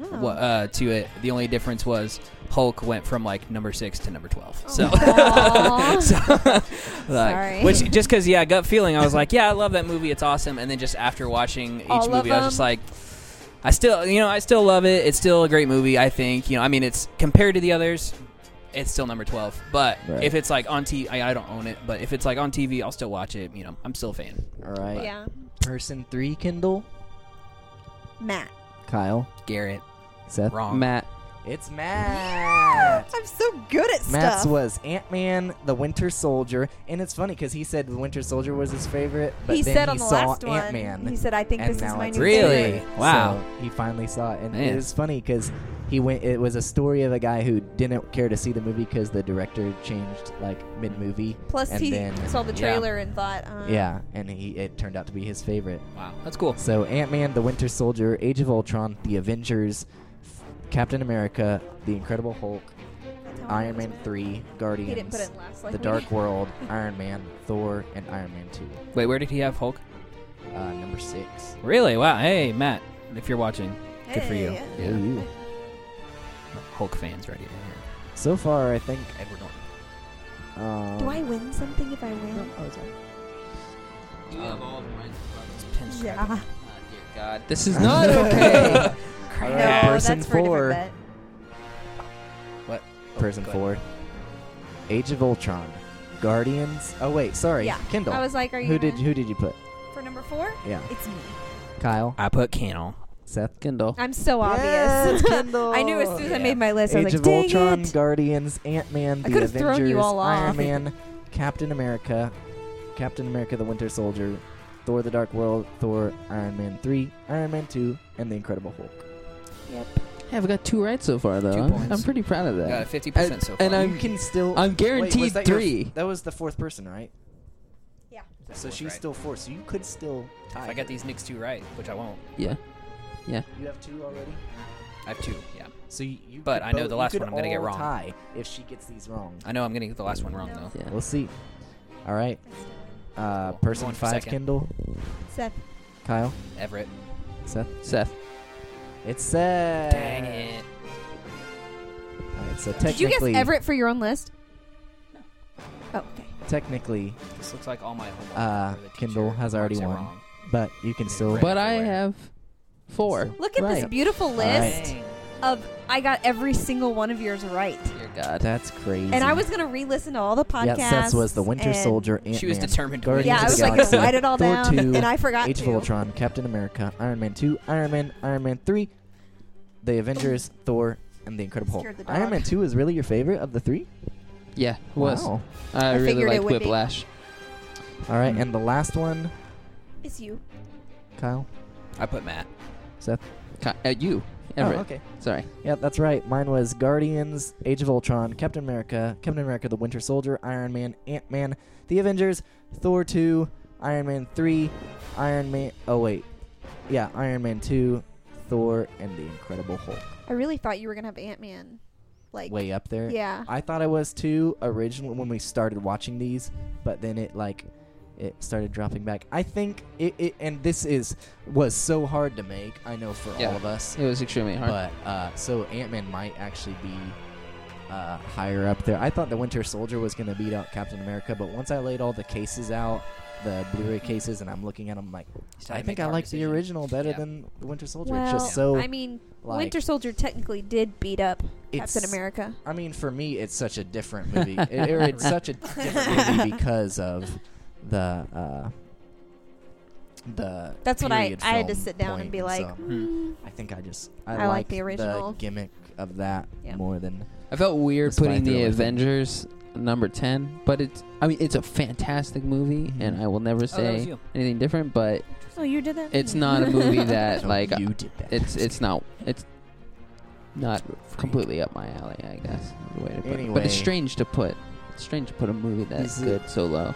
Speaker 4: Oh.
Speaker 3: wha- uh, to it. The only difference was Hulk went from like number six to number twelve. So,
Speaker 4: Oh. Aw.
Speaker 3: so, like,
Speaker 4: Sorry.
Speaker 3: which just because yeah, gut feeling, I was like, yeah, I love that movie. It's awesome. And then just after watching each
Speaker 4: All of
Speaker 3: movie, I was just
Speaker 4: them?
Speaker 3: like, I still, you know, I still love it. It's still a great movie. I think, you know, I mean, it's compared to the others, it's still number twelve. But
Speaker 1: Right.
Speaker 3: if it's like on TV, I, I don't own it. But if it's like on TV, I'll still watch it. You know, I'm still a fan.
Speaker 1: All right.
Speaker 4: Yeah.
Speaker 1: Person three, Kindle.
Speaker 4: Matt.
Speaker 1: Kyle.
Speaker 3: Garrett,
Speaker 1: Seth.
Speaker 3: wrong.
Speaker 2: Matt.
Speaker 1: It's Matt.
Speaker 4: I'm so good at
Speaker 1: Uh, Matt's
Speaker 4: stuff.
Speaker 1: was Ant Man, the Winter Soldier, and it's funny because he said the Winter Soldier was his favorite, but
Speaker 4: he
Speaker 1: then
Speaker 4: said
Speaker 1: he
Speaker 4: on the
Speaker 1: saw
Speaker 4: last
Speaker 1: Ant
Speaker 4: one. He
Speaker 1: Man.
Speaker 4: said, "I think
Speaker 1: and
Speaker 4: this is
Speaker 1: now
Speaker 4: my
Speaker 1: it's
Speaker 4: new
Speaker 3: Really?
Speaker 4: favorite."
Speaker 3: Wow.
Speaker 1: So he finally saw it, and
Speaker 3: Man.
Speaker 1: it was funny because he went. It was a story of a guy who didn't care to see the movie because the director changed like mid movie.
Speaker 4: Plus,
Speaker 1: and
Speaker 4: he
Speaker 1: then,
Speaker 4: saw the
Speaker 3: yeah.
Speaker 4: trailer and thought, um,
Speaker 1: yeah, and he it turned out to be his favorite.
Speaker 3: Wow, that's cool.
Speaker 1: So Ant Man, the Winter Soldier, Age of Ultron, The Avengers, Captain America, The Incredible Hulk,
Speaker 4: that's how
Speaker 1: Iron
Speaker 4: I know it's
Speaker 1: Man
Speaker 4: Matt.
Speaker 1: three,
Speaker 4: He didn't
Speaker 1: Guardians,
Speaker 4: put it in last. Like
Speaker 1: The
Speaker 4: we
Speaker 1: Dark
Speaker 4: did.
Speaker 1: World, Iron Man, Thor, and Iron Man two.
Speaker 3: Wait, where did he have Hulk?
Speaker 1: Uh, number six.
Speaker 3: Really? Wow. Hey, Matt, if you're watching, Good for you.
Speaker 4: Hey.
Speaker 1: Ooh, you.
Speaker 3: Hulk fans right here.
Speaker 1: So far, I think.
Speaker 3: Edward Norton.
Speaker 1: Um,
Speaker 4: Do I win something if I win?
Speaker 2: You
Speaker 3: Um,
Speaker 2: have all of mine.
Speaker 4: Yeah.
Speaker 2: Oh, dear God. This is not okay.
Speaker 1: All
Speaker 4: No,
Speaker 1: right, person
Speaker 4: that's for
Speaker 1: four.
Speaker 4: a different
Speaker 1: Person
Speaker 3: go
Speaker 1: four. Age of Ultron, Guardians. Oh wait, sorry.
Speaker 4: Yeah,
Speaker 1: Kindle.
Speaker 4: bet. I was like, "Are you?"
Speaker 1: who did
Speaker 4: gonna-
Speaker 1: who did you put?
Speaker 4: for number four?
Speaker 1: Yeah.
Speaker 4: It's me.
Speaker 1: Kyle.
Speaker 3: I put Cannell.
Speaker 1: Seth.
Speaker 2: Kindle.
Speaker 4: I'm so
Speaker 1: Yes,
Speaker 4: obvious.
Speaker 1: Kendall.
Speaker 4: I knew as soon as I
Speaker 3: Yeah.
Speaker 4: made my list, I
Speaker 1: Age
Speaker 4: was like,
Speaker 1: of
Speaker 4: "Dang
Speaker 1: Ultron,
Speaker 4: it!"
Speaker 1: Guardians, Ant Man,
Speaker 4: I
Speaker 1: The
Speaker 4: could've thrown you
Speaker 1: Avengers,
Speaker 4: all
Speaker 1: Iron
Speaker 4: off.
Speaker 1: Man, Captain America, Captain America: The Winter Soldier, Thor: The Dark World, Thor, Iron Man three, Iron Man two, and The Incredible Hulk.
Speaker 2: Hey, I've got two right so far, though.
Speaker 3: Two
Speaker 2: I'm-
Speaker 3: points.
Speaker 2: I'm pretty proud of that.
Speaker 3: Got a 50%
Speaker 2: And-
Speaker 3: so far.
Speaker 2: And I'm,
Speaker 1: you can still.
Speaker 2: I'm
Speaker 1: Wait,
Speaker 2: guaranteed
Speaker 1: was that your-
Speaker 2: three.
Speaker 1: that was the fourth person, right?
Speaker 4: Yeah.
Speaker 1: So
Speaker 3: Fourth,
Speaker 1: she's
Speaker 3: right.
Speaker 1: still four. So you could still tie.
Speaker 3: If I got these next two right, which I won't.
Speaker 2: yeah.
Speaker 1: You have two already.
Speaker 3: I have two. Yeah.
Speaker 1: So you. you
Speaker 3: But
Speaker 1: could
Speaker 3: I know
Speaker 1: both-
Speaker 3: the
Speaker 1: you
Speaker 3: last
Speaker 1: could
Speaker 3: one I'm gonna get
Speaker 1: all
Speaker 3: wrong.
Speaker 1: Tie if she gets these wrong.
Speaker 3: I know I'm gonna get the last one wrong though.
Speaker 2: Yeah.
Speaker 1: We'll see. All right. Uh,
Speaker 3: Cool.
Speaker 1: person
Speaker 3: Going for
Speaker 1: five,
Speaker 3: second.
Speaker 1: Kindle,
Speaker 4: Seth,
Speaker 1: Kyle,
Speaker 3: Everett.
Speaker 1: Seth.
Speaker 2: Seth.
Speaker 1: It's Seth.
Speaker 3: Dang it.
Speaker 1: All right, so
Speaker 4: did you guess
Speaker 1: technically,
Speaker 4: Everett for your own list? No. Oh, okay.
Speaker 1: technically,
Speaker 3: This looks like all my homework.
Speaker 1: Uh,
Speaker 3: for the teacher
Speaker 1: Kindle has already
Speaker 3: marks it
Speaker 1: won.
Speaker 3: wrong.
Speaker 1: but you can still.
Speaker 3: Right.
Speaker 2: But I
Speaker 3: everywhere.
Speaker 2: have four.
Speaker 4: Look at this
Speaker 1: Right.
Speaker 4: beautiful list
Speaker 3: Dang.
Speaker 4: of I got every single one of yours right.
Speaker 2: Dear God.
Speaker 1: That's crazy.
Speaker 4: And I was gonna re-listen to all the podcasts.
Speaker 1: Yeah, Seth was the Winter
Speaker 4: and-
Speaker 1: Soldier. Ant-Man,
Speaker 3: She was determined to
Speaker 1: Guardians
Speaker 4: Yeah,
Speaker 1: of
Speaker 4: I
Speaker 1: the
Speaker 4: was like
Speaker 1: Galaxy,
Speaker 4: gonna write it all
Speaker 1: Thor
Speaker 4: down,
Speaker 1: 2,
Speaker 4: and I forgot
Speaker 1: Age of
Speaker 4: to.
Speaker 1: Ultron, Captain America, Iron Man 2, Iron Man, Iron Man 3, The Avengers, Thor, and The Incredible Hulk.
Speaker 4: Scared the dog.
Speaker 1: Iron Man 2 is really your favorite of the three?
Speaker 2: Yeah, it was.
Speaker 1: Wow.
Speaker 2: I, really
Speaker 4: figured it
Speaker 2: liked
Speaker 4: would be.
Speaker 2: Whiplash.
Speaker 1: All right, and the last one,
Speaker 4: It's you.
Speaker 1: Kyle.
Speaker 3: I put Matt.
Speaker 2: Ki- uh, you. Everett.
Speaker 1: Oh, okay.
Speaker 2: Sorry.
Speaker 1: Yeah, that's right. Mine was Guardians, Age of Ultron, Captain America, Captain America the Winter Soldier, Iron Man, Ant Man, The Avengers, Thor 2, Iron Man 3, Iron Man. Oh, wait. Yeah, Iron Man 2, Thor, and The Incredible Hulk.
Speaker 4: I really thought you were gonna have Ant Man, like
Speaker 1: Way up there.
Speaker 4: yeah.
Speaker 1: I thought I was too originally when we started watching these, but then it like it started dropping back. I think it, it and this is was so hard to make. I know for
Speaker 2: Yeah.
Speaker 1: all of us,
Speaker 2: It was extremely hard.
Speaker 1: but uh, so Ant Man might actually be uh, higher up there. I thought the Winter Soldier was going to beat out Captain America, but once I laid all the cases out, the Blu-ray cases, and I'm looking at them like,
Speaker 3: He's trying
Speaker 1: I
Speaker 3: to
Speaker 1: think
Speaker 3: make
Speaker 1: I
Speaker 3: hard
Speaker 1: like
Speaker 3: decisions.
Speaker 1: the original better
Speaker 3: Yeah.
Speaker 1: than the Winter Soldier.
Speaker 4: well,
Speaker 1: it's just so
Speaker 4: I mean,
Speaker 1: like
Speaker 4: Winter Soldier technically did beat up
Speaker 1: it's,
Speaker 4: Captain America.
Speaker 1: I mean, for me, it's such a different movie. It- or it's such a different movie because of the uh, the.
Speaker 4: That's what I-
Speaker 1: period
Speaker 4: I had to
Speaker 1: film
Speaker 4: sit down and
Speaker 1: point,
Speaker 4: be like,
Speaker 1: so
Speaker 3: Hmm.
Speaker 1: I think I just
Speaker 4: I
Speaker 1: I,
Speaker 4: like
Speaker 1: like
Speaker 4: the original.
Speaker 1: gimmick of that
Speaker 4: Yeah.
Speaker 1: more than
Speaker 2: I felt weird
Speaker 1: That's what I
Speaker 2: putting
Speaker 1: threw
Speaker 2: the
Speaker 1: away.
Speaker 2: Avengers number 10, but it's, I mean, it's a fantastic movie,
Speaker 1: Mhm.
Speaker 2: and I will never
Speaker 3: Oh, that was
Speaker 2: say
Speaker 3: you.
Speaker 2: anything different, but
Speaker 4: Oh, you did that.
Speaker 2: it's not a movie that,
Speaker 1: So
Speaker 2: like,
Speaker 1: you did that.
Speaker 2: it's it's not, it's not completely up my alley, I guess. is the way to put it. But
Speaker 1: Anyway.
Speaker 2: it's strange to put, it's strange to put a movie that's
Speaker 1: Is it-
Speaker 2: good so low.